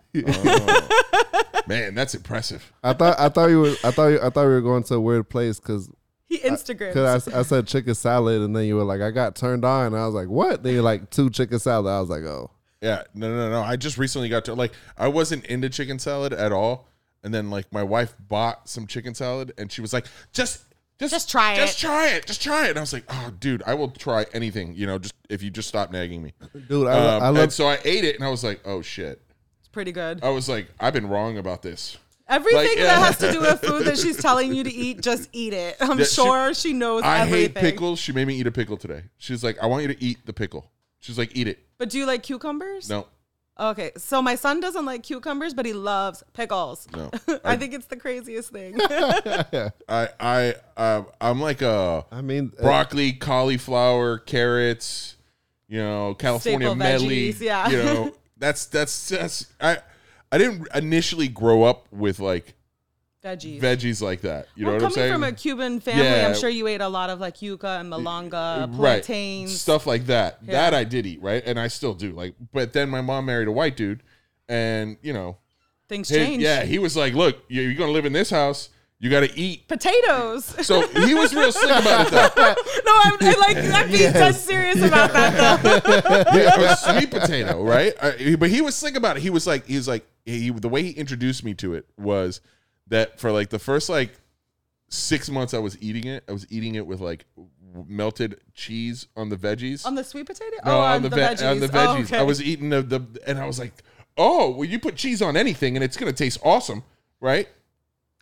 [SPEAKER 2] Man, that's impressive.
[SPEAKER 4] I thought. I thought you were. I thought. You, I thought we were going to a weird place because.
[SPEAKER 5] He
[SPEAKER 2] Uh,
[SPEAKER 5] Instagrams.
[SPEAKER 4] Cause I, I said chicken salad, and then you were like, "I got turned on." And I was like, "What?" Then you're like, two chicken salad." I was like, "Oh,
[SPEAKER 2] Yeah, no, no, no. I just recently got to like I wasn't into chicken salad at all, and then like my wife bought some chicken salad, and she was like, just. Just,
[SPEAKER 5] Just try it.
[SPEAKER 2] Just try it. Just try it. And I was like, "Oh, dude, I will try anything. You know, just if you just stop nagging me."
[SPEAKER 4] dude, I,
[SPEAKER 2] Um,
[SPEAKER 4] I
[SPEAKER 2] and
[SPEAKER 4] love."
[SPEAKER 2] so I ate it, and I was like, "Oh shit!"
[SPEAKER 5] it's pretty good.
[SPEAKER 2] I was Uh, like, "I've been wrong about this."
[SPEAKER 5] Everything
[SPEAKER 2] Like, yeah.
[SPEAKER 5] that has to do with food that she's telling you to eat, just eat it. I'm
[SPEAKER 2] Yeah, she-
[SPEAKER 5] sure she, knows
[SPEAKER 2] I
[SPEAKER 5] everything.
[SPEAKER 2] hate pickles. She made me eat a pickle today. She's like, "I want you to eat the pickle." She's like, "Eat it."
[SPEAKER 5] But do you like cucumbers?
[SPEAKER 2] No,
[SPEAKER 5] Okay, so my son doesn't like cucumbers, but he loves pickles.
[SPEAKER 2] no.
[SPEAKER 5] I, think it's the craziest thing.
[SPEAKER 2] I, I, um I'm like a.
[SPEAKER 4] I mean, uh,
[SPEAKER 2] broccoli, cauliflower, carrots, you know, California
[SPEAKER 5] Staple
[SPEAKER 2] medley.
[SPEAKER 5] veggies, yeah.
[SPEAKER 2] You know, that's that's that's I I didn't initially grow up with like
[SPEAKER 5] Veggies.
[SPEAKER 2] veggies like that. You
[SPEAKER 5] well,
[SPEAKER 2] know what I'm
[SPEAKER 5] coming
[SPEAKER 2] saying?
[SPEAKER 5] from a Cuban family,
[SPEAKER 2] Yeah.
[SPEAKER 5] I'm sure you ate a lot of like yuca and malanga,
[SPEAKER 2] right.
[SPEAKER 5] plantains.
[SPEAKER 2] Stuff like that.
[SPEAKER 5] Yeah.
[SPEAKER 2] That I did eat, right? And I still do. Like but then my mom married a white dude and you know
[SPEAKER 5] Things
[SPEAKER 2] his-
[SPEAKER 5] change.
[SPEAKER 2] yeah, he was like, Look, you- you're gonna live in this house, you gotta eat.
[SPEAKER 5] Potatoes.
[SPEAKER 2] So he was real slick about it though.
[SPEAKER 5] no, I'm, I like I'm being dead serious about that. Though.
[SPEAKER 2] yeah, or sweet potato, right? Uh, but he was slick about it. He was like, he was like, he, the way he introduced me to it was that for like the first like six months I was eating it, I was eating it with like w- melted cheese on the veggies.
[SPEAKER 5] on the sweet potato?
[SPEAKER 2] No,
[SPEAKER 5] oh,
[SPEAKER 2] on, the, veg-
[SPEAKER 5] veggies.
[SPEAKER 2] on the
[SPEAKER 5] Oh,
[SPEAKER 2] veggies.
[SPEAKER 5] okay.
[SPEAKER 2] I was eating the, the, and I was like, oh, well, you put cheese on anything and it's gonna taste awesome, right?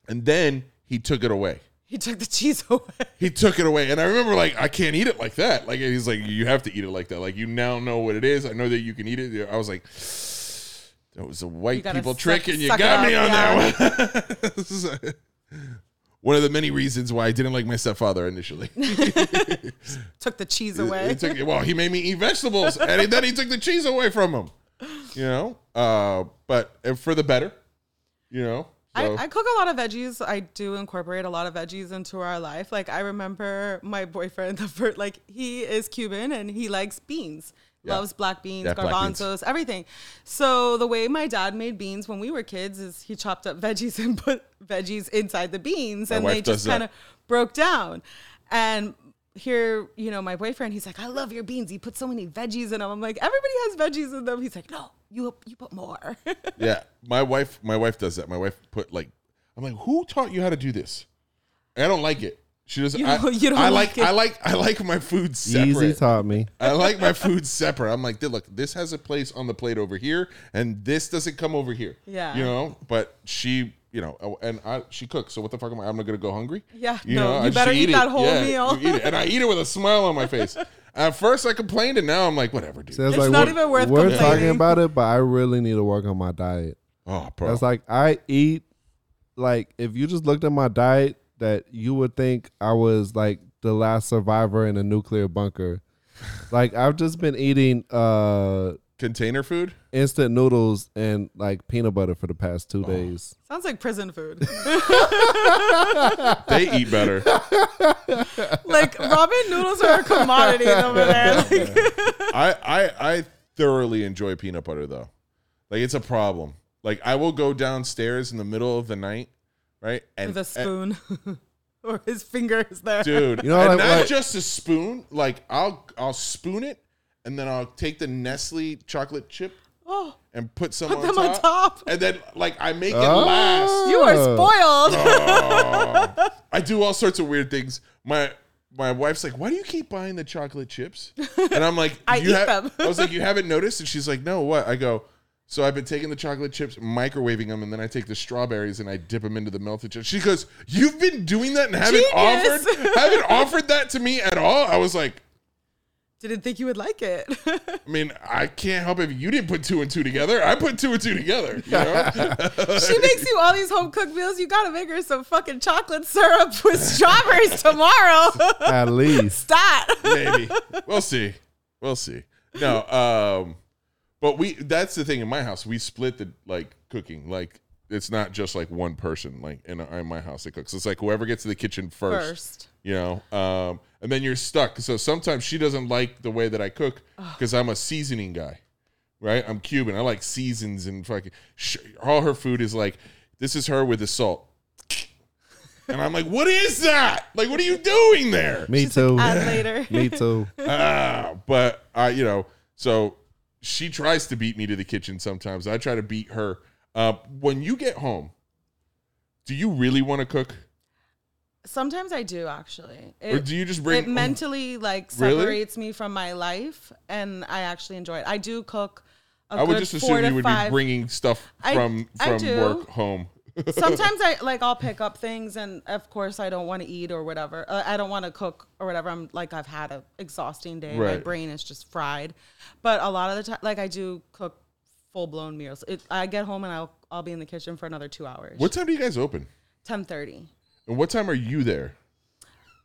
[SPEAKER 2] And then he took it away.
[SPEAKER 5] He took the cheese away.
[SPEAKER 2] he took it away and i remember like i can't eat it like that like and he's like you have to eat it like that like you now know what it is i know that you can eat it i was like that was a white
[SPEAKER 5] gotta
[SPEAKER 2] people
[SPEAKER 5] suck-
[SPEAKER 2] trick and you
[SPEAKER 5] suck it
[SPEAKER 2] got me
[SPEAKER 5] up,
[SPEAKER 2] on that one This is, uh, one of the many reasons why i didn't like my stepfather initially
[SPEAKER 5] Took the cheese away.
[SPEAKER 2] He took- well, he made me eat vegetables, and he- then he took the cheese away from him. You know, uh, but uh, for the better. You know, so-
[SPEAKER 5] I, I cook a lot of veggies. I do incorporate a lot of veggies into our life. Like I remember my boyfriend, the first, like he is Cuban and he likes beans,
[SPEAKER 2] Yeah.
[SPEAKER 5] loves black beans,
[SPEAKER 2] Yeah, black beans.
[SPEAKER 5] garbanzos, everything. So the way my dad made beans when we were kids is he chopped up veggies and put veggies inside the beans, and
[SPEAKER 2] wife
[SPEAKER 5] they
[SPEAKER 2] does
[SPEAKER 5] just
[SPEAKER 2] that.
[SPEAKER 5] kind of broke down. And here, you know, my boyfriend, he's like, I love your beans. You put so many veggies in them. I'm like, everybody has veggies in them. He's like, no, you you put more.
[SPEAKER 2] yeah, my wife, my wife does that. My wife put like, I'm like, who taught you how to do this? I don't like it. She doesn't.
[SPEAKER 5] You-
[SPEAKER 2] I,
[SPEAKER 5] you don't
[SPEAKER 2] I
[SPEAKER 5] like it.
[SPEAKER 2] I like. I like my food separate.
[SPEAKER 4] Easy taught me.
[SPEAKER 2] I like my food separate. I'm like, look, this has a place on the plate over here, and this doesn't come over here.
[SPEAKER 5] Yeah.
[SPEAKER 2] you know. But she, you know, oh, and I, she cooks. So what the fuck am I? I'm not gonna go hungry.
[SPEAKER 5] Yeah, no, you
[SPEAKER 2] I just
[SPEAKER 5] better eat that whole
[SPEAKER 2] Yeah,
[SPEAKER 5] meal.
[SPEAKER 2] you eat it. and I eat it with a smile on my face. At first, I complained, and now I'm like, whatever, dude.
[SPEAKER 4] So it's
[SPEAKER 5] It's not even worth
[SPEAKER 4] We're talking
[SPEAKER 5] complaining.
[SPEAKER 4] about it, but I really need to work on my diet.
[SPEAKER 2] oh, bro.
[SPEAKER 4] That's like I eat like if you just looked at my diet that you would think I was like the last survivor in a nuclear bunker. like I've just been eating uh
[SPEAKER 2] Container food.
[SPEAKER 4] instant noodles and like peanut butter for the past
[SPEAKER 5] Oh.
[SPEAKER 4] two days.
[SPEAKER 5] Sounds like prison food.
[SPEAKER 2] They eat better.
[SPEAKER 5] like ramen noodles are a commodity over there. Like,
[SPEAKER 2] I, I I thoroughly enjoy peanut butter though. Like it's a problem. Like I will go downstairs in the middle of the night, right? And
[SPEAKER 5] with a spoon or his fingers there.
[SPEAKER 2] dude.
[SPEAKER 4] You know,
[SPEAKER 2] and
[SPEAKER 4] like-
[SPEAKER 2] not
[SPEAKER 4] like-
[SPEAKER 2] just a spoon. Like I'll I'll spoon it, and then I'll take the Nestle chocolate chip
[SPEAKER 5] Oh,
[SPEAKER 2] and put some
[SPEAKER 5] put
[SPEAKER 2] on,
[SPEAKER 5] them
[SPEAKER 2] top,
[SPEAKER 5] on top.
[SPEAKER 2] and then like I make it
[SPEAKER 4] Oh.
[SPEAKER 2] last.
[SPEAKER 5] You are
[SPEAKER 4] Oh.
[SPEAKER 5] spoiled.
[SPEAKER 2] I do all sorts of weird things. My my wife's like, "Why do you keep buying the chocolate chips?" And I'm like,
[SPEAKER 5] I
[SPEAKER 2] you
[SPEAKER 5] eat
[SPEAKER 2] ha-"
[SPEAKER 5] them.
[SPEAKER 2] I was like, "You haven't noticed?" And she's like, "No, what?" I go, "So I've been taking the chocolate chips, microwaving them, and then I take the strawberries and I dip them into the melted chips." She goes, "You've been doing that and haven't
[SPEAKER 5] Genius.
[SPEAKER 2] offered haven't offered that to me at all." I was like,
[SPEAKER 5] Didn't think you would like it.
[SPEAKER 2] "I mean, I can't help it if you didn't put two and two together. I put two and two together." You know?
[SPEAKER 5] she makes you all these home cooked meals. You gotta make her some fucking chocolate syrup with strawberries tomorrow.
[SPEAKER 4] At least.
[SPEAKER 5] That.
[SPEAKER 2] maybe we'll see we'll see no um but we that's the thing in my house we split the like cooking like it's not just like one person like in, in my house that cooks it's like whoever gets to the kitchen first,
[SPEAKER 5] First.
[SPEAKER 2] you know um and then you're stuck so sometimes she doesn't like the way that i cook because i'm a seasoning guy right i'm cuban i like seasons and fucking sh- all her food is like this is her with the salt and i'm like what is that like what are you doing there
[SPEAKER 4] Me too.
[SPEAKER 5] Add later.
[SPEAKER 4] me too.
[SPEAKER 2] Ah, but I, you know, so she tries to beat me to the kitchen sometimes. I try to beat her. Uh, when you get home, do you really want to cook,
[SPEAKER 5] Sometimes I do actually.
[SPEAKER 2] or
[SPEAKER 5] It-
[SPEAKER 2] do you just bring?
[SPEAKER 5] it mentally like
[SPEAKER 2] Really?
[SPEAKER 5] separates me from my life and i actually enjoy it i do cook a
[SPEAKER 2] I would
[SPEAKER 5] good
[SPEAKER 2] just
[SPEAKER 5] four
[SPEAKER 2] assume
[SPEAKER 5] to
[SPEAKER 2] you would
[SPEAKER 5] five.
[SPEAKER 2] be bringing stuff
[SPEAKER 5] I-
[SPEAKER 2] from
[SPEAKER 5] I
[SPEAKER 2] from
[SPEAKER 5] do.
[SPEAKER 2] work home.
[SPEAKER 5] sometimes i like i'll pick up things and of course i don't want to eat or whatever uh, i don't want to cook or whatever i'm like i've had a exhausting day my
[SPEAKER 2] Right.
[SPEAKER 5] brain is just fried but a lot of the time like i do cook full-blown meals it, i get home and i'll i'll be in the kitchen for another two hours
[SPEAKER 2] What time do you guys open,
[SPEAKER 5] 10.30
[SPEAKER 2] and what time are you there?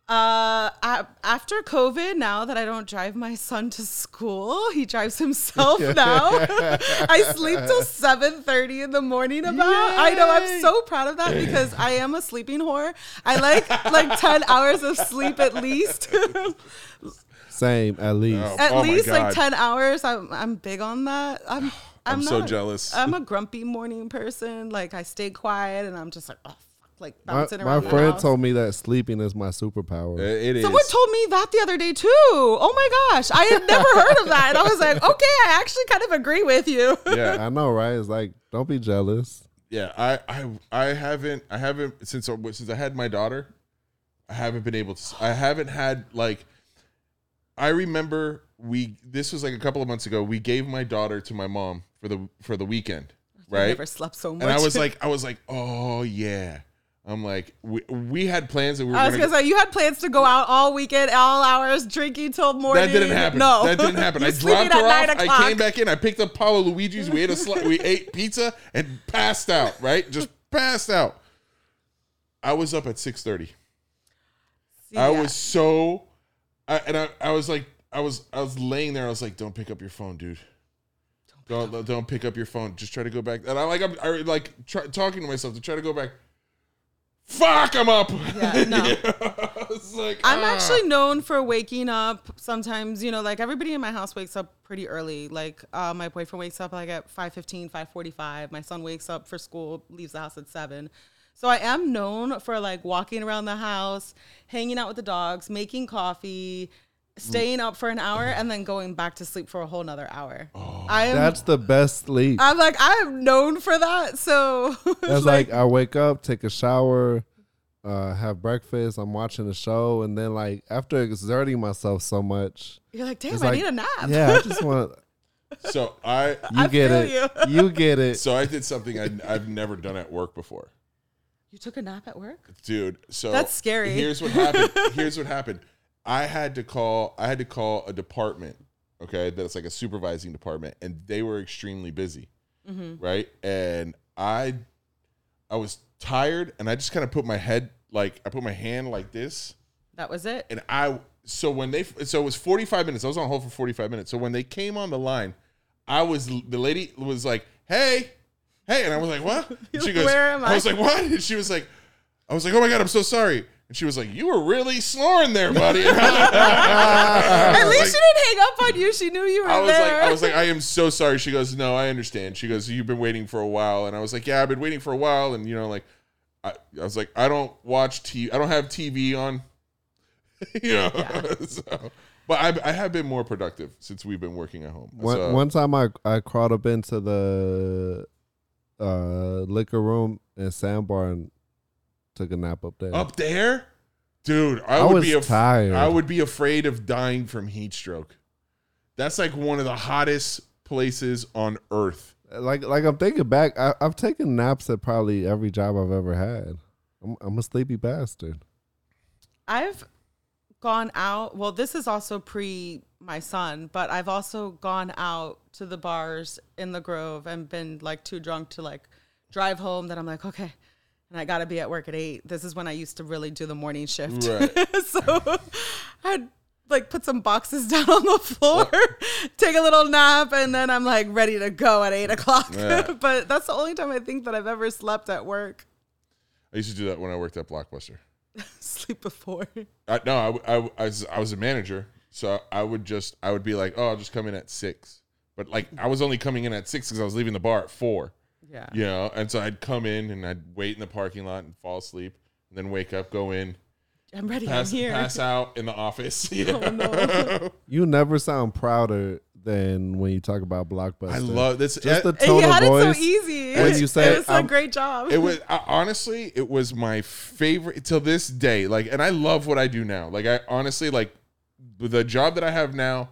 [SPEAKER 5] Uh, a- after COVID, now that I don't drive my son to school, he drives himself now. I sleep till seven thirty in the morning. About I know I'm so proud of that because I am a sleeping whore. I like like ten hours of sleep at least,
[SPEAKER 4] Same, at least.
[SPEAKER 2] Oh.
[SPEAKER 5] at
[SPEAKER 2] my
[SPEAKER 5] least
[SPEAKER 2] God.
[SPEAKER 5] like ten hours. I'm I'm big on that. I'm I'm,
[SPEAKER 2] I'm so
[SPEAKER 5] not-
[SPEAKER 2] jealous.
[SPEAKER 5] I'm a grumpy morning person. Like I stay quiet and I'm just like oh fuck, like
[SPEAKER 4] My,
[SPEAKER 5] bouncing
[SPEAKER 4] my
[SPEAKER 5] around. the
[SPEAKER 4] friend
[SPEAKER 5] house.
[SPEAKER 4] told me that sleeping is my superpower.
[SPEAKER 2] Uh, It is.
[SPEAKER 5] Someone told me that the other day too. Oh my gosh, I had never heard of that, and I was like, okay, I actually kind of agree with you.
[SPEAKER 2] yeah,
[SPEAKER 4] I know, right? It's like, don't be jealous.
[SPEAKER 2] yeah. I, I, I haven't, I haven't since I- since I had my daughter. I haven't been able to. s- I haven't had like. I remember we. This was like a couple of months ago. We gave my daughter to my mom for the for the weekend,
[SPEAKER 5] I
[SPEAKER 2] right?
[SPEAKER 5] never slept so much.
[SPEAKER 2] And I was like, I was like, oh yeah. I'm like, we, we had plans that we were
[SPEAKER 5] I was
[SPEAKER 2] gonna
[SPEAKER 5] gonna say you had plans to go out all weekend, all hours, drinking till morning.
[SPEAKER 2] That didn't happen.
[SPEAKER 5] No,
[SPEAKER 2] that didn't happen.
[SPEAKER 5] You're
[SPEAKER 2] I dropped
[SPEAKER 5] sleeping
[SPEAKER 2] her
[SPEAKER 5] at
[SPEAKER 2] off.
[SPEAKER 5] nine
[SPEAKER 2] I came
[SPEAKER 5] o'clock.
[SPEAKER 2] back in. I picked up Paulo Luigi's. We ate a sli- we ate pizza and passed out. Right, just passed out. I was up at six thirty. I
[SPEAKER 5] Yeah.
[SPEAKER 2] was so, I, and I, I was like, I was, I was laying there. I was like, don't pick up your phone, dude. Don't don't, pick up your phone. Just try to go back. And I like, I'm I, like try, talking to myself to try to go back. Fuck, I'm up.
[SPEAKER 5] Yeah, no.
[SPEAKER 2] I was like,
[SPEAKER 4] Uh.
[SPEAKER 5] I'm
[SPEAKER 2] "Ah."
[SPEAKER 5] actually known for waking up sometimes, you know, like everybody in my house wakes up pretty early. Like uh, my boyfriend wakes up like at 5.15, 5.45. My son wakes up for school, leaves the house at 7. So I am known for like walking around the house, hanging out with the dogs, making coffee, staying up for an hour, and then going back to sleep for a whole nother hour. I am,
[SPEAKER 4] Oh, That's the best sleep.
[SPEAKER 5] I'm like, I am known for that. So it's
[SPEAKER 4] That's like, I wake up, take a shower, uh, have breakfast. I'm watching a show, and then like after exerting myself so much,
[SPEAKER 5] you're like, damn,
[SPEAKER 4] it's
[SPEAKER 5] I
[SPEAKER 4] like,
[SPEAKER 5] need a nap.
[SPEAKER 4] yeah, I just want
[SPEAKER 2] so I
[SPEAKER 4] you get
[SPEAKER 5] feel
[SPEAKER 4] it, you. get it.
[SPEAKER 2] so I did something I, I've never done at work before.
[SPEAKER 5] You took a nap at work?
[SPEAKER 2] dude. So
[SPEAKER 5] That's scary.
[SPEAKER 2] Here's what happened. here's what happened. I had to call. I had to call a department. Okay, that's like a supervising department, and they were extremely busy,
[SPEAKER 5] Mm-hmm.
[SPEAKER 2] right? And I, I was tired, and I just kind of put my head like I put my hand like this,
[SPEAKER 5] That was it?
[SPEAKER 2] and I. So when they, so it was forty five minutes. I was on hold for forty five minutes. So when they came on the line, I was the lady was like, "Hey, hey," and I was like, "What?" And she
[SPEAKER 5] like,
[SPEAKER 2] goes,
[SPEAKER 5] "Where am
[SPEAKER 2] I
[SPEAKER 5] I?"
[SPEAKER 2] was like, "What?" And she was like, "I was like, oh my god, I'm so sorry." And she was like, "You were really snoring there, buddy." And I
[SPEAKER 5] At
[SPEAKER 2] was
[SPEAKER 5] least
[SPEAKER 2] like-
[SPEAKER 5] she didn't hang up on you. She knew you were
[SPEAKER 2] I was
[SPEAKER 5] there.
[SPEAKER 2] like, I was like, I am so sorry. She goes, no, I understand. She goes, you've been waiting for a while, and I was like, yeah, I've been waiting for a while, and you know, like, I, I was like, I don't watch TV, I don't have TV on, you know. so, but I, I have been more productive since we've been working at home.
[SPEAKER 4] One,
[SPEAKER 2] So-
[SPEAKER 4] one time, I I crawled up into the uh, liquor room and sandbar and took a nap up there.
[SPEAKER 2] up there, dude, I,
[SPEAKER 4] I
[SPEAKER 2] would
[SPEAKER 4] was
[SPEAKER 2] be af-
[SPEAKER 4] tired.
[SPEAKER 2] I would be afraid of dying from heat stroke. That's like one of the hottest places on earth.
[SPEAKER 4] like like I'm thinking back, I, I've taken naps at probably every job I've ever had. I'm, I'm a sleepy bastard.
[SPEAKER 5] I've gone out. Well, this is also pre my son, but I've also gone out to the bars in the Grove and been like too drunk to like drive home. That I'm like, okay, and I got to be at work at eight. This is when I used to really do the morning shift.
[SPEAKER 2] Right.
[SPEAKER 5] so I'd like put some boxes down on the floor, take a little nap, and then I'm like ready to go at eight o'clock.
[SPEAKER 2] Yeah.
[SPEAKER 5] but that's the only time I think that I've ever slept at work.
[SPEAKER 2] I used to do that when I worked at Blockbuster.
[SPEAKER 5] Sleep before.
[SPEAKER 2] I, no, I, w- I w- I was, I was a manager, so I would just I would be like, oh, I'll just come in at six. But like I was only coming in at six because I was leaving the bar at four,
[SPEAKER 5] Yeah.
[SPEAKER 2] you know. And so I'd come in and I'd wait in the parking lot and fall asleep, and then wake up, go in,
[SPEAKER 5] I'm ready.
[SPEAKER 2] pass
[SPEAKER 5] I'm here. Oh,
[SPEAKER 2] pass out in the office. you know?
[SPEAKER 4] You never sound prouder than when you talk about blockbuster.
[SPEAKER 2] I love this. eh,
[SPEAKER 4] just the
[SPEAKER 5] And
[SPEAKER 2] it,
[SPEAKER 5] you
[SPEAKER 4] tone of
[SPEAKER 5] had it
[SPEAKER 4] voice.
[SPEAKER 5] so easy.
[SPEAKER 4] when you say,
[SPEAKER 5] it was
[SPEAKER 4] "I'm-
[SPEAKER 5] a great job.
[SPEAKER 2] it was I, honestly, it was my favorite till this day. Like, and I love what I do now. Like, I honestly like the job that I have now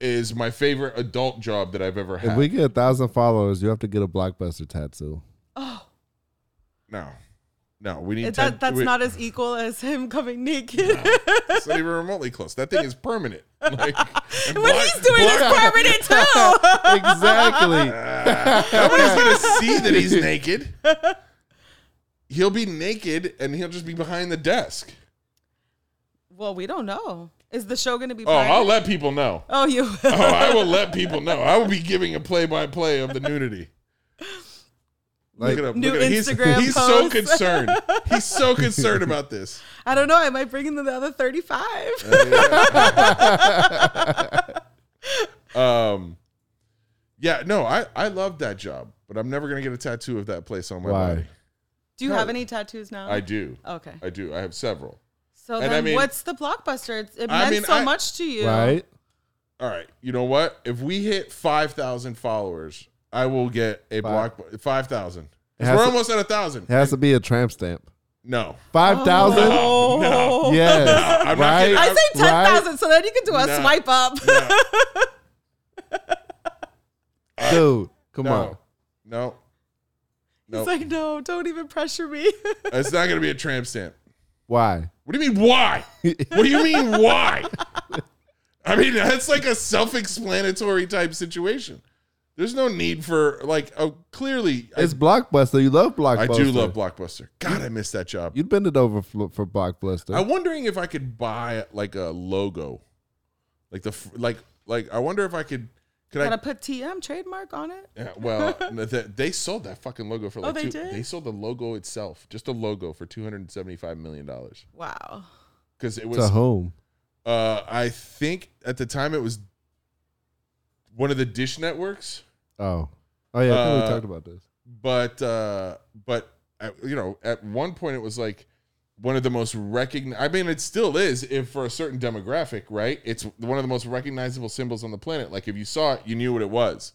[SPEAKER 2] is my favorite adult job that I've ever had.
[SPEAKER 4] If we get a thousand followers, you have to get a blockbuster tattoo.
[SPEAKER 5] oh,
[SPEAKER 2] No, no, we need
[SPEAKER 5] it,
[SPEAKER 2] ten-
[SPEAKER 5] that, that's
[SPEAKER 2] we-
[SPEAKER 5] not as equal as him coming naked.
[SPEAKER 2] It's not even remotely close. That thing is permanent. Like, and
[SPEAKER 5] what
[SPEAKER 2] black-
[SPEAKER 5] he's doing is
[SPEAKER 2] black-
[SPEAKER 5] permanent too.
[SPEAKER 4] exactly.
[SPEAKER 2] Nobody's gonna see that he's naked. He'll be naked and he'll just be behind the desk.
[SPEAKER 5] well, we don't know. Is the show going to be?
[SPEAKER 2] Oh, I'll
[SPEAKER 5] private?
[SPEAKER 2] let people know.
[SPEAKER 5] Oh, you.
[SPEAKER 2] Oh, I will let people know. I will be giving a play-by-play of the nudity.
[SPEAKER 4] Like,
[SPEAKER 2] look it up.
[SPEAKER 5] New
[SPEAKER 2] look it up.
[SPEAKER 5] Instagram
[SPEAKER 2] He's, he's so
[SPEAKER 5] posts.
[SPEAKER 2] concerned. He's so concerned about this.
[SPEAKER 5] I don't know. I might bring in the other thirty-five.
[SPEAKER 2] Um, yeah, no, I I love that job, but I'm never gonna get a tattoo of that place on my
[SPEAKER 4] Why?
[SPEAKER 2] body.
[SPEAKER 5] Do you have any tattoos now?
[SPEAKER 2] I do.
[SPEAKER 5] Okay.
[SPEAKER 2] I do. I have several.
[SPEAKER 5] So
[SPEAKER 2] and
[SPEAKER 5] then,
[SPEAKER 2] I mean-
[SPEAKER 5] what's the blockbuster? It's, it
[SPEAKER 2] I
[SPEAKER 5] meant
[SPEAKER 2] mean,
[SPEAKER 5] so
[SPEAKER 2] I-
[SPEAKER 5] much to you,
[SPEAKER 4] right?
[SPEAKER 2] All right. You know what? If we hit 5,000 followers, I will get a
[SPEAKER 4] Five.
[SPEAKER 2] block 5,000. 'Cause
[SPEAKER 4] It has
[SPEAKER 2] We're
[SPEAKER 4] to-
[SPEAKER 2] almost at a 1,000.
[SPEAKER 4] It has to be a tramp stamp.
[SPEAKER 2] No.
[SPEAKER 4] Five thousand.
[SPEAKER 5] Oh.
[SPEAKER 4] Yes.
[SPEAKER 2] I'm not
[SPEAKER 4] right.
[SPEAKER 2] kidding.
[SPEAKER 5] I say ten
[SPEAKER 4] Right?
[SPEAKER 5] thousand, so then you can do a
[SPEAKER 2] No.
[SPEAKER 5] swipe up.
[SPEAKER 4] Dude, come
[SPEAKER 2] No.
[SPEAKER 4] on.
[SPEAKER 2] No. No,
[SPEAKER 5] It's like, no, don't even pressure me.
[SPEAKER 2] it's not going to be a tramp stamp.
[SPEAKER 4] Why?
[SPEAKER 2] What do you mean why? what do you mean why? I mean, that's like a self-explanatory type situation. There's no need for like oh clearly I-
[SPEAKER 4] It's Blockbuster. You love Blockbuster.
[SPEAKER 2] I, do love Blockbuster. God, I miss that job.
[SPEAKER 4] You'd bend it over for, for Blockbuster.
[SPEAKER 2] I'm wondering if I could buy like a logo. Like the f- like like I wonder if I could could I
[SPEAKER 5] Gotta put TM trademark on it.
[SPEAKER 2] Yeah, well, no, th- they sold that fucking logo for like
[SPEAKER 5] Oh, they
[SPEAKER 2] two,
[SPEAKER 5] did?
[SPEAKER 2] they sold the logo itself, just the logo for 275 million dollars
[SPEAKER 5] Wow.
[SPEAKER 2] cuz it
[SPEAKER 4] to
[SPEAKER 2] was
[SPEAKER 4] home.
[SPEAKER 2] uh I think at the time it was one of the dish networks,
[SPEAKER 4] Oh. Oh, yeah. I think we
[SPEAKER 2] Uh,
[SPEAKER 4] talked about this.
[SPEAKER 2] but uh but at, you know, at one point it was like one of the most recognized I mean it still is if for a certain demographic, right? It's one of the most recognizable symbols on the planet. Like if you saw it, you knew what it was.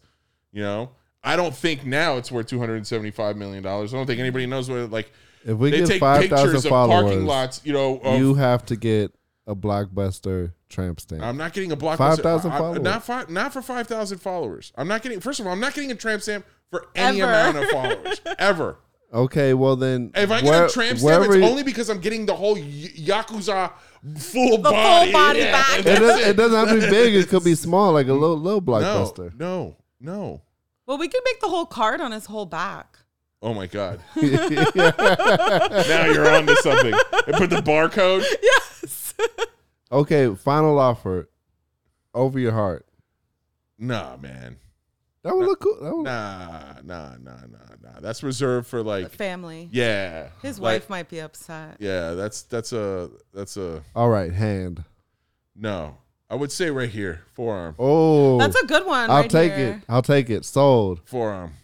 [SPEAKER 2] You know? I don't think now it's worth 275 million dollars. I don't think anybody knows what it, like
[SPEAKER 4] If we
[SPEAKER 2] they
[SPEAKER 4] get
[SPEAKER 2] take
[SPEAKER 4] 5,000
[SPEAKER 2] pictures of parking
[SPEAKER 4] followers,
[SPEAKER 2] lots, you know, of-
[SPEAKER 4] you have to get a Blockbuster tramp stamp.
[SPEAKER 2] I'm not getting a blockbuster.
[SPEAKER 4] 5,000
[SPEAKER 2] I- I-
[SPEAKER 4] followers.
[SPEAKER 2] Not fi- not for five thousand followers. I'm not getting. First of all, I'm not getting a tramp stamp for any
[SPEAKER 5] Ever.
[SPEAKER 2] amount of followers ever.
[SPEAKER 4] okay, well then.
[SPEAKER 2] If I get
[SPEAKER 4] where-
[SPEAKER 2] a tramp stamp,
[SPEAKER 4] wherever
[SPEAKER 2] it's
[SPEAKER 4] you-
[SPEAKER 2] only because I'm getting the whole y- yakuza full
[SPEAKER 5] The full
[SPEAKER 2] body.
[SPEAKER 5] body back.
[SPEAKER 2] and
[SPEAKER 4] It
[SPEAKER 2] that's
[SPEAKER 4] doesn't, it doesn't have to be big. It could be small, like a little, little
[SPEAKER 2] no,
[SPEAKER 4] Blockbuster.
[SPEAKER 2] no, no.
[SPEAKER 5] Well, we could make the whole card on his whole back.
[SPEAKER 2] Oh my god! now you're on to something. And put the barcode.
[SPEAKER 5] Yes.
[SPEAKER 4] Okay, final offer. Over your heart.
[SPEAKER 2] Nah, man.
[SPEAKER 4] That would look cool. That would,
[SPEAKER 2] Nah, nah, nah, nah, nah. That's reserved for like,
[SPEAKER 5] Family.
[SPEAKER 2] yeah.
[SPEAKER 5] His
[SPEAKER 2] Like,
[SPEAKER 5] wife might be upset.
[SPEAKER 2] Yeah, that's that's a that's a
[SPEAKER 4] All right, hand.
[SPEAKER 2] No, I would say right here, forearm,
[SPEAKER 4] Oh,
[SPEAKER 5] That's a good one.
[SPEAKER 4] I'll
[SPEAKER 5] right
[SPEAKER 4] take
[SPEAKER 5] here.
[SPEAKER 4] it. I'll take it. Sold.
[SPEAKER 2] forearm.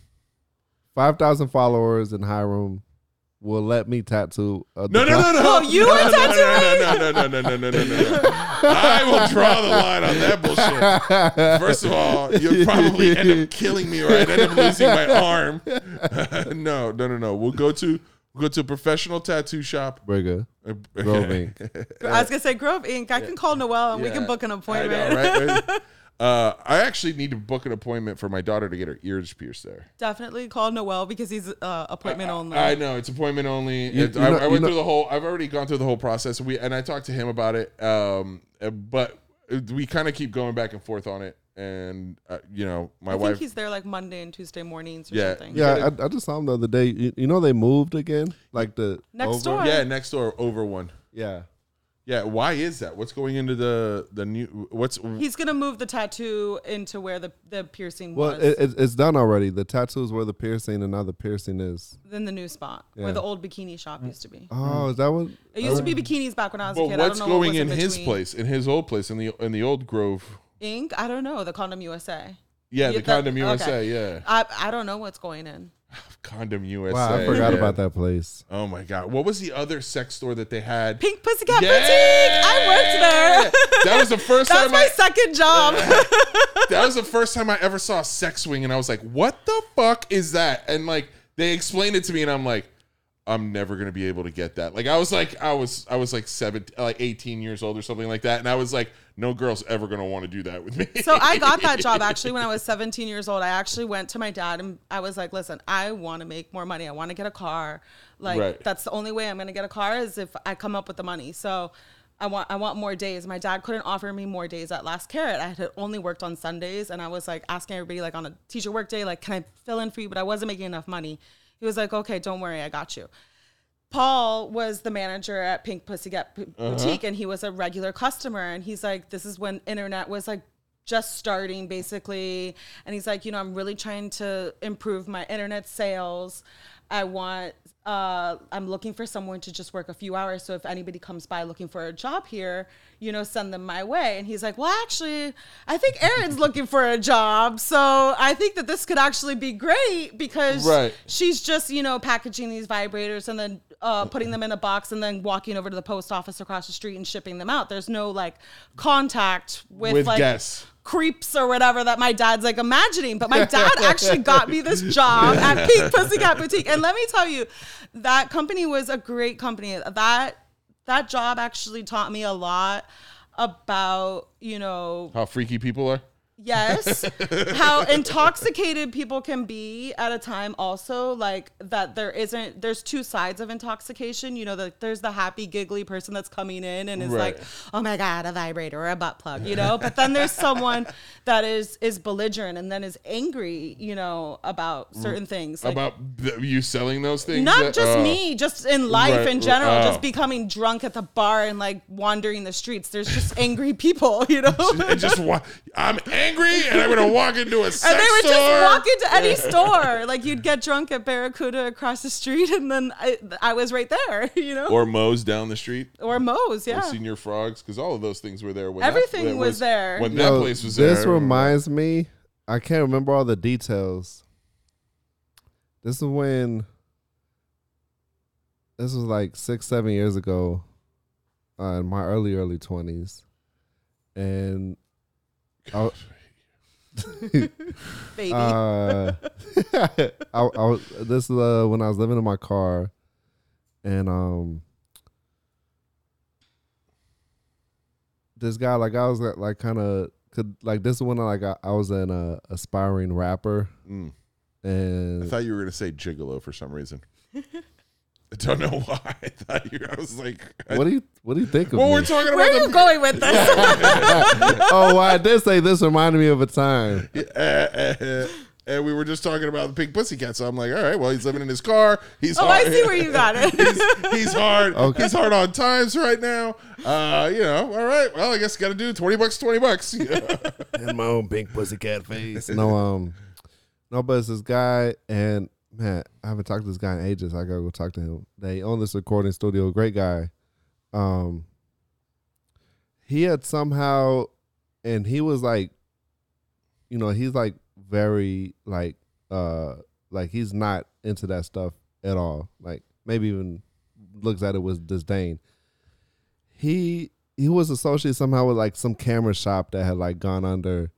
[SPEAKER 4] Five thousand followers in Hiram will let me tattoo. A
[SPEAKER 2] No, no, no, no.
[SPEAKER 5] Oh, you
[SPEAKER 2] no,
[SPEAKER 5] were
[SPEAKER 2] no, no, no, no, no, no, no, no, no, no, no. I will draw the line on that bullshit. First of all, you'll probably end up killing me, right? End up losing my arm. no, no, no, no. We'll go to we'll go to a professional tattoo shop. Uh,
[SPEAKER 4] Burger. Grove Inc.
[SPEAKER 5] I was gonna say Grove Inc. I can call Noel and we can
[SPEAKER 2] Yeah.
[SPEAKER 5] book an
[SPEAKER 2] I
[SPEAKER 5] appointment.
[SPEAKER 2] know, right? Uh, I actually need to book an appointment for my daughter to get her ears pierced there.
[SPEAKER 5] Definitely call Noel because he's uh, appointment only.
[SPEAKER 2] I know it's appointment only.
[SPEAKER 4] You-
[SPEAKER 2] It-
[SPEAKER 4] you
[SPEAKER 2] I,
[SPEAKER 4] know-
[SPEAKER 2] I
[SPEAKER 4] you
[SPEAKER 2] went
[SPEAKER 4] know-
[SPEAKER 2] through the whole. I've already gone through the whole process. We and I talked to him about it. Um, uh, but we kind of keep going back and forth on it. And uh, you know, my
[SPEAKER 5] I think
[SPEAKER 2] wife.
[SPEAKER 5] he's there like Monday and Tuesday mornings or
[SPEAKER 2] Yeah.
[SPEAKER 5] something.
[SPEAKER 4] Yeah, I, I just saw him the other day. You, you know they moved again, like the
[SPEAKER 5] Next
[SPEAKER 4] over-
[SPEAKER 5] door.
[SPEAKER 2] Yeah, next door over one.
[SPEAKER 4] Yeah,
[SPEAKER 2] Yeah, why is that? What's going into the the new? What's
[SPEAKER 5] He's gonna move the tattoo into where the, the piercing
[SPEAKER 4] well,
[SPEAKER 5] was
[SPEAKER 4] it, it, it's done already. The tattoo is where the piercing, and now the piercing is.
[SPEAKER 5] in the new spot
[SPEAKER 4] Yeah.
[SPEAKER 5] where the old bikini shop used to be.
[SPEAKER 4] Oh, is that what?
[SPEAKER 5] It used to be bikinis back when I was a
[SPEAKER 2] but
[SPEAKER 5] kid.
[SPEAKER 2] what's
[SPEAKER 5] I don't know what
[SPEAKER 2] going
[SPEAKER 5] was
[SPEAKER 2] in his
[SPEAKER 5] between.
[SPEAKER 2] place, in his old place, in the in the old Grove?
[SPEAKER 5] Ink? I don't know. The condom USA. Yeah,
[SPEAKER 2] Yeah, the
[SPEAKER 5] that-
[SPEAKER 2] Condom
[SPEAKER 5] okay.
[SPEAKER 2] USA. Yeah,
[SPEAKER 5] I I don't know what's going in.
[SPEAKER 2] Condom USA.
[SPEAKER 4] Wow, I forgot
[SPEAKER 2] yeah.
[SPEAKER 4] about that place.
[SPEAKER 2] Oh my god, what was the other sex store that they had?
[SPEAKER 5] Pink Pussycat
[SPEAKER 2] Yeah!
[SPEAKER 5] Boutique. I worked there.
[SPEAKER 2] That was the first
[SPEAKER 5] That's
[SPEAKER 2] time
[SPEAKER 5] my
[SPEAKER 2] I,
[SPEAKER 5] second job.
[SPEAKER 2] that was the first time I ever saw a sex swing, and I was like, "What the fuck is that?" And like they explained it to me, and I'm like, "I'm never gonna be able to get that." Like I was like, I was I was like seven, like 18 years old or something like that, and I was like, "No girl's ever gonna want to do that with me."
[SPEAKER 5] So I got that job actually when I was 17 years old. I actually went to my dad and I was like, "Listen, I want to make more money. I want to get a car. Like
[SPEAKER 2] Right.
[SPEAKER 5] that's the only way I'm going to get a car is if I come up with the money." So I want I want more days. My dad couldn't offer me more days at Last Carrot. I had only worked on Sundays and I was like asking everybody like on a teacher work day like, "Can I fill in for you?" but I wasn't making enough money. He was like, "Okay, don't worry. I got you." Paul was the manager at Pink Pussycat P- Boutique, and he was a regular customer. And he's like, "This is when internet was like just starting, basically." And he's like, "You know, I'm really trying to improve my internet sales. I want, uh, I'm looking for someone to just work a few hours. So if anybody comes by looking for a job here, you know, send them my way." And he's like, "Well, actually, I think Erin's looking for a job, so I think that this could actually be great because
[SPEAKER 2] Right.
[SPEAKER 5] she's just you know packaging these vibrators and then uh, putting them in a box and then walking over to the post office across the street and shipping them out. There's no like contact with,
[SPEAKER 2] with
[SPEAKER 5] like
[SPEAKER 2] guess.
[SPEAKER 5] creeps or whatever that my dad's like imagining. But my dad actually got me this job at Pink Pussycat Boutique. And let me tell you, that company was a great company. That that job actually taught me a lot about, you know,
[SPEAKER 2] How freaky people are.
[SPEAKER 5] Yes. How intoxicated people can be at a time also like that there isn't there's two sides of intoxication, you know, that there's the happy giggly person that's coming in and is like,
[SPEAKER 2] Right.
[SPEAKER 5] "Oh my god, a vibrator or a butt plug," you know? But then there's someone that is is belligerent and then is angry, you know, about certain things. Like
[SPEAKER 2] Mm. about th- you selling those things.
[SPEAKER 5] not
[SPEAKER 2] that-
[SPEAKER 5] just
[SPEAKER 2] oh.
[SPEAKER 5] me, just in life
[SPEAKER 2] Right,
[SPEAKER 5] in general,
[SPEAKER 2] oh.
[SPEAKER 5] just becoming drunk at the bar and like wandering the streets. There's just angry people, you know?
[SPEAKER 2] And just wa- I'm angry, and I'm gonna walk into a sex
[SPEAKER 5] and they would
[SPEAKER 2] store.
[SPEAKER 5] just walk into any store. Like you'd get drunk at Barracuda across the street, and then I, I was right there, you know, or,
[SPEAKER 2] or Moe's down the street.
[SPEAKER 5] Moe's, yeah.
[SPEAKER 2] Or Senior Frogs, because all of those things were there. When
[SPEAKER 5] Everything
[SPEAKER 2] that, that
[SPEAKER 5] was there.
[SPEAKER 2] When
[SPEAKER 4] Yo,
[SPEAKER 2] that place was there.
[SPEAKER 4] this reminds me, I can't remember all the details. This is when, this was like six, seven years ago, uh, in my early, early 20s. And I,
[SPEAKER 5] baby.
[SPEAKER 4] uh, I, I was, this is uh, when I was living in my car, and um, this guy like I was like, like kind of could like this is when I, like I, I was an uh, aspiring rapper,
[SPEAKER 2] Mm.
[SPEAKER 4] and
[SPEAKER 2] I thought you were gonna say gigolo for some reason. I don't know why. I thought you. I was like,
[SPEAKER 4] what do you what do you think of
[SPEAKER 2] well,
[SPEAKER 4] me?
[SPEAKER 2] we're talking
[SPEAKER 5] Where are
[SPEAKER 2] about
[SPEAKER 5] you going with this?
[SPEAKER 4] oh, well, I did say this reminded me of a time.
[SPEAKER 2] the, uh, uh, uh, and we were just talking about the pink pussycat. So I'm like, all right, well, he's living in his car. He's
[SPEAKER 5] oh, I
[SPEAKER 2] hard.
[SPEAKER 5] see where you got it.
[SPEAKER 2] he's, he's hard.
[SPEAKER 4] Okay.
[SPEAKER 2] He's hard on times right now. Uh, you know, all right. Well, I guess got to do twenty bucks, twenty bucks.
[SPEAKER 4] in my own pink pussycat face. No, um, no, but it's this guy, and man, I haven't talked to this guy in ages. I gotta go talk to him. They own this recording studio. Great guy. Um, he had somehow, and he was like, you know, he's like very like, uh, like he's not into that stuff at all. Like maybe even looks at it with disdain. He he was associated somehow with like some camera shop that had like gone under.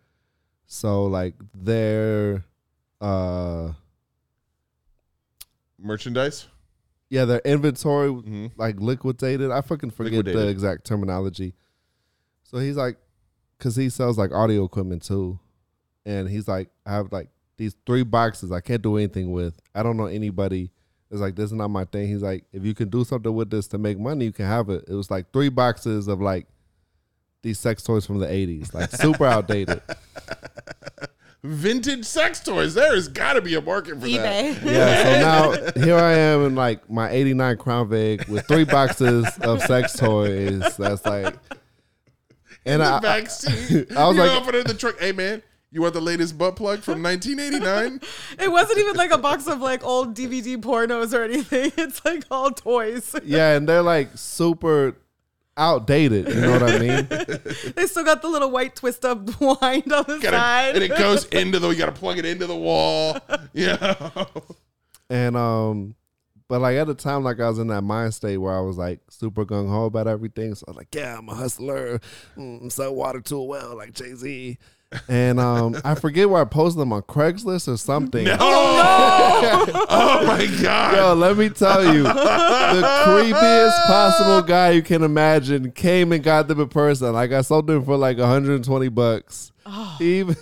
[SPEAKER 4] So like their uh
[SPEAKER 2] Merchandise.
[SPEAKER 4] yeah, their inventory
[SPEAKER 2] Mm-hmm.
[SPEAKER 4] like liquidated. I fucking forget
[SPEAKER 2] Liquidated.
[SPEAKER 4] the exact terminology. So he's like, because he sells like audio equipment too, and he's like, I have like these three boxes I can't do anything with. I don't know anybody. It's like this is not my thing. He's like, if you can do something with this to make money, you can have it. It was like three boxes of like these sex toys from the '80s, like super outdated.
[SPEAKER 2] Vintage sex toys. There has got to be a market for that.
[SPEAKER 5] eBay.
[SPEAKER 4] Yeah, so now here I am in like my 89 Crown Vic with three boxes of sex toys. That's like, and
[SPEAKER 2] The
[SPEAKER 4] I, I,
[SPEAKER 2] back seat.
[SPEAKER 4] I was
[SPEAKER 2] you
[SPEAKER 4] like-
[SPEAKER 2] open it in the truck. Hey man, you want the latest butt plug from 1989?
[SPEAKER 5] It wasn't even like a box of like old DVD pornos or anything. It's like all toys.
[SPEAKER 4] yeah, and they're like super outdated. You know what I mean?
[SPEAKER 5] They still got the little white twist up wind on the
[SPEAKER 2] Gotta- and it
[SPEAKER 5] side.
[SPEAKER 2] goes into the. You got to plug it into the wall. Yeah.
[SPEAKER 4] And um, but like at the time, like I was in that mind state where I was like super gung ho about everything. So I was like, yeah, I'm a hustler. Mm, sell water to a well, like Jay Z. And um, I forget where I posted them on Craigslist or something.
[SPEAKER 2] Oh, oh my god.
[SPEAKER 4] Yo, let me tell you, the creepiest possible guy you can imagine came and got them in person. Like I sold them for like 120 bucks. Even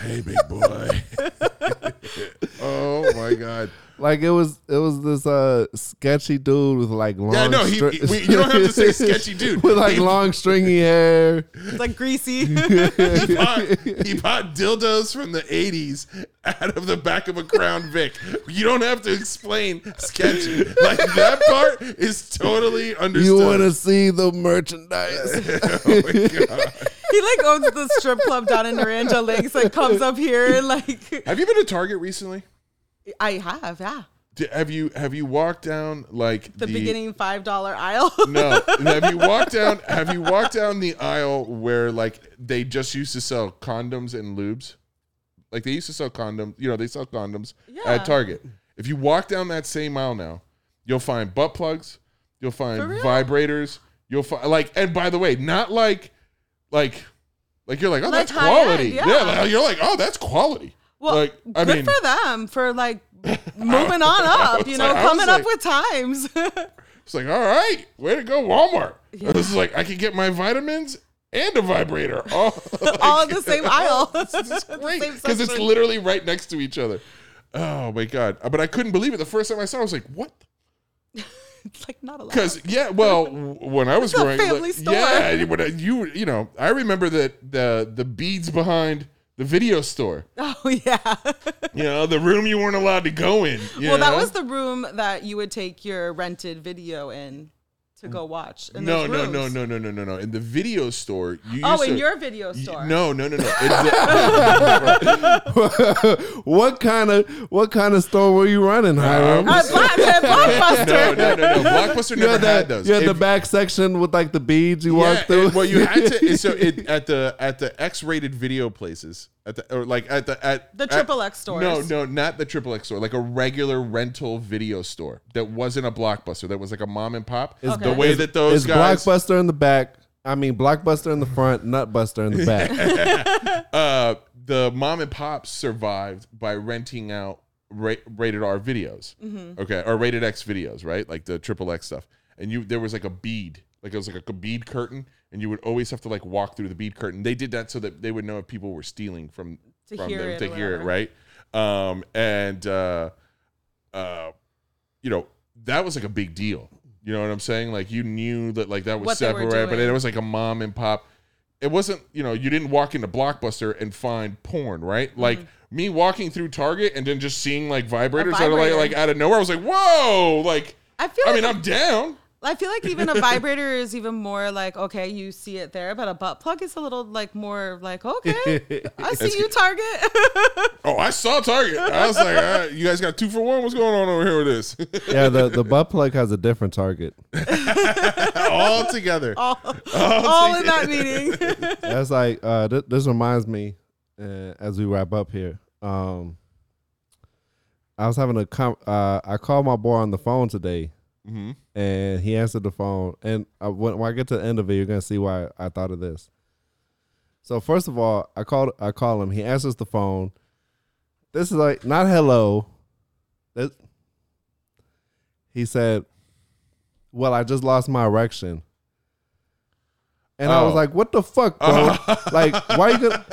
[SPEAKER 2] Hey, big boy. oh my god.
[SPEAKER 4] like it was, it was this uh sketchy dude with like long.
[SPEAKER 2] Yeah, no, he-
[SPEAKER 4] stri-
[SPEAKER 2] he- we- you don't have to say sketchy dude.
[SPEAKER 4] with like
[SPEAKER 2] He-
[SPEAKER 4] long stringy hair.
[SPEAKER 5] It's like greasy.
[SPEAKER 2] He bought, he bought dildos from the 80s out of the back of a Crown Vic. You don't have to explain sketchy. Like that part is totally understood.
[SPEAKER 4] You want to see the merchandise?
[SPEAKER 2] oh my god.
[SPEAKER 5] He like owns the strip club down in Naranja Lakes. Like comes up here and like
[SPEAKER 2] Have you been to Target recently?
[SPEAKER 5] I have, yeah.
[SPEAKER 2] D- Have you have you walked down like
[SPEAKER 5] The, beginning five dollar aisle.
[SPEAKER 2] No, have you walked down? Have you walked down the aisle where like they just used to sell condoms and lubes? Like they used to sell condoms. You know, they sell condoms
[SPEAKER 5] Yeah.
[SPEAKER 2] at Target. If you walk down that same aisle now, you'll find butt plugs. You'll find
[SPEAKER 5] For real?
[SPEAKER 2] vibrators. You'll find like, and by the way, not like, like, like you're like, oh,
[SPEAKER 5] Like
[SPEAKER 2] that's
[SPEAKER 5] high-end,
[SPEAKER 2] quality.
[SPEAKER 5] yeah.
[SPEAKER 2] yeah, like, you're like, oh, that's quality.
[SPEAKER 5] well,
[SPEAKER 2] like,
[SPEAKER 5] good
[SPEAKER 2] I mean,
[SPEAKER 5] for them for like moving on up, you
[SPEAKER 2] was
[SPEAKER 5] know,
[SPEAKER 2] like- I was
[SPEAKER 5] coming
[SPEAKER 2] like-
[SPEAKER 5] up with times.
[SPEAKER 2] It's like, all right, way to go, Walmart. It's like I can get my vitamins and a vibrator. Oh. All
[SPEAKER 5] all in the same aisle.
[SPEAKER 2] It's great
[SPEAKER 5] same
[SPEAKER 2] because it's
[SPEAKER 5] section.
[SPEAKER 2] literally right next to each other. Oh my god! But I couldn't believe it the first time I saw. it, I was like, "What?"
[SPEAKER 5] it's like not a lot.
[SPEAKER 2] Because yeah, well, w- when I was
[SPEAKER 5] It's a
[SPEAKER 2] growing,
[SPEAKER 5] family
[SPEAKER 2] like,
[SPEAKER 5] store.
[SPEAKER 2] yeah, when I, you you know, I remember that the the beads behind the video store.
[SPEAKER 5] Oh yeah.
[SPEAKER 2] You know, the room you weren't allowed to go in. you
[SPEAKER 5] Well, that
[SPEAKER 2] know?
[SPEAKER 5] was the room that you would take your rented video in to go watch. in
[SPEAKER 2] no,
[SPEAKER 5] those
[SPEAKER 2] no, no,
[SPEAKER 5] rooms.
[SPEAKER 2] no, no, no, no, no. In the video store, you
[SPEAKER 5] Oh,
[SPEAKER 2] used
[SPEAKER 5] in
[SPEAKER 2] to-
[SPEAKER 5] your video
[SPEAKER 2] y-
[SPEAKER 5] store.
[SPEAKER 2] No, no, no, no. It's a-
[SPEAKER 4] what kind of what kind of store were you running, Hiram?
[SPEAKER 5] Uh, Black, at Blockbuster.
[SPEAKER 2] no, no, no, no. Blockbuster
[SPEAKER 4] you
[SPEAKER 2] never
[SPEAKER 4] had,
[SPEAKER 2] had,
[SPEAKER 4] that,
[SPEAKER 2] those.
[SPEAKER 4] You had the
[SPEAKER 2] If-
[SPEAKER 4] back section with like the beads you
[SPEAKER 2] Yeah,
[SPEAKER 4] walked through.
[SPEAKER 2] it- well, you had to. So it, at the at the X-rated video places, at the or like at the at
[SPEAKER 5] The
[SPEAKER 2] at-
[SPEAKER 5] triple X stores.
[SPEAKER 2] No, no, not the triple X store. Like a regular rental video store that wasn't a blockbuster. That was like a mom and pop.
[SPEAKER 4] It's
[SPEAKER 5] Okay.
[SPEAKER 2] The way that those
[SPEAKER 4] it's
[SPEAKER 2] guys,
[SPEAKER 4] Blockbuster in the back. I mean, Blockbuster in the front, Nutbuster in the back.
[SPEAKER 2] uh, the mom and pop survived by renting out ra- rated R videos,
[SPEAKER 5] Mm-hmm.
[SPEAKER 2] okay, or rated X videos, right? Like the triple X stuff. And you, there was like a bead, like it was like a bead curtain, and you would always have to like walk through the bead curtain. They did that so that they would know if people were stealing from
[SPEAKER 5] To
[SPEAKER 2] from
[SPEAKER 5] hear
[SPEAKER 2] them
[SPEAKER 5] it
[SPEAKER 2] to
[SPEAKER 5] or
[SPEAKER 2] hear it,
[SPEAKER 5] whatever.
[SPEAKER 2] right? Um, and uh, uh, you know that was like a big deal. You know what I'm saying? Like you knew that like that was
[SPEAKER 5] What they were
[SPEAKER 2] separate, but
[SPEAKER 5] doing.
[SPEAKER 2] it was like a mom and pop. It wasn't you know you didn't walk into Blockbuster and find porn, right?
[SPEAKER 5] Mm-hmm.
[SPEAKER 2] Like me walking through Target and then just seeing like vibrators out of like,
[SPEAKER 5] vibrator.
[SPEAKER 2] like out of nowhere, I was like, whoa! Like
[SPEAKER 5] I feel
[SPEAKER 2] I
[SPEAKER 5] like
[SPEAKER 2] mean, I'm down.
[SPEAKER 5] I feel like even a vibrator is even more like okay, you see it there, but a butt plug is a little like more like okay, I see you, Target.
[SPEAKER 2] Oh, I saw Target. I was like, All right, you guys got two for one. What's going on over here with this?
[SPEAKER 4] yeah, the, the butt plug has a different target.
[SPEAKER 2] All together.
[SPEAKER 5] all, all in that meeting.
[SPEAKER 4] That's like uh, th- this reminds me uh, as we wrap up here. Um, I was having a com- uh, I called my boy on the phone today,
[SPEAKER 2] Mhm.
[SPEAKER 4] and he answered the phone. And I, when, when I get to the end of it, you're gonna see why I thought of this. So first of all, I called I call him. He answers the phone. This is like not hello. This, he said, "Well, I just lost my erection." And I was
[SPEAKER 2] Oh.
[SPEAKER 4] like, "What the fuck, bro? Like, why you gonna?"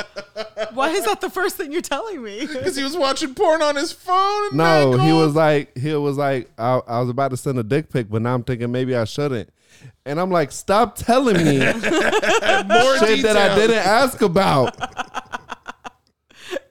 [SPEAKER 5] Why is that the first thing you're telling me?
[SPEAKER 2] Because he was watching porn on his phone.
[SPEAKER 4] No, he
[SPEAKER 2] Michael.
[SPEAKER 4] was like, he was like, I, I was about to send a dick pic, but now I'm thinking maybe I shouldn't. And I'm like, stop telling me shit
[SPEAKER 2] more
[SPEAKER 4] that I
[SPEAKER 2] details.
[SPEAKER 4] didn't ask about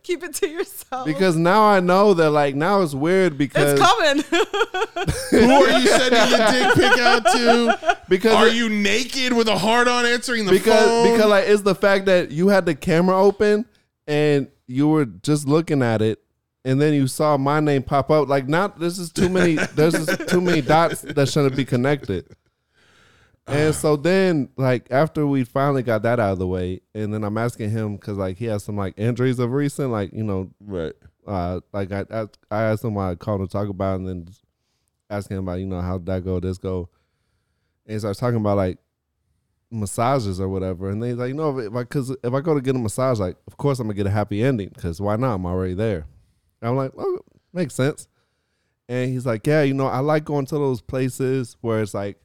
[SPEAKER 5] Keep it to yourself.
[SPEAKER 4] because now I know that like now it's weird because
[SPEAKER 5] it's coming.
[SPEAKER 2] Who are you sending the dick pic out to?
[SPEAKER 4] because
[SPEAKER 2] Are
[SPEAKER 4] it-
[SPEAKER 2] you naked with a heart on answering the
[SPEAKER 4] because
[SPEAKER 2] phone?
[SPEAKER 4] because like it's the fact that you had the camera open and you were just looking at it and then you saw my name pop up like not this is too many there's just too many dots that shouldn't be connected and so then like after we finally got that out of the way and then i'm asking him because like he has some like injuries of recent like you know
[SPEAKER 2] right.
[SPEAKER 4] uh like i i, I asked him what i called to talk about and then just asking him about you know how did that go this go and he starts talking about like massages or whatever and they like no if i because if i go to get a massage like of course i'm gonna get a happy ending because why not i'm already there And i'm like well makes sense and he's like yeah you know i like going to those places where it's like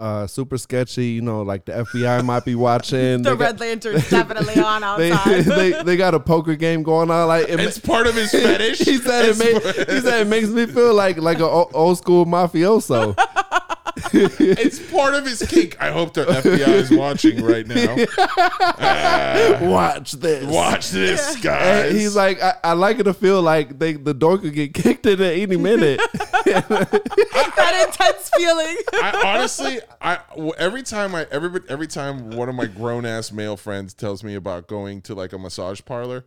[SPEAKER 4] uh super sketchy you know like the fbi might be watching
[SPEAKER 5] the
[SPEAKER 4] They got-
[SPEAKER 5] red lantern's definitely on
[SPEAKER 4] they,
[SPEAKER 5] outside.
[SPEAKER 4] they they got a poker game going on like it,
[SPEAKER 2] It's part of his fetish.
[SPEAKER 4] he said it
[SPEAKER 2] It's
[SPEAKER 4] made,
[SPEAKER 2] part-
[SPEAKER 4] he said it makes me feel like like an old school mafioso.
[SPEAKER 2] it's part of his kink. I hope the FBI is watching right now.
[SPEAKER 4] Watch this.
[SPEAKER 2] Watch this, guys.
[SPEAKER 4] And he's like, I, I like it to feel like they, the door could get kicked in at any minute.
[SPEAKER 5] that intense feeling.
[SPEAKER 2] I honestly, I w- every time I every every time one of my grown ass male friends tells me about going to like a massage parlor,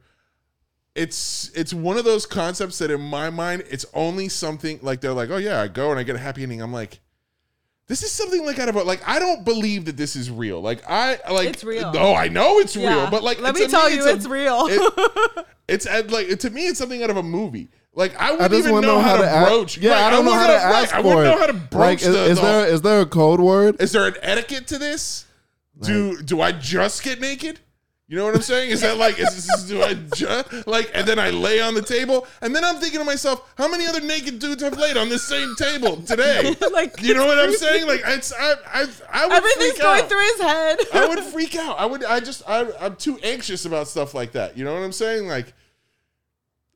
[SPEAKER 2] it's it's one of those concepts that in my mind it's only something like they're like, oh yeah, I go and I get a happy ending. I'm like. This is something like out of a like I don't believe that this is real. Like I like
[SPEAKER 5] It's real.
[SPEAKER 2] No, I know it's real, but like
[SPEAKER 5] let
[SPEAKER 2] to
[SPEAKER 5] me tell you,
[SPEAKER 2] a-
[SPEAKER 5] it's real.
[SPEAKER 2] it- it's uh, like to me, it's something out of a movie. Like I wouldn't
[SPEAKER 4] I just
[SPEAKER 2] even know,
[SPEAKER 4] want to know
[SPEAKER 2] how, to
[SPEAKER 4] ask-
[SPEAKER 2] broach.
[SPEAKER 4] Yeah,
[SPEAKER 2] Right,
[SPEAKER 4] I don't know how to
[SPEAKER 2] wouldn't right,
[SPEAKER 4] ask
[SPEAKER 2] I
[SPEAKER 4] for
[SPEAKER 2] wouldn't
[SPEAKER 4] it.
[SPEAKER 2] know how to
[SPEAKER 4] Like,
[SPEAKER 2] broach
[SPEAKER 4] is,
[SPEAKER 2] the,
[SPEAKER 4] is
[SPEAKER 2] the
[SPEAKER 4] there is there a code word?
[SPEAKER 2] is there an etiquette to this? do do I just get naked? You know what I'm saying? Is that like, is this, do I ju- like, and then I lay on the table, and then I'm thinking to myself, how many other naked dudes have laid on this same table today?
[SPEAKER 5] Like,
[SPEAKER 2] you know what I'm
[SPEAKER 5] it's crazy.
[SPEAKER 2] saying? Like, it's, I, I, I would
[SPEAKER 5] Everything's
[SPEAKER 2] freak
[SPEAKER 5] going
[SPEAKER 2] out.
[SPEAKER 5] through his head.
[SPEAKER 2] I would freak out. I would. I just. I, I'm too anxious about stuff like that. You know what I'm saying? Like,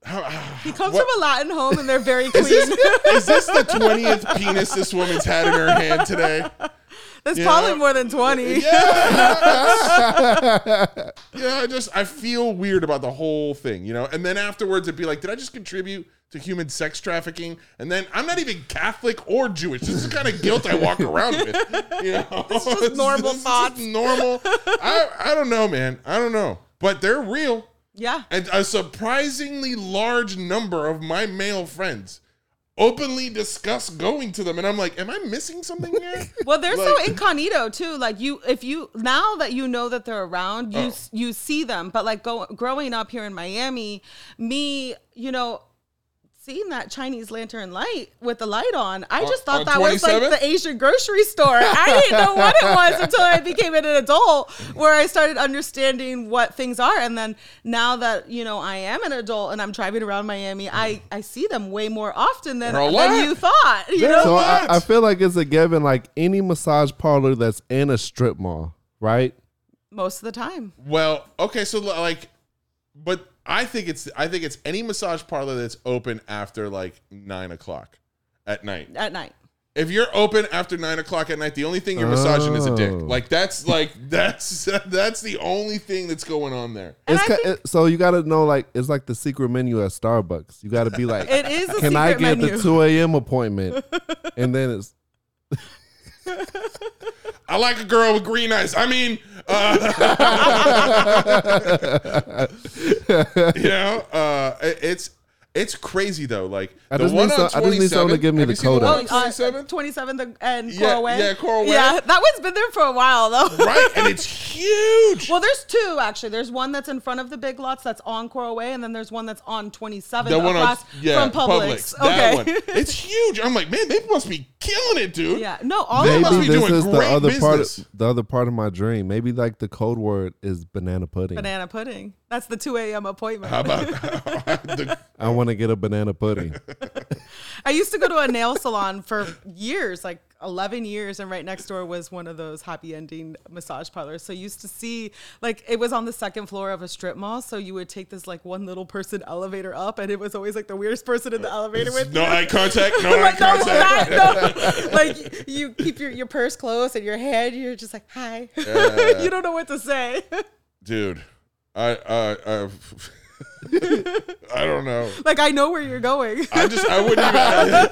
[SPEAKER 2] how,
[SPEAKER 5] he comes
[SPEAKER 2] what-
[SPEAKER 5] from a Latin home and they're very
[SPEAKER 2] is this,
[SPEAKER 5] clean.
[SPEAKER 2] is this the twentieth penis this woman's had in her hand today?
[SPEAKER 5] That's
[SPEAKER 2] Yeah.
[SPEAKER 5] probably more than 20.
[SPEAKER 2] Yeah, I just I feel weird about the whole thing, you know. And then afterwards, it'd be like, did I just contribute to human sex trafficking? And then I'm not even Catholic or Jewish. This is the kind of guilt I walk around with. You know, this is
[SPEAKER 5] just normal
[SPEAKER 2] just
[SPEAKER 5] thoughts.
[SPEAKER 2] normal. I I don't know, man. I don't know, but they're real.
[SPEAKER 5] Yeah.
[SPEAKER 2] And a surprisingly large number of my male friends openly discuss going to them. And I'm like, am I missing something here?
[SPEAKER 5] Well, they're so
[SPEAKER 2] Like-
[SPEAKER 5] incognito too. Like you, if you now that you know that they're around,
[SPEAKER 2] Oh.
[SPEAKER 5] you s you see them. But like go, growing up here in Miami, me, you know, seeing that Chinese lantern light with the light on, I just thought
[SPEAKER 2] on
[SPEAKER 5] that was like
[SPEAKER 2] 27th?
[SPEAKER 5] the Asian grocery store. I didn't know what it was until I became an adult, where I started understanding what things are. And then now that you know I am an adult and I'm driving around Miami, I I see them way more often than,
[SPEAKER 2] They're a
[SPEAKER 5] than
[SPEAKER 2] lot.
[SPEAKER 5] you thought. You
[SPEAKER 2] They're
[SPEAKER 5] know.
[SPEAKER 4] So
[SPEAKER 2] What?
[SPEAKER 4] I, I feel like it's a given. Like any massage parlor that's in a strip mall, right?
[SPEAKER 5] most of the time.
[SPEAKER 2] well, okay, so like, but I think it's I think it's any massage parlor that's open after like nine o'clock at night.
[SPEAKER 5] At night.
[SPEAKER 2] If you're open after nine o'clock at night, the only thing you're massaging is a dick.
[SPEAKER 4] Oh.
[SPEAKER 2] Like that's like that's that's the only thing that's going on there.
[SPEAKER 5] And
[SPEAKER 4] It's
[SPEAKER 5] I
[SPEAKER 4] ki-
[SPEAKER 5] think-
[SPEAKER 4] it- so you got to know like it's like the secret menu at Starbucks. You got to be like,
[SPEAKER 5] It is a
[SPEAKER 4] can I
[SPEAKER 5] secret
[SPEAKER 4] get
[SPEAKER 5] menu.
[SPEAKER 4] the two a.m. appointment? and then it's
[SPEAKER 2] I like a girl with green eyes. I mean, uh, you know, uh, it- it's it's crazy though. Like
[SPEAKER 4] I
[SPEAKER 2] the
[SPEAKER 4] just need
[SPEAKER 2] one on
[SPEAKER 4] some- I just need someone to
[SPEAKER 2] 27th
[SPEAKER 4] give me
[SPEAKER 2] have
[SPEAKER 4] the
[SPEAKER 2] you seen
[SPEAKER 4] code
[SPEAKER 2] one oh
[SPEAKER 4] up.
[SPEAKER 2] on
[SPEAKER 5] uh,
[SPEAKER 2] 27th?
[SPEAKER 5] 27th and
[SPEAKER 2] Yeah,
[SPEAKER 5] Corway.
[SPEAKER 2] yeah, Corway.
[SPEAKER 5] Yeah, that one's been there for a while though.
[SPEAKER 2] right, and it's huge.
[SPEAKER 5] Well, there's two actually. There's one that's in front of the big lots that's on Corway, and then there's one that's on 27th
[SPEAKER 2] the one on
[SPEAKER 5] across
[SPEAKER 2] yeah,
[SPEAKER 5] from Publix.
[SPEAKER 2] That
[SPEAKER 5] okay.
[SPEAKER 2] one. It's huge. I'm like, man, they must be killing it, dude.
[SPEAKER 5] yeah. No, all
[SPEAKER 2] They
[SPEAKER 5] of
[SPEAKER 2] must
[SPEAKER 5] them.
[SPEAKER 2] be
[SPEAKER 4] maybe this
[SPEAKER 2] doing
[SPEAKER 4] is the
[SPEAKER 2] great
[SPEAKER 4] other part. Of,
[SPEAKER 2] business.
[SPEAKER 4] the other part of my dream. Maybe like the code word is banana pudding.
[SPEAKER 5] Banana pudding. That's the 2 a.m. appointment.
[SPEAKER 2] How about the,
[SPEAKER 4] I want to get a banana pudding.
[SPEAKER 5] I used to go to a nail salon for years, like 11 years, and right next door was one of those happy ending massage parlors. So you used to see, like, it was on the second floor of a strip mall. So you would take this, like, one little person elevator up, and it was always, like, the weirdest person in the elevator with
[SPEAKER 2] no
[SPEAKER 5] you.
[SPEAKER 2] eye contact? No eye
[SPEAKER 5] Like, no,
[SPEAKER 2] contact.
[SPEAKER 5] that- no. like you keep your, your purse close and your head, you're just like, hi. you don't know what to say.
[SPEAKER 2] dude i uh, i i don't know
[SPEAKER 5] like, I know where you're going.
[SPEAKER 2] i just i wouldn't even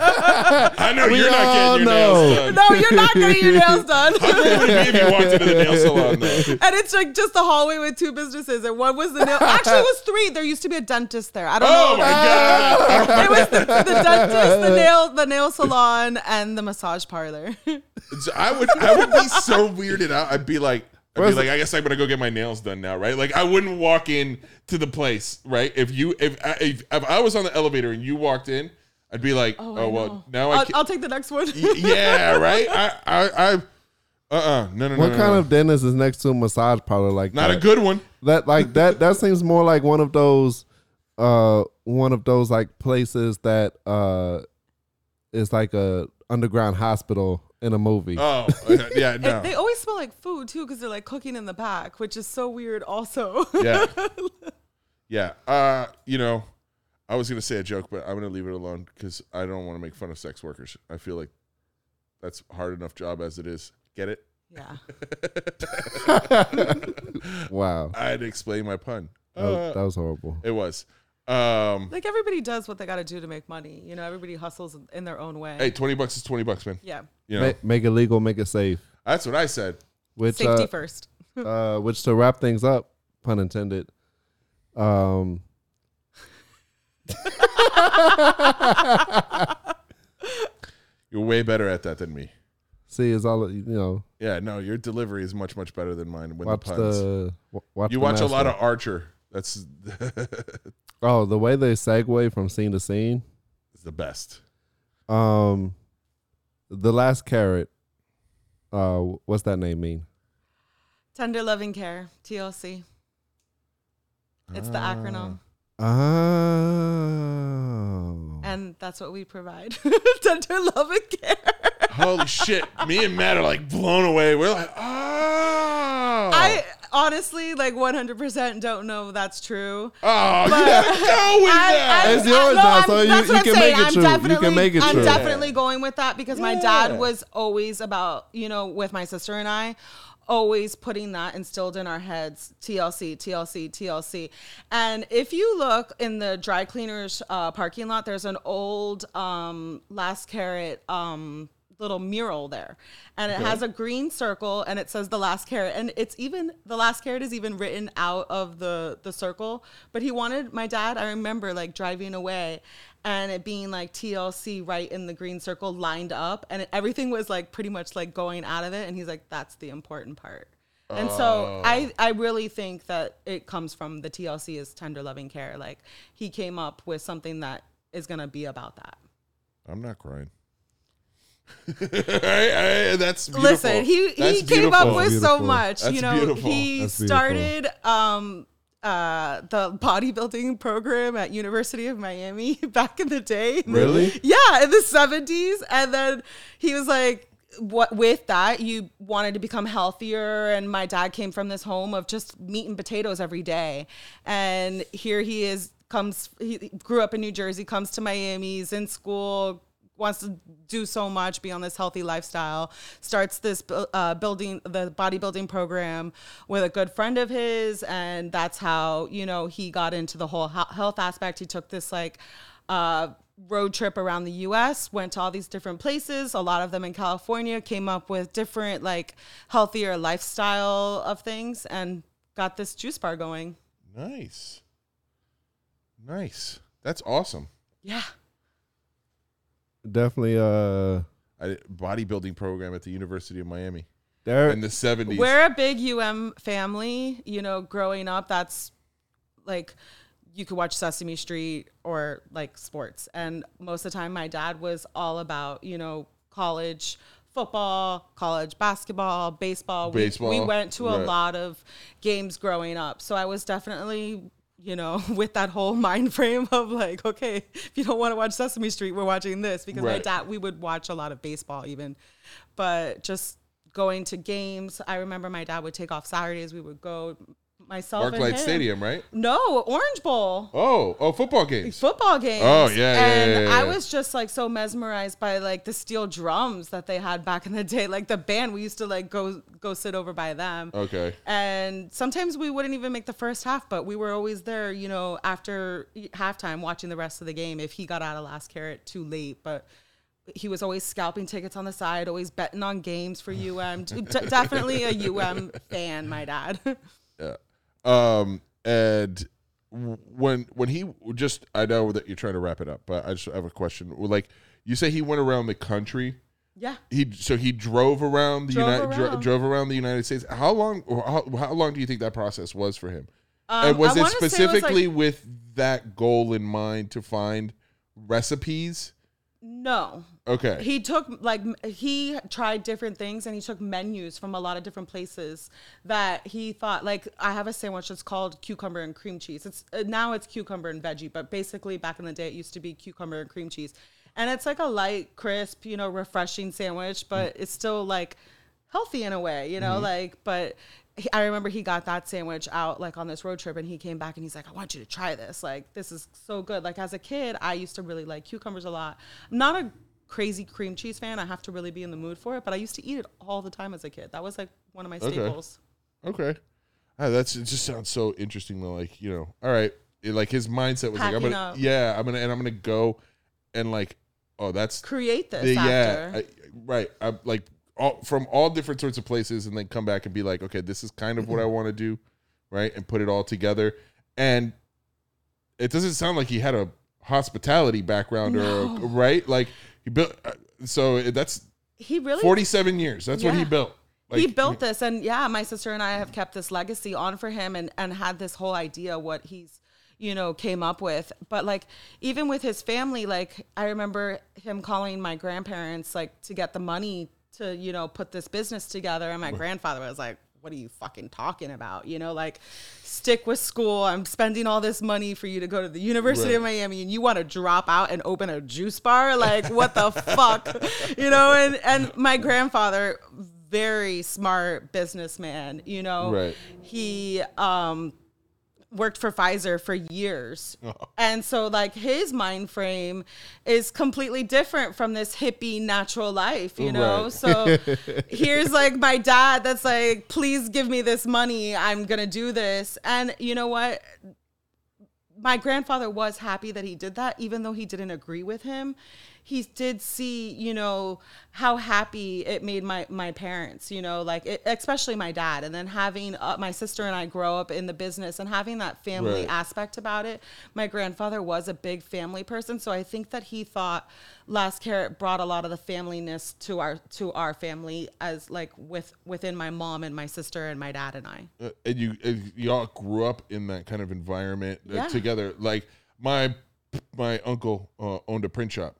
[SPEAKER 2] i know you're
[SPEAKER 4] all
[SPEAKER 2] not getting your
[SPEAKER 4] know.
[SPEAKER 2] nails done
[SPEAKER 5] no, you're not getting your nails done.
[SPEAKER 2] I would have maybe walked into the nail salon though
[SPEAKER 5] and it's like just a hallway with two businesses, and one was the nail. Actually, it was three. There used to be a dentist there. I don't
[SPEAKER 2] oh
[SPEAKER 5] know.
[SPEAKER 2] my god
[SPEAKER 5] It was the, the dentist, the nail, the nail salon, and the massage parlor. Oh,
[SPEAKER 2] So i would i would be so weirded out i'd be like I'd be
[SPEAKER 4] Where's
[SPEAKER 2] like,
[SPEAKER 4] the-
[SPEAKER 2] I guess I'm gonna go get my nails done now, right? Like, I wouldn't walk in to the place, right? If you, if I, if, if I was on the elevator and you walked in, I'd be like, oh,
[SPEAKER 5] I
[SPEAKER 2] well,
[SPEAKER 5] know. Uh,
[SPEAKER 2] now I
[SPEAKER 5] I'll,
[SPEAKER 2] can't.
[SPEAKER 5] I'll take the next one.
[SPEAKER 2] yeah, right? I, I, I, uh, uh no, no, no,
[SPEAKER 4] What
[SPEAKER 2] no,
[SPEAKER 4] kind
[SPEAKER 2] no.
[SPEAKER 4] of dentist is next to a massage parlor like
[SPEAKER 2] not
[SPEAKER 4] that?
[SPEAKER 2] a good one.
[SPEAKER 4] that like that that seems more like one of those uh one of those like places that uh is like a underground hospital in a movie.
[SPEAKER 2] Oh, yeah, no.
[SPEAKER 5] And they always smell like food too, because they're like cooking in the back, which is so weird. Also,
[SPEAKER 2] yeah. Yeah. Uh, you know, I was going to say a joke, but I'm going to leave it alone because I don't want to make fun of sex workers. I feel like that's a hard enough job as it is. Get it?
[SPEAKER 5] yeah.
[SPEAKER 4] wow.
[SPEAKER 2] I had to explain my pun.
[SPEAKER 4] That,
[SPEAKER 2] Uh,
[SPEAKER 4] Oh, that was horrible.
[SPEAKER 2] it was. Um,
[SPEAKER 5] Like everybody does what they got to do to make money. You know, everybody hustles in their own way.
[SPEAKER 2] hey, 20 bucks is 20 bucks, man.
[SPEAKER 5] Yeah,
[SPEAKER 2] You know,
[SPEAKER 4] Ma- make it legal, make it safe.
[SPEAKER 2] that's what I said.
[SPEAKER 4] Which
[SPEAKER 5] safety
[SPEAKER 4] uh,
[SPEAKER 5] first.
[SPEAKER 4] uh which to wrap things up, pun intended. Um
[SPEAKER 2] You're way better at that than me.
[SPEAKER 4] see is all you know,
[SPEAKER 2] Yeah, no, your delivery is much, much better than mine with
[SPEAKER 4] watch
[SPEAKER 2] the puns.
[SPEAKER 4] the wa- watch
[SPEAKER 2] you
[SPEAKER 4] the
[SPEAKER 2] watch a lot
[SPEAKER 4] master.
[SPEAKER 2] of Archer. That's
[SPEAKER 4] Oh, the way they segue from scene to scene.
[SPEAKER 2] it's the best.
[SPEAKER 4] Um, the last carrot. Uh, what's that name mean?
[SPEAKER 5] Tender loving care, TLC. It's the acronym.
[SPEAKER 4] Oh.
[SPEAKER 5] And that's what we provide tender love and care.
[SPEAKER 2] Holy shit! Me and Matt are like blown away. We're like, oh,
[SPEAKER 5] I honestly, like 100% don't know that's true.
[SPEAKER 2] oh, you gotta go with
[SPEAKER 5] I-
[SPEAKER 2] that.
[SPEAKER 5] I-
[SPEAKER 4] It's yours
[SPEAKER 5] I-
[SPEAKER 4] now,
[SPEAKER 5] I'm-
[SPEAKER 4] so you-
[SPEAKER 5] that's
[SPEAKER 4] you
[SPEAKER 5] what
[SPEAKER 4] can
[SPEAKER 5] I'm saying.
[SPEAKER 4] make it
[SPEAKER 5] I'm
[SPEAKER 4] true. You can
[SPEAKER 5] definitely-
[SPEAKER 4] make it
[SPEAKER 5] I'm
[SPEAKER 4] true.
[SPEAKER 5] definitely going with that because my
[SPEAKER 2] Yeah.
[SPEAKER 5] dad was always about, you know, with my sister and I, always putting that instilled in our heads TLC, TLC, TLC. And if you look in the dry cleaners uh, parking lot, there's an old um, last carrot. Um, little mural there and it has a green circle and it says the last carrot and it's even the last carrot is even written out of the the circle but he wanted my dad i remember like driving away and it being like tlc right in the green circle lined up and it, everything was like pretty much like going out of it and he's like that's the important part and so I, I really think that it comes from the TLC is tender loving care. Like he came up with something that is gonna be about that.
[SPEAKER 2] I'm not crying. I- I- that's beautiful.
[SPEAKER 5] Listen, he,
[SPEAKER 2] That's
[SPEAKER 5] he came up
[SPEAKER 2] beautiful.
[SPEAKER 5] with so
[SPEAKER 4] Beautiful.
[SPEAKER 5] much.
[SPEAKER 2] That's
[SPEAKER 5] you know,
[SPEAKER 2] beautiful.
[SPEAKER 5] he
[SPEAKER 4] That's beautiful.
[SPEAKER 5] started um, uh, the bodybuilding program at University of Miami back in the day.
[SPEAKER 4] Really?
[SPEAKER 5] Yeah, in the seventies, and then he was like. What with that you wanted to become healthier, and my dad came from this home of just meat and potatoes every day, and here he is comes he grew up in New Jersey, comes to Miami, he's in school, wants to do so much, be on this healthy lifestyle, starts this bu- uh, building, the bodybuilding program with a good friend of his. And that's how, you know, he got into the whole hea- health aspect. He took this like, uh, road trip around the US, went to all these different places, a lot of them in California, came up with different like healthier lifestyle of things and got this juice bar going.
[SPEAKER 2] Nice. Nice. That's awesome.
[SPEAKER 5] Yeah.
[SPEAKER 4] Definitely uh
[SPEAKER 2] I, bodybuilding program at the University of Miami
[SPEAKER 4] there
[SPEAKER 2] in the 70s.
[SPEAKER 5] We're a big UM family. You know, growing up, that's like you could watch Sesame Street or like sports. And most of the time, my dad was all about, you know, college football, college basketball, baseball. We-
[SPEAKER 2] Baseball,
[SPEAKER 5] We, went to a
[SPEAKER 2] right.
[SPEAKER 5] lot of games growing up. So I was definitely. You know, with that whole mind frame of like, okay, if you don't want to watch Sesame Street, we're watching this because my
[SPEAKER 2] Right.
[SPEAKER 5] dad that we would watch a lot of baseball even but just going to games i remember my dad would take off saturdays we would go myself and
[SPEAKER 2] Arclight
[SPEAKER 5] him.
[SPEAKER 2] Stadium, right?
[SPEAKER 5] no orange bowl
[SPEAKER 2] Oh, oh, football games.
[SPEAKER 5] football games
[SPEAKER 2] Oh, yeah, yeah,
[SPEAKER 5] and
[SPEAKER 2] yeah, yeah,
[SPEAKER 5] i
[SPEAKER 2] yeah.
[SPEAKER 5] was just like so mesmerized by like the steel drums that they had back in the day like the band we used to like go go sit over by them
[SPEAKER 2] Okay.
[SPEAKER 5] and sometimes we wouldn't even make the first half, but we were always there, you know, after halftime watching the rest of the game if he got out of last carrot too late. But he was always scalping tickets on the side, always betting on games for UM. D- definitely a UM fan, my dad.
[SPEAKER 2] Um, and w- when when he just, I know that you're trying to wrap it up, but I just have a question. Well, Like you say, he went around the country.
[SPEAKER 5] yeah.
[SPEAKER 2] He so he drove around the
[SPEAKER 5] Drove
[SPEAKER 2] United
[SPEAKER 5] around.
[SPEAKER 2] drove around the United States. How long? or How, how long do you think that process was for him?
[SPEAKER 5] Um,
[SPEAKER 2] and was
[SPEAKER 5] I
[SPEAKER 2] it
[SPEAKER 5] wanna say it was, like-
[SPEAKER 2] specifically with that goal in mind to find recipes?
[SPEAKER 5] No.
[SPEAKER 2] Okay.
[SPEAKER 5] He took like m- he tried different things and he took menus from a lot of different places that he thought like I have a sandwich that's called cucumber and cream cheese. It's uh, now it's cucumber and veggie, but basically back in the day it used to be cucumber and cream cheese. And it's like a light, crisp, you know, refreshing sandwich, but it's still like healthy in a way, you know,
[SPEAKER 2] Mm-hmm.
[SPEAKER 5] like, but he, I remember he got that sandwich out like on this road trip and he came back and he's like, I want you to try this. Like, this is so good. Like, as a kid, I used to really like cucumbers a lot. I'm not a crazy cream cheese fan. I have to really be in the mood for it, but I used to eat it all the time as a kid. That was like one of my staples.
[SPEAKER 2] Okay. Ah, that's it just sounds so interesting though. Like, you know, all right. it- like his mindset was like, I'm
[SPEAKER 5] Packing
[SPEAKER 2] gonna
[SPEAKER 5] up.
[SPEAKER 2] Yeah, I'm gonna and I'm gonna go and like, oh that's
[SPEAKER 5] Create this
[SPEAKER 2] the-
[SPEAKER 5] after.
[SPEAKER 2] I, right. I'm like all, from all different sorts of places and then come back and be like, okay, this is kind of what
[SPEAKER 5] Mm-hmm.
[SPEAKER 2] I wanna do, right? And put it all together. And it doesn't sound like he had a hospitality background or a, right? Like he built uh, so that's
[SPEAKER 5] he really
[SPEAKER 2] forty seven years. That's what he
[SPEAKER 5] Yeah.
[SPEAKER 2] built.
[SPEAKER 5] he built this and yeah my sister and i have kept this legacy on for him and and had this whole idea what he's you know came up with but like even with his family like i remember him calling my grandparents like to get the money to you know put this business together and my grandfather was like what are you fucking talking about? You know, like stick with school. I'm spending all this money for you to go to the University of
[SPEAKER 2] Right.
[SPEAKER 5] Miami and you want to drop out and open a juice bar? Like what the fuck? You know, and and my grandfather very smart businessman, you know.
[SPEAKER 2] Right.
[SPEAKER 5] He um worked for Pfizer for years. And so like his mind frame is completely different from this hippie natural life, you know?
[SPEAKER 2] Right.
[SPEAKER 5] So here's like my dad that's like, please give me this money. I'm gonna do this. And you know what? my grandfather was happy that he did that, even though he didn't agree with him. He did see, you know, how happy it made my my parents, you know, like it, especially my dad. And then having uh, my sister and I grow up in the business and having that family
[SPEAKER 2] Right.
[SPEAKER 5] aspect about it. My grandfather was a big family person, so I think that he thought Last Carrot brought a lot of the familyness to our to our family as like with within my mom and my sister and my dad and I.
[SPEAKER 2] Uh, and you and y'all grew up in that kind of environment uh,
[SPEAKER 5] Yeah.
[SPEAKER 2] together. Like my my uncle uh, owned a print shop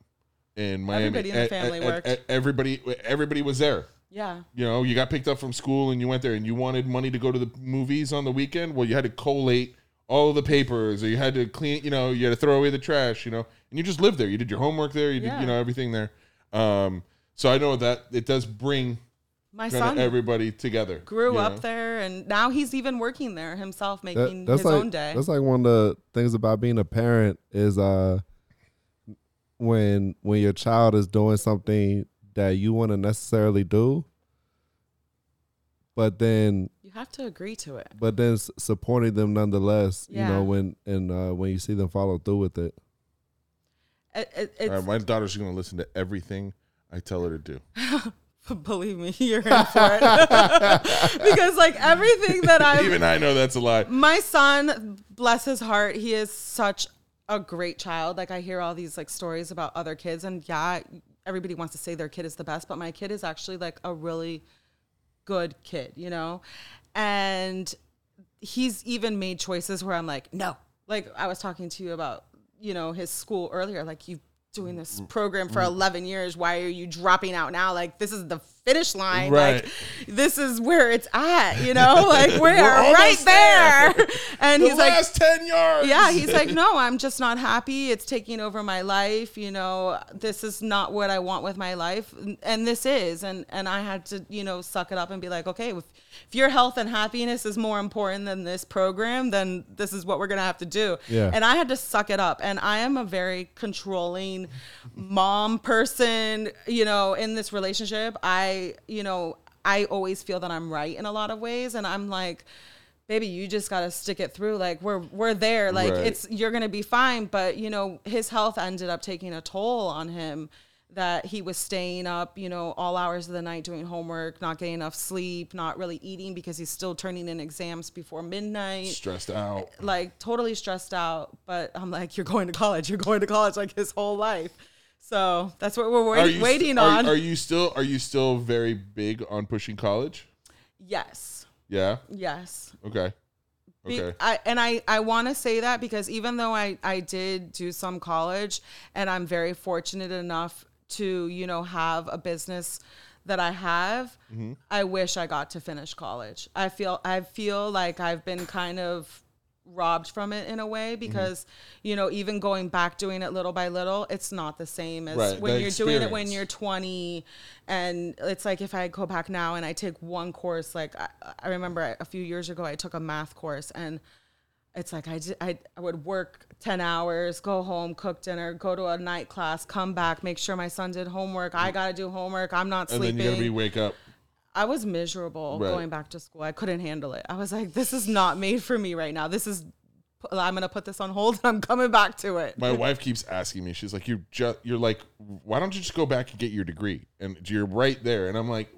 [SPEAKER 2] in Miami.
[SPEAKER 5] Everybody in the
[SPEAKER 2] And-
[SPEAKER 5] family
[SPEAKER 2] and-
[SPEAKER 5] worked.
[SPEAKER 2] and everybody everybody was there.
[SPEAKER 5] Yeah.
[SPEAKER 2] You know, you got picked up from school and you went there, and you wanted money to go to the movies on the weekend. Well, you had to collate all the papers, or you had to clean. You know, you had to throw away the trash. You know, and you just lived there. You did your homework there. You did
[SPEAKER 5] Yeah.
[SPEAKER 2] you know everything there. Um, so I know that it does bring
[SPEAKER 5] My
[SPEAKER 2] kind of
[SPEAKER 5] son
[SPEAKER 2] everybody together.
[SPEAKER 5] grew
[SPEAKER 2] you
[SPEAKER 5] up
[SPEAKER 2] know?
[SPEAKER 5] there and now he's even working there himself
[SPEAKER 4] That-
[SPEAKER 5] making
[SPEAKER 4] that's
[SPEAKER 5] his
[SPEAKER 4] like
[SPEAKER 5] own day
[SPEAKER 4] that's like one of the things about being a parent is uh when when your child is doing something that you want to necessarily do, but then
[SPEAKER 5] you have to agree to it
[SPEAKER 4] but then s- supporting them nonetheless. You
[SPEAKER 5] Yeah.
[SPEAKER 4] know when and uh, when you see them follow through with it.
[SPEAKER 5] It- it- it's,
[SPEAKER 2] All right, my daughter's going to listen to everything I tell her to do.
[SPEAKER 5] believe me you're in for it because like everything that i've
[SPEAKER 2] Even I know that's a lie.
[SPEAKER 5] my son bless his heart he is such a great child like i hear all these like stories about other kids and yeah everybody wants to say their kid is the best but my kid is actually like a really good kid you know and he's even made choices where i'm like no like i was talking to you about you know his school earlier like you doing this program for 11 years why are you dropping out now like this is the finish line
[SPEAKER 2] Right.
[SPEAKER 5] like this is where it's at you know like we're, right
[SPEAKER 2] almost
[SPEAKER 5] there, and
[SPEAKER 2] The
[SPEAKER 5] he's like
[SPEAKER 2] last 10 yards.
[SPEAKER 5] yeah, he's like, no, I'm just not happy. It's taking over my life. You know, this is not what I want with my life, and- and this is. And and I had to, you know, suck it up and be like, okay, if, if your health and happiness is more important than this program, then this is what we're gonna have to do.
[SPEAKER 4] Yeah.
[SPEAKER 5] And I had to suck it up. And I am a very controlling mom person. You know, in this relationship, I, you know, I always feel that I'm right in a lot of ways, and I'm like. Baby, you just gotta stick it through. Like we're we're there. Like
[SPEAKER 2] Right.
[SPEAKER 5] it's you're gonna be fine. But you know, his health ended up taking a toll on him. That he was staying up, you know, all hours of the night doing homework, not getting enough sleep, not really eating because he's still turning in exams before midnight
[SPEAKER 2] Stressed out.
[SPEAKER 5] like totally stressed out. But I'm like, you're going to college. You're going to college like his whole life. So that's what we're
[SPEAKER 2] Are
[SPEAKER 5] wait-
[SPEAKER 2] you-
[SPEAKER 5] waiting
[SPEAKER 2] are-
[SPEAKER 5] on.
[SPEAKER 2] Are you still are you still very big on pushing college?
[SPEAKER 5] yes,
[SPEAKER 2] Yeah.
[SPEAKER 5] yes.
[SPEAKER 2] Okay.
[SPEAKER 5] Be-
[SPEAKER 2] Okay.
[SPEAKER 5] I, and I, I want to say that because even though I, I did do some college and I'm very fortunate enough to, you know, have a business that I have, I wish I got to finish college. I feel I feel like I've been kind of robbed from it in a way because you know even going back doing it little by little it's not the same as
[SPEAKER 2] Right,
[SPEAKER 5] when
[SPEAKER 2] the
[SPEAKER 5] you're doing it when
[SPEAKER 2] experience.
[SPEAKER 5] you're 20 and it's like if i go back now and i take one course like i, I remember a few years ago i took a math course and it's like I, did, I, I would work 10 hours go home cook dinner go to a night class come back make sure my son did homework i gotta do homework i'm not
[SPEAKER 2] Mm. and
[SPEAKER 5] sleeping
[SPEAKER 2] then you got to be wake up.
[SPEAKER 5] I was miserable
[SPEAKER 2] Right.
[SPEAKER 5] going back to school. I couldn't handle it. I was like, this is not made for me right now. This is, I'm going to put this on hold and I'm coming back to it.
[SPEAKER 2] My wife keeps asking me. She's like, "You just you're like, why don't you just go back and get your degree?" And you're right there. And I'm like,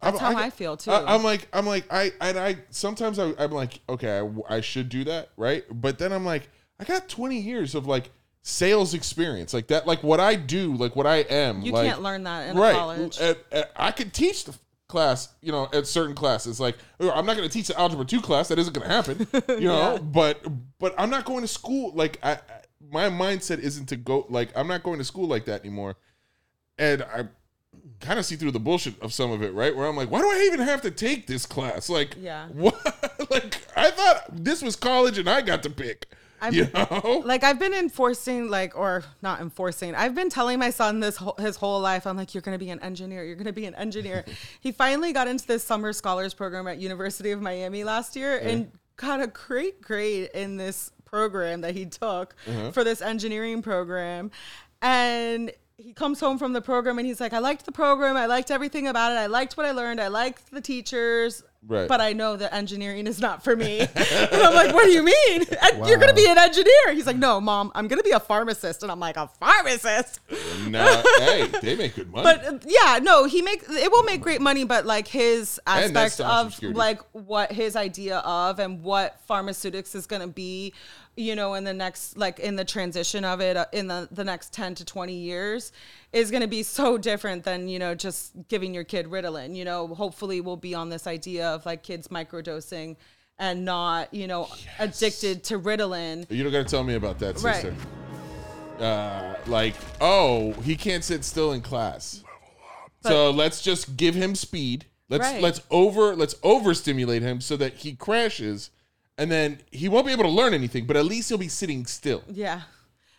[SPEAKER 5] That's how I
[SPEAKER 2] get-
[SPEAKER 5] feel, too.
[SPEAKER 2] I, am like, I'm like, I and I sometimes I, I'm like, okay, I, I should do that, right? But then I'm like, I got 20 years of like sales experience, like that, like what I do, like what I am.
[SPEAKER 5] You
[SPEAKER 2] like-
[SPEAKER 5] can't learn that in a college.
[SPEAKER 2] at- at- I could teach the f- class, you know, at certain classes. Like, oh, I'm not going to teach the algebra two class. That isn't going to happen, you know. But but I'm not going to school. Like, I, I my mindset isn't to go. Like, I'm not going to school like that anymore. And I kind of see through the bullshit of some of it, right? Where I'm like, why do I even have to take this class? Like,
[SPEAKER 5] Yeah.
[SPEAKER 2] what? like I thought this was college and I got to pick.
[SPEAKER 5] I'm-
[SPEAKER 2] you know,
[SPEAKER 5] Like I've been enforcing, like or not enforcing. I've been telling my son this whole, his whole life. I'm like, you're gonna be an engineer. You're gonna be an engineer. he finally got into this summer scholars program at University of Miami last year and got a great grade in this program that he took for this engineering program. And he comes home from the program and he's like, I liked the program. I liked everything about it. I liked what I learned. I liked the teachers.
[SPEAKER 2] Right.
[SPEAKER 5] But I know that engineering is not for me. and I'm like, what do you mean? And You're going to be an engineer. He's like, no, mom, I'm going to be a pharmacist. And I'm like, a pharmacist?
[SPEAKER 2] nah, hey, they make good money.
[SPEAKER 5] But uh, yeah, no, he make it will make great money, but like his
[SPEAKER 2] And that's
[SPEAKER 5] aspect
[SPEAKER 2] the option
[SPEAKER 5] of
[SPEAKER 2] security.
[SPEAKER 5] like what his idea of and what pharmaceutics is going to be, you know, in the next like in the transition of it uh, in the the next 10 to 20 years is going to be so different than, you know, just giving your kid Ritalin, you know, hopefully we'll be on this idea of like kids microdosing and not, you know, addicted to Ritalin.
[SPEAKER 2] you don't got to tell me about that,
[SPEAKER 5] Right.
[SPEAKER 2] sister. Uh, like, oh, he can't sit still in class. So let's just give him speed. Let's
[SPEAKER 5] Right.
[SPEAKER 2] let's over let's overstimulate him so that he crashes, and then he won't be able to learn anything. But at least he'll be sitting still.
[SPEAKER 5] Yeah.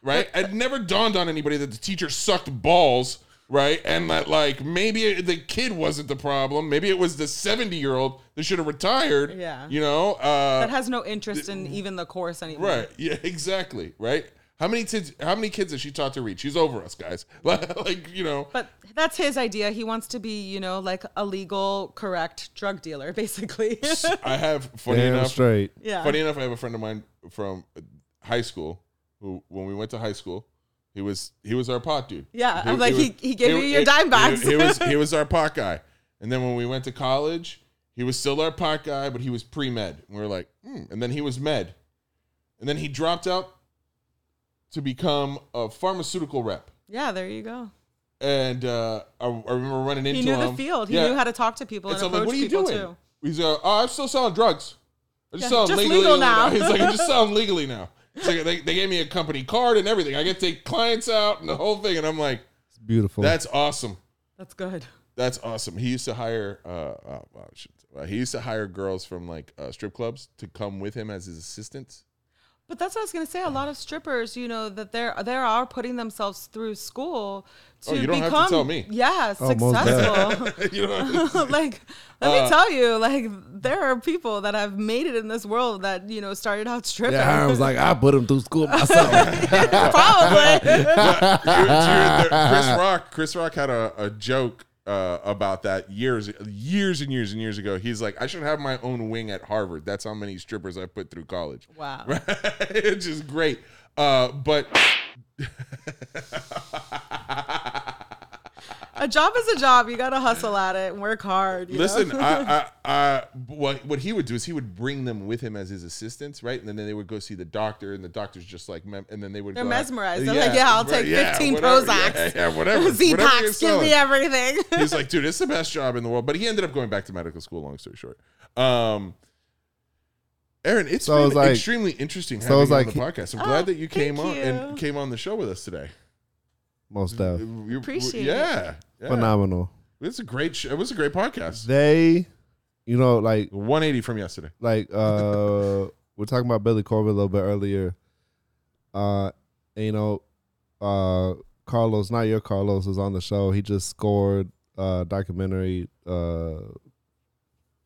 [SPEAKER 2] right? It never dawned on anybody that the teacher sucked balls, right? And that like maybe the kid wasn't the problem. Maybe it was the seventy year old that should have retired.
[SPEAKER 5] Yeah.
[SPEAKER 2] you know,
[SPEAKER 5] That
[SPEAKER 2] uh,
[SPEAKER 5] has no interest in even the course anymore.
[SPEAKER 2] right? Yeah, exactly. Right. How many kids? How many kids has she taught to read? She's over us, guys. like you know,
[SPEAKER 5] But that's his idea. He wants to be, you know, like a legal, correct drug dealer, basically.
[SPEAKER 2] I have funny
[SPEAKER 4] Damn
[SPEAKER 2] enough.
[SPEAKER 4] straight.
[SPEAKER 5] yeah.
[SPEAKER 2] Funny enough, I have a friend of mine from high school who, when we went to high school, he was he was our pot dude.
[SPEAKER 5] Yeah, I'm like, he- he gave you your dime bags.
[SPEAKER 2] He, he was he was our pot guy, and then when we went to college, he was still our pot guy, but he was pre med. We were like, hmm. and then he was med, and then he dropped out to become a pharmaceutical rep.
[SPEAKER 5] Yeah, there you go.
[SPEAKER 2] And uh, I, I remember running into
[SPEAKER 5] He
[SPEAKER 2] him.
[SPEAKER 5] knew the field. He
[SPEAKER 2] Yeah.
[SPEAKER 5] knew how to talk to people
[SPEAKER 2] And
[SPEAKER 5] and,
[SPEAKER 2] so I'm like,
[SPEAKER 5] approach
[SPEAKER 2] what are you
[SPEAKER 5] people
[SPEAKER 2] doing?
[SPEAKER 5] too.
[SPEAKER 2] He's like, oh, I'm still selling drugs. I just
[SPEAKER 5] Yeah,
[SPEAKER 2] sell them
[SPEAKER 5] just
[SPEAKER 2] legally
[SPEAKER 5] legal now.
[SPEAKER 2] He's like, I just sell them legally now. He's like, they, they gave me a company card and everything. I get to take clients out and the whole thing. And I'm like,
[SPEAKER 4] It's beautiful.
[SPEAKER 2] that's awesome.
[SPEAKER 5] That's good.
[SPEAKER 2] That's awesome. He used to hire, uh, uh, well, I shouldn't say- uh, he used to hire girls from like uh, strip clubs to come with him as his assistants.
[SPEAKER 5] But that's what I was gonna say. A lot of strippers, you know, that they're they are putting themselves through school to
[SPEAKER 2] Oh, you don't have to
[SPEAKER 5] become
[SPEAKER 2] tell me.
[SPEAKER 5] yeah
[SPEAKER 4] most
[SPEAKER 5] successful.
[SPEAKER 2] you know,
[SPEAKER 5] like let
[SPEAKER 2] Uh,
[SPEAKER 5] me tell you, like there are people that have made it in this world that you know started out stripping.
[SPEAKER 4] yeah, I was like, I put him through school myself.
[SPEAKER 5] probably.
[SPEAKER 2] Dude, dude, the- Chris Rock. Chris Rock had a, a joke uh, about that years, years and years and years ago. He's like, I should have my own wing at Harvard. That's how many strippers I put through college.
[SPEAKER 5] wow.
[SPEAKER 2] It's just great. Uh, but
[SPEAKER 5] A job is a job. You gotta hustle at it and work hard. you know?
[SPEAKER 2] listen, I, I, I, what what he would do is he would bring them with him as his assistants, right? And then they would go see the doctor, and the doctor's just like, mem- and then they would.
[SPEAKER 5] They're
[SPEAKER 2] go out-
[SPEAKER 5] mesmerized. They're like, "Yeah, I'll
[SPEAKER 2] right,
[SPEAKER 5] take 15
[SPEAKER 2] whatever,
[SPEAKER 5] Prozacs,
[SPEAKER 2] Yeah, yeah, whatever. whatever you're
[SPEAKER 5] Z-Pax, give
[SPEAKER 2] selling.
[SPEAKER 5] me everything.
[SPEAKER 2] He's like, dude, it's the best job in the world. But he ended up going back to medical school. Long story short, um, Aaron, it's
[SPEAKER 4] So
[SPEAKER 2] been
[SPEAKER 4] it's like-
[SPEAKER 2] extremely interesting
[SPEAKER 4] so
[SPEAKER 2] having
[SPEAKER 4] it's
[SPEAKER 2] you
[SPEAKER 4] like-
[SPEAKER 2] on the podcast. I'm glad
[SPEAKER 5] Oh,
[SPEAKER 2] that you came on
[SPEAKER 5] thank
[SPEAKER 2] and
[SPEAKER 5] you.
[SPEAKER 2] came on the show with us today.
[SPEAKER 4] Most stuff.
[SPEAKER 2] You-
[SPEAKER 5] Appreciate it.
[SPEAKER 2] yeah, yeah.
[SPEAKER 4] Phenomenal.
[SPEAKER 2] It's a great. Sh- it was a great podcast.
[SPEAKER 4] They, you know, like
[SPEAKER 2] 180 from yesterday.
[SPEAKER 4] like uh we're talking about Billy Corbin a little bit earlier. Uh you know, uh Carlos, not your Carlos, was on the show. He just scored uh documentary uh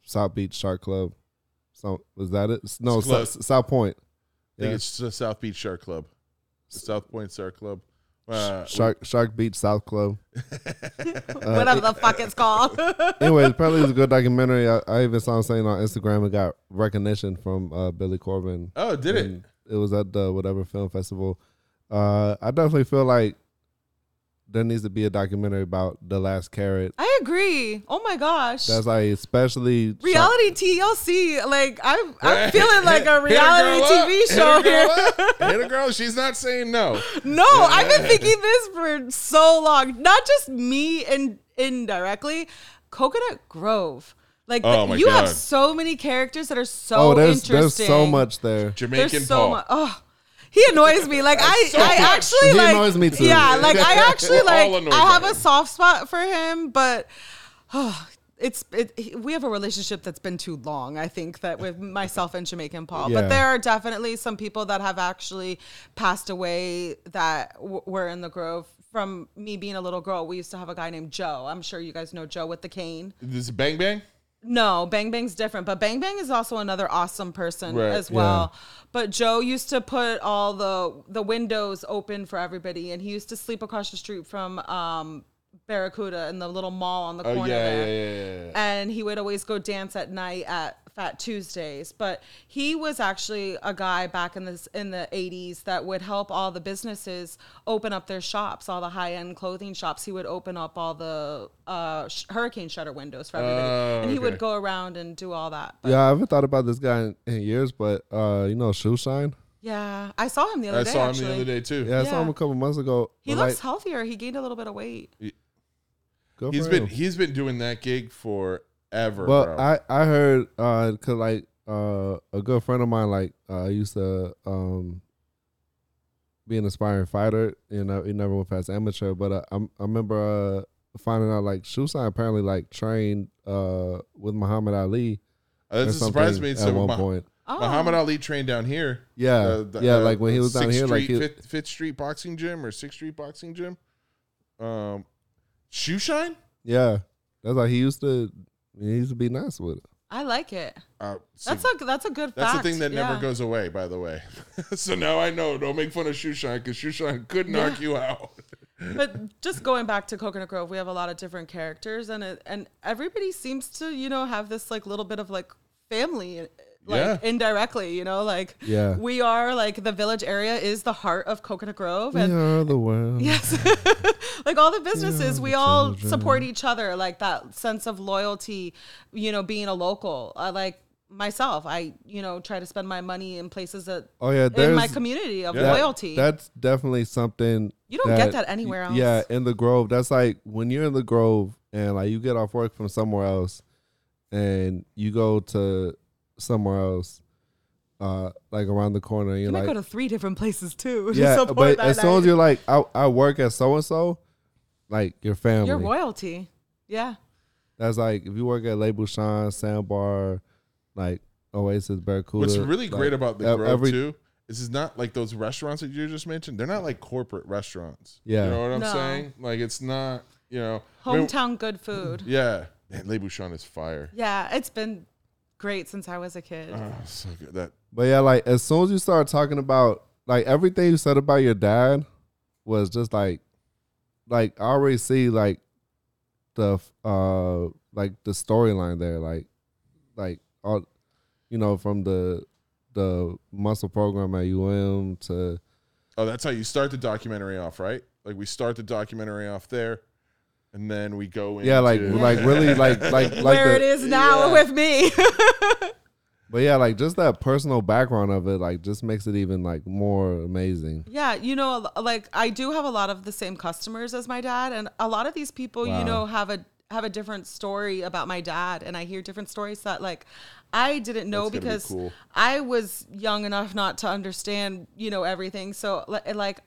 [SPEAKER 4] South Beach Shark Club. So was that it? No, South,
[SPEAKER 2] It's close.
[SPEAKER 4] South Point.
[SPEAKER 2] I think
[SPEAKER 4] Yeah.
[SPEAKER 2] it's the South Beach Shark Club, the South Point Shark Club. Uh,
[SPEAKER 4] Shark Shark Beach South Club.
[SPEAKER 5] Whatever the fuck it's called.
[SPEAKER 4] anyway, apparently it's a good documentary. I, I even saw him saying on Instagram it got recognition from uh, Billy Corbin.
[SPEAKER 2] Oh, did it?
[SPEAKER 4] And It was at the whatever film festival. Uh, I definitely feel like there needs to be a documentary about the last carrot.
[SPEAKER 5] I agree. Oh my gosh.
[SPEAKER 4] That's like especially Shark-
[SPEAKER 5] reality TLC. Like I'm, I'm
[SPEAKER 2] Hey,
[SPEAKER 5] feeling like a
[SPEAKER 2] hit
[SPEAKER 5] reality
[SPEAKER 2] girl up,
[SPEAKER 5] TV show
[SPEAKER 2] hit a
[SPEAKER 5] here.
[SPEAKER 2] girl Up. Hit a girl. She's not saying no.
[SPEAKER 5] No, I've been thinking this for so long. Not just me and indirectly, Coconut Grove. Like
[SPEAKER 2] Oh
[SPEAKER 5] the-
[SPEAKER 2] my
[SPEAKER 5] you have
[SPEAKER 2] God.
[SPEAKER 5] so many characters that are so
[SPEAKER 4] oh, there's
[SPEAKER 5] interesting.
[SPEAKER 4] there's so much there.
[SPEAKER 2] Jamaican
[SPEAKER 5] There's so
[SPEAKER 2] Paul.
[SPEAKER 5] much. Oh, He annoys me. Like I,
[SPEAKER 2] So
[SPEAKER 5] I
[SPEAKER 2] much.
[SPEAKER 5] actually
[SPEAKER 4] He
[SPEAKER 5] like.
[SPEAKER 4] annoys me too.
[SPEAKER 5] Yeah, like I actually
[SPEAKER 2] We're all
[SPEAKER 5] like.
[SPEAKER 2] annoyed
[SPEAKER 5] I
[SPEAKER 2] by
[SPEAKER 5] have a
[SPEAKER 2] him.
[SPEAKER 5] soft spot for him, but oh, it's it. he- We have a relationship that's been too long. I think that with myself and Jamaican Paul,
[SPEAKER 4] Yeah.
[SPEAKER 5] but there are definitely some people that have actually passed away that w- were in the Grove. From me being a little girl, we used to have a guy named Joe. I'm sure you guys know Joe with the cane.
[SPEAKER 2] This is Bang Bang?
[SPEAKER 5] No, Bang Bang's different, but Bang Bang is also another awesome person
[SPEAKER 2] Right,
[SPEAKER 5] as well. But Joe used to put all the the windows open for everybody, and he used to sleep across the street from um, Barracuda in the little mall on the
[SPEAKER 2] Oh, yeah,
[SPEAKER 5] corner
[SPEAKER 2] yeah,
[SPEAKER 5] there
[SPEAKER 2] yeah, yeah, yeah.
[SPEAKER 5] and he would always go dance at night at Fat Tuesdays. But he was actually a guy back in this in the eighties that would help all the businesses open up their shops, all the high end clothing shops. He would open up all the uh, sh- hurricane shutter windows for everybody,
[SPEAKER 2] Oh,
[SPEAKER 5] and he
[SPEAKER 2] okay.
[SPEAKER 5] would go around and do all that. But
[SPEAKER 4] Yeah, I haven't thought about this guy in, in years, but uh, you know, Shoe Shine.
[SPEAKER 5] yeah, I saw him the other
[SPEAKER 2] I
[SPEAKER 5] day.
[SPEAKER 2] saw him
[SPEAKER 5] actually.
[SPEAKER 2] the other day, too.
[SPEAKER 4] Yeah, I saw
[SPEAKER 5] Yeah.
[SPEAKER 4] him a couple months ago.
[SPEAKER 5] He
[SPEAKER 4] but,
[SPEAKER 5] looks
[SPEAKER 4] like,
[SPEAKER 5] healthier. He gained a little bit of weight.
[SPEAKER 4] good
[SPEAKER 2] He's
[SPEAKER 4] for
[SPEAKER 2] been
[SPEAKER 4] him.
[SPEAKER 2] he's been doing that gig forever, bro.
[SPEAKER 4] Well, I I heard uh, cause like uh, a good friend of mine like uh, used to um be an aspiring fighter. You know, he never went past amateur, but uh, I I remember uh finding out like Shusan apparently like trained uh with Muhammad Ali.
[SPEAKER 2] Uh,
[SPEAKER 4] or
[SPEAKER 2] That's a
[SPEAKER 4] something
[SPEAKER 2] surprise to me.
[SPEAKER 4] at
[SPEAKER 2] So
[SPEAKER 4] one
[SPEAKER 2] Mah-
[SPEAKER 4] point.
[SPEAKER 5] Oh,
[SPEAKER 2] Muhammad Ali trained down here.
[SPEAKER 4] Yeah,
[SPEAKER 2] Uh, the-
[SPEAKER 4] yeah,
[SPEAKER 2] uh,
[SPEAKER 4] like when he was down
[SPEAKER 2] Sixth
[SPEAKER 4] here, like
[SPEAKER 2] Street,
[SPEAKER 4] he,
[SPEAKER 2] Fifth, Fifth Street Boxing Gym or Sixth Street Boxing Gym. Um, Shoe Shine.
[SPEAKER 4] yeah, that's like he used to. He used to be nice with it.
[SPEAKER 5] I like it.
[SPEAKER 2] Uh, so
[SPEAKER 5] That's a that's a good.
[SPEAKER 2] that's
[SPEAKER 5] fact.
[SPEAKER 2] the thing that never
[SPEAKER 5] Yeah.
[SPEAKER 2] goes away. By the way, so now I know. Don't make fun of Shoe Shine because Shoe Shine couldn't
[SPEAKER 5] Yeah.
[SPEAKER 2] knock you out.
[SPEAKER 5] but just going back to Coconut Grove, we have a lot of different characters, and it, and everybody seems to you know have this like little bit of like family, uh, like
[SPEAKER 2] Yeah.
[SPEAKER 5] indirectly, you know, like
[SPEAKER 4] Yeah.
[SPEAKER 5] we are like the village area is the heart of Coconut Grove,
[SPEAKER 4] We
[SPEAKER 5] and
[SPEAKER 4] are the world.
[SPEAKER 5] yes, like all the businesses, we all support each other, like that sense of loyalty, you know, being a local, uh, like. Myself, I you know try to spend my money in places that
[SPEAKER 4] Oh yeah,
[SPEAKER 5] in my
[SPEAKER 4] there's-
[SPEAKER 5] community of
[SPEAKER 4] That-
[SPEAKER 5] loyalty.
[SPEAKER 4] That's definitely something
[SPEAKER 5] You don't get that anywhere else.
[SPEAKER 4] Yeah, in the Grove, that's like when you're in the Grove and like you get off work from somewhere else, and you go to somewhere else, uh, like around the corner. And you're
[SPEAKER 5] you might
[SPEAKER 4] like,
[SPEAKER 5] go to three different places too. to
[SPEAKER 4] yeah,
[SPEAKER 5] support
[SPEAKER 4] but
[SPEAKER 5] that
[SPEAKER 4] as soon as
[SPEAKER 5] item.
[SPEAKER 4] you're like, I, I work at so and so, like your family.
[SPEAKER 5] Your royalty. Yeah.
[SPEAKER 4] That's like if you work at Le Bouchon, Sandbar, like Oasis, Barracuda.
[SPEAKER 2] What's really
[SPEAKER 4] like,
[SPEAKER 2] great about the
[SPEAKER 4] ev-
[SPEAKER 2] Grove
[SPEAKER 4] every-
[SPEAKER 2] too is it's not like those restaurants that you just mentioned. They're not like corporate restaurants.
[SPEAKER 4] Yeah.
[SPEAKER 2] you know what I'm
[SPEAKER 5] No.
[SPEAKER 2] saying? Like it's not. You know, I mean,
[SPEAKER 5] Hometown good food.
[SPEAKER 2] yeah, man, Le Bouchon is fire.
[SPEAKER 5] Yeah, it's been great since I was a kid.
[SPEAKER 2] Oh, so good. That
[SPEAKER 4] But yeah, like as soon as you start talking about like everything you said about your dad was just like like I already see like the uh like the storyline there, like like all you know, from the the muscle program at UM to
[SPEAKER 2] Oh, that's how you start the documentary off, right? Like we start the documentary off there, and then we go in.
[SPEAKER 4] yeah, like like really like like like
[SPEAKER 5] Where
[SPEAKER 4] the,
[SPEAKER 5] it is now
[SPEAKER 2] Yeah.
[SPEAKER 5] with me.
[SPEAKER 4] But yeah, like just that personal background of it like just makes it even like more amazing.
[SPEAKER 5] yeah, you know, like I do have a lot of the same customers as my dad, and a lot of these people,
[SPEAKER 4] Wow.
[SPEAKER 5] you know, have a have a different story about my dad, and I hear different stories that like I didn't know
[SPEAKER 2] That's gotta be
[SPEAKER 5] because
[SPEAKER 2] cool.
[SPEAKER 5] I was young enough not to understand, you know, everything. So li- like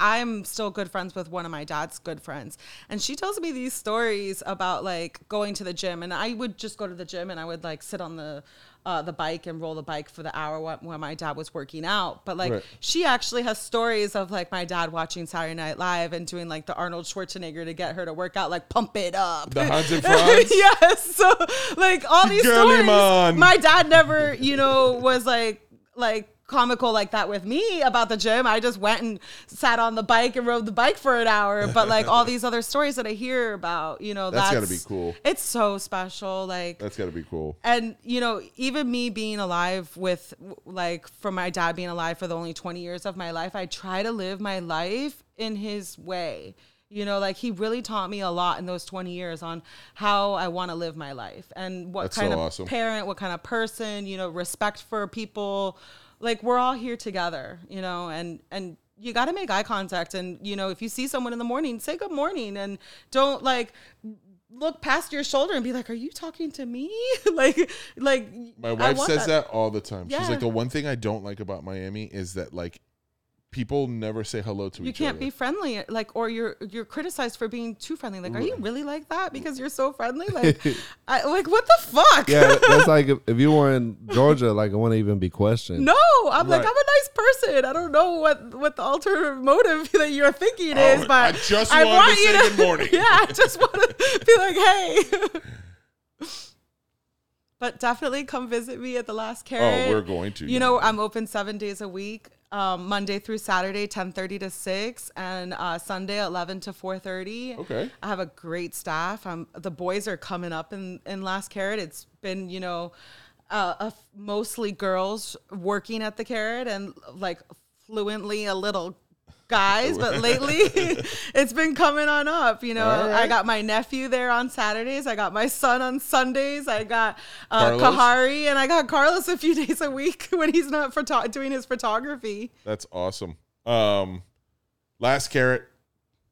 [SPEAKER 5] I'm still good friends with one of my dad's good friends. And she tells me these stories about like going to the gym and I would just go to the gym and I would like sit on the uh, the bike and roll the bike for the hour wh- when my dad was working out. But like
[SPEAKER 2] Right.
[SPEAKER 5] she actually has stories of like my dad watching Saturday Night Live and doing like the Arnold Schwarzenegger to get her to work out, like pump it up.
[SPEAKER 2] the Hans and Franz.
[SPEAKER 5] yes. So like all these
[SPEAKER 2] Girly
[SPEAKER 5] stories,
[SPEAKER 2] man.
[SPEAKER 5] my dad never, you know, was like like comical like that with me about the gym. I just went and sat on the bike and rode the bike for an hour. But like all these other stories that I hear about, you know,
[SPEAKER 2] That's
[SPEAKER 5] that's,
[SPEAKER 2] gotta be cool.
[SPEAKER 5] It's so special. Like
[SPEAKER 2] That's got to be cool.
[SPEAKER 5] and you know even me being alive with like for my dad being alive for the only 20 years of my life i try to live my life in his way you know like he really taught me a lot in those 20 years on how i want to live my life and what
[SPEAKER 2] That's
[SPEAKER 5] kind
[SPEAKER 2] so
[SPEAKER 5] of
[SPEAKER 2] awesome.
[SPEAKER 5] parent what kind of person you know respect for people like we're all here together you know and and you got to make eye contact and you know if you see someone in the morning say good morning and don't like look past your shoulder and be like, "Are you talking to me?" like, like
[SPEAKER 2] My
[SPEAKER 5] I
[SPEAKER 2] wife
[SPEAKER 5] want
[SPEAKER 2] says that. all the time. She's
[SPEAKER 5] Yeah.
[SPEAKER 2] like, the one thing I don't like about Miami is that like people never say hello to
[SPEAKER 5] you
[SPEAKER 2] each
[SPEAKER 5] can't
[SPEAKER 2] other.
[SPEAKER 5] be friendly like or you're you're criticized for being too friendly like are you really like that because you're so friendly like I, like what the fuck
[SPEAKER 4] Yeah, that's like if, if you were in Georgia, like it wouldn't even be questioned.
[SPEAKER 5] no i'm like
[SPEAKER 2] Right.
[SPEAKER 5] i'm a nice person i don't know what what the alternative motive that you're thinking
[SPEAKER 2] Oh,
[SPEAKER 5] is but
[SPEAKER 2] I just wanted to say good morning.
[SPEAKER 5] yeah i just want to be like hey but definitely come visit me at the last carrot
[SPEAKER 2] Oh, we're going to.
[SPEAKER 5] you know i'm open seven days a week um, monday through saturday 10.30 to 6 and uh, sunday 11 to 4.30
[SPEAKER 2] Okay.
[SPEAKER 5] i have a great staff um, the boys are coming up in, in last carrot it's been you know uh, a f- mostly girls working at the carrot and like fluently a little guys but lately it's been coming on up you know
[SPEAKER 2] All right.
[SPEAKER 5] i got my nephew there on saturdays i got my son on sundays i got uh,
[SPEAKER 2] Carlos?
[SPEAKER 5] kahar Ari and I got Carlos a few days a week when he's not photo- doing his photography.
[SPEAKER 2] That's awesome. Um, last carrot,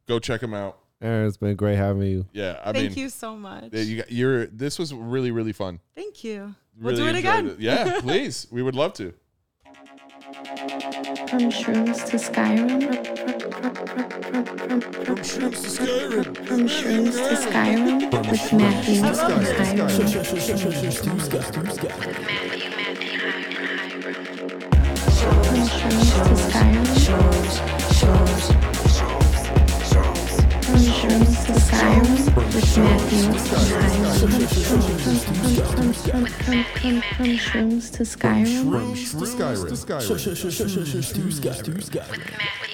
[SPEAKER 2] go check them out.
[SPEAKER 4] Aaron, it's been great having you.
[SPEAKER 2] Yeah, I
[SPEAKER 5] Thank
[SPEAKER 2] mean,
[SPEAKER 5] you so much.
[SPEAKER 2] yeah, You got, you're. This was really really fun.
[SPEAKER 5] Thank you.
[SPEAKER 2] Really
[SPEAKER 5] we'll do it again.
[SPEAKER 2] enjoyed Yeah, please. We would love to.
[SPEAKER 1] From shrooms to Skyrim. From
[SPEAKER 3] shrooms to Skyrim.
[SPEAKER 1] shrooms to Skyrim with Matthew Skyrim. From shrooms to Skyrim. From shrooms to Skyrim with Matthew Skyrim. From shrooms to Skyrim.
[SPEAKER 3] Shrooms to Skyrim. Shrooms to Skyrim. Shrooms to Skyrim.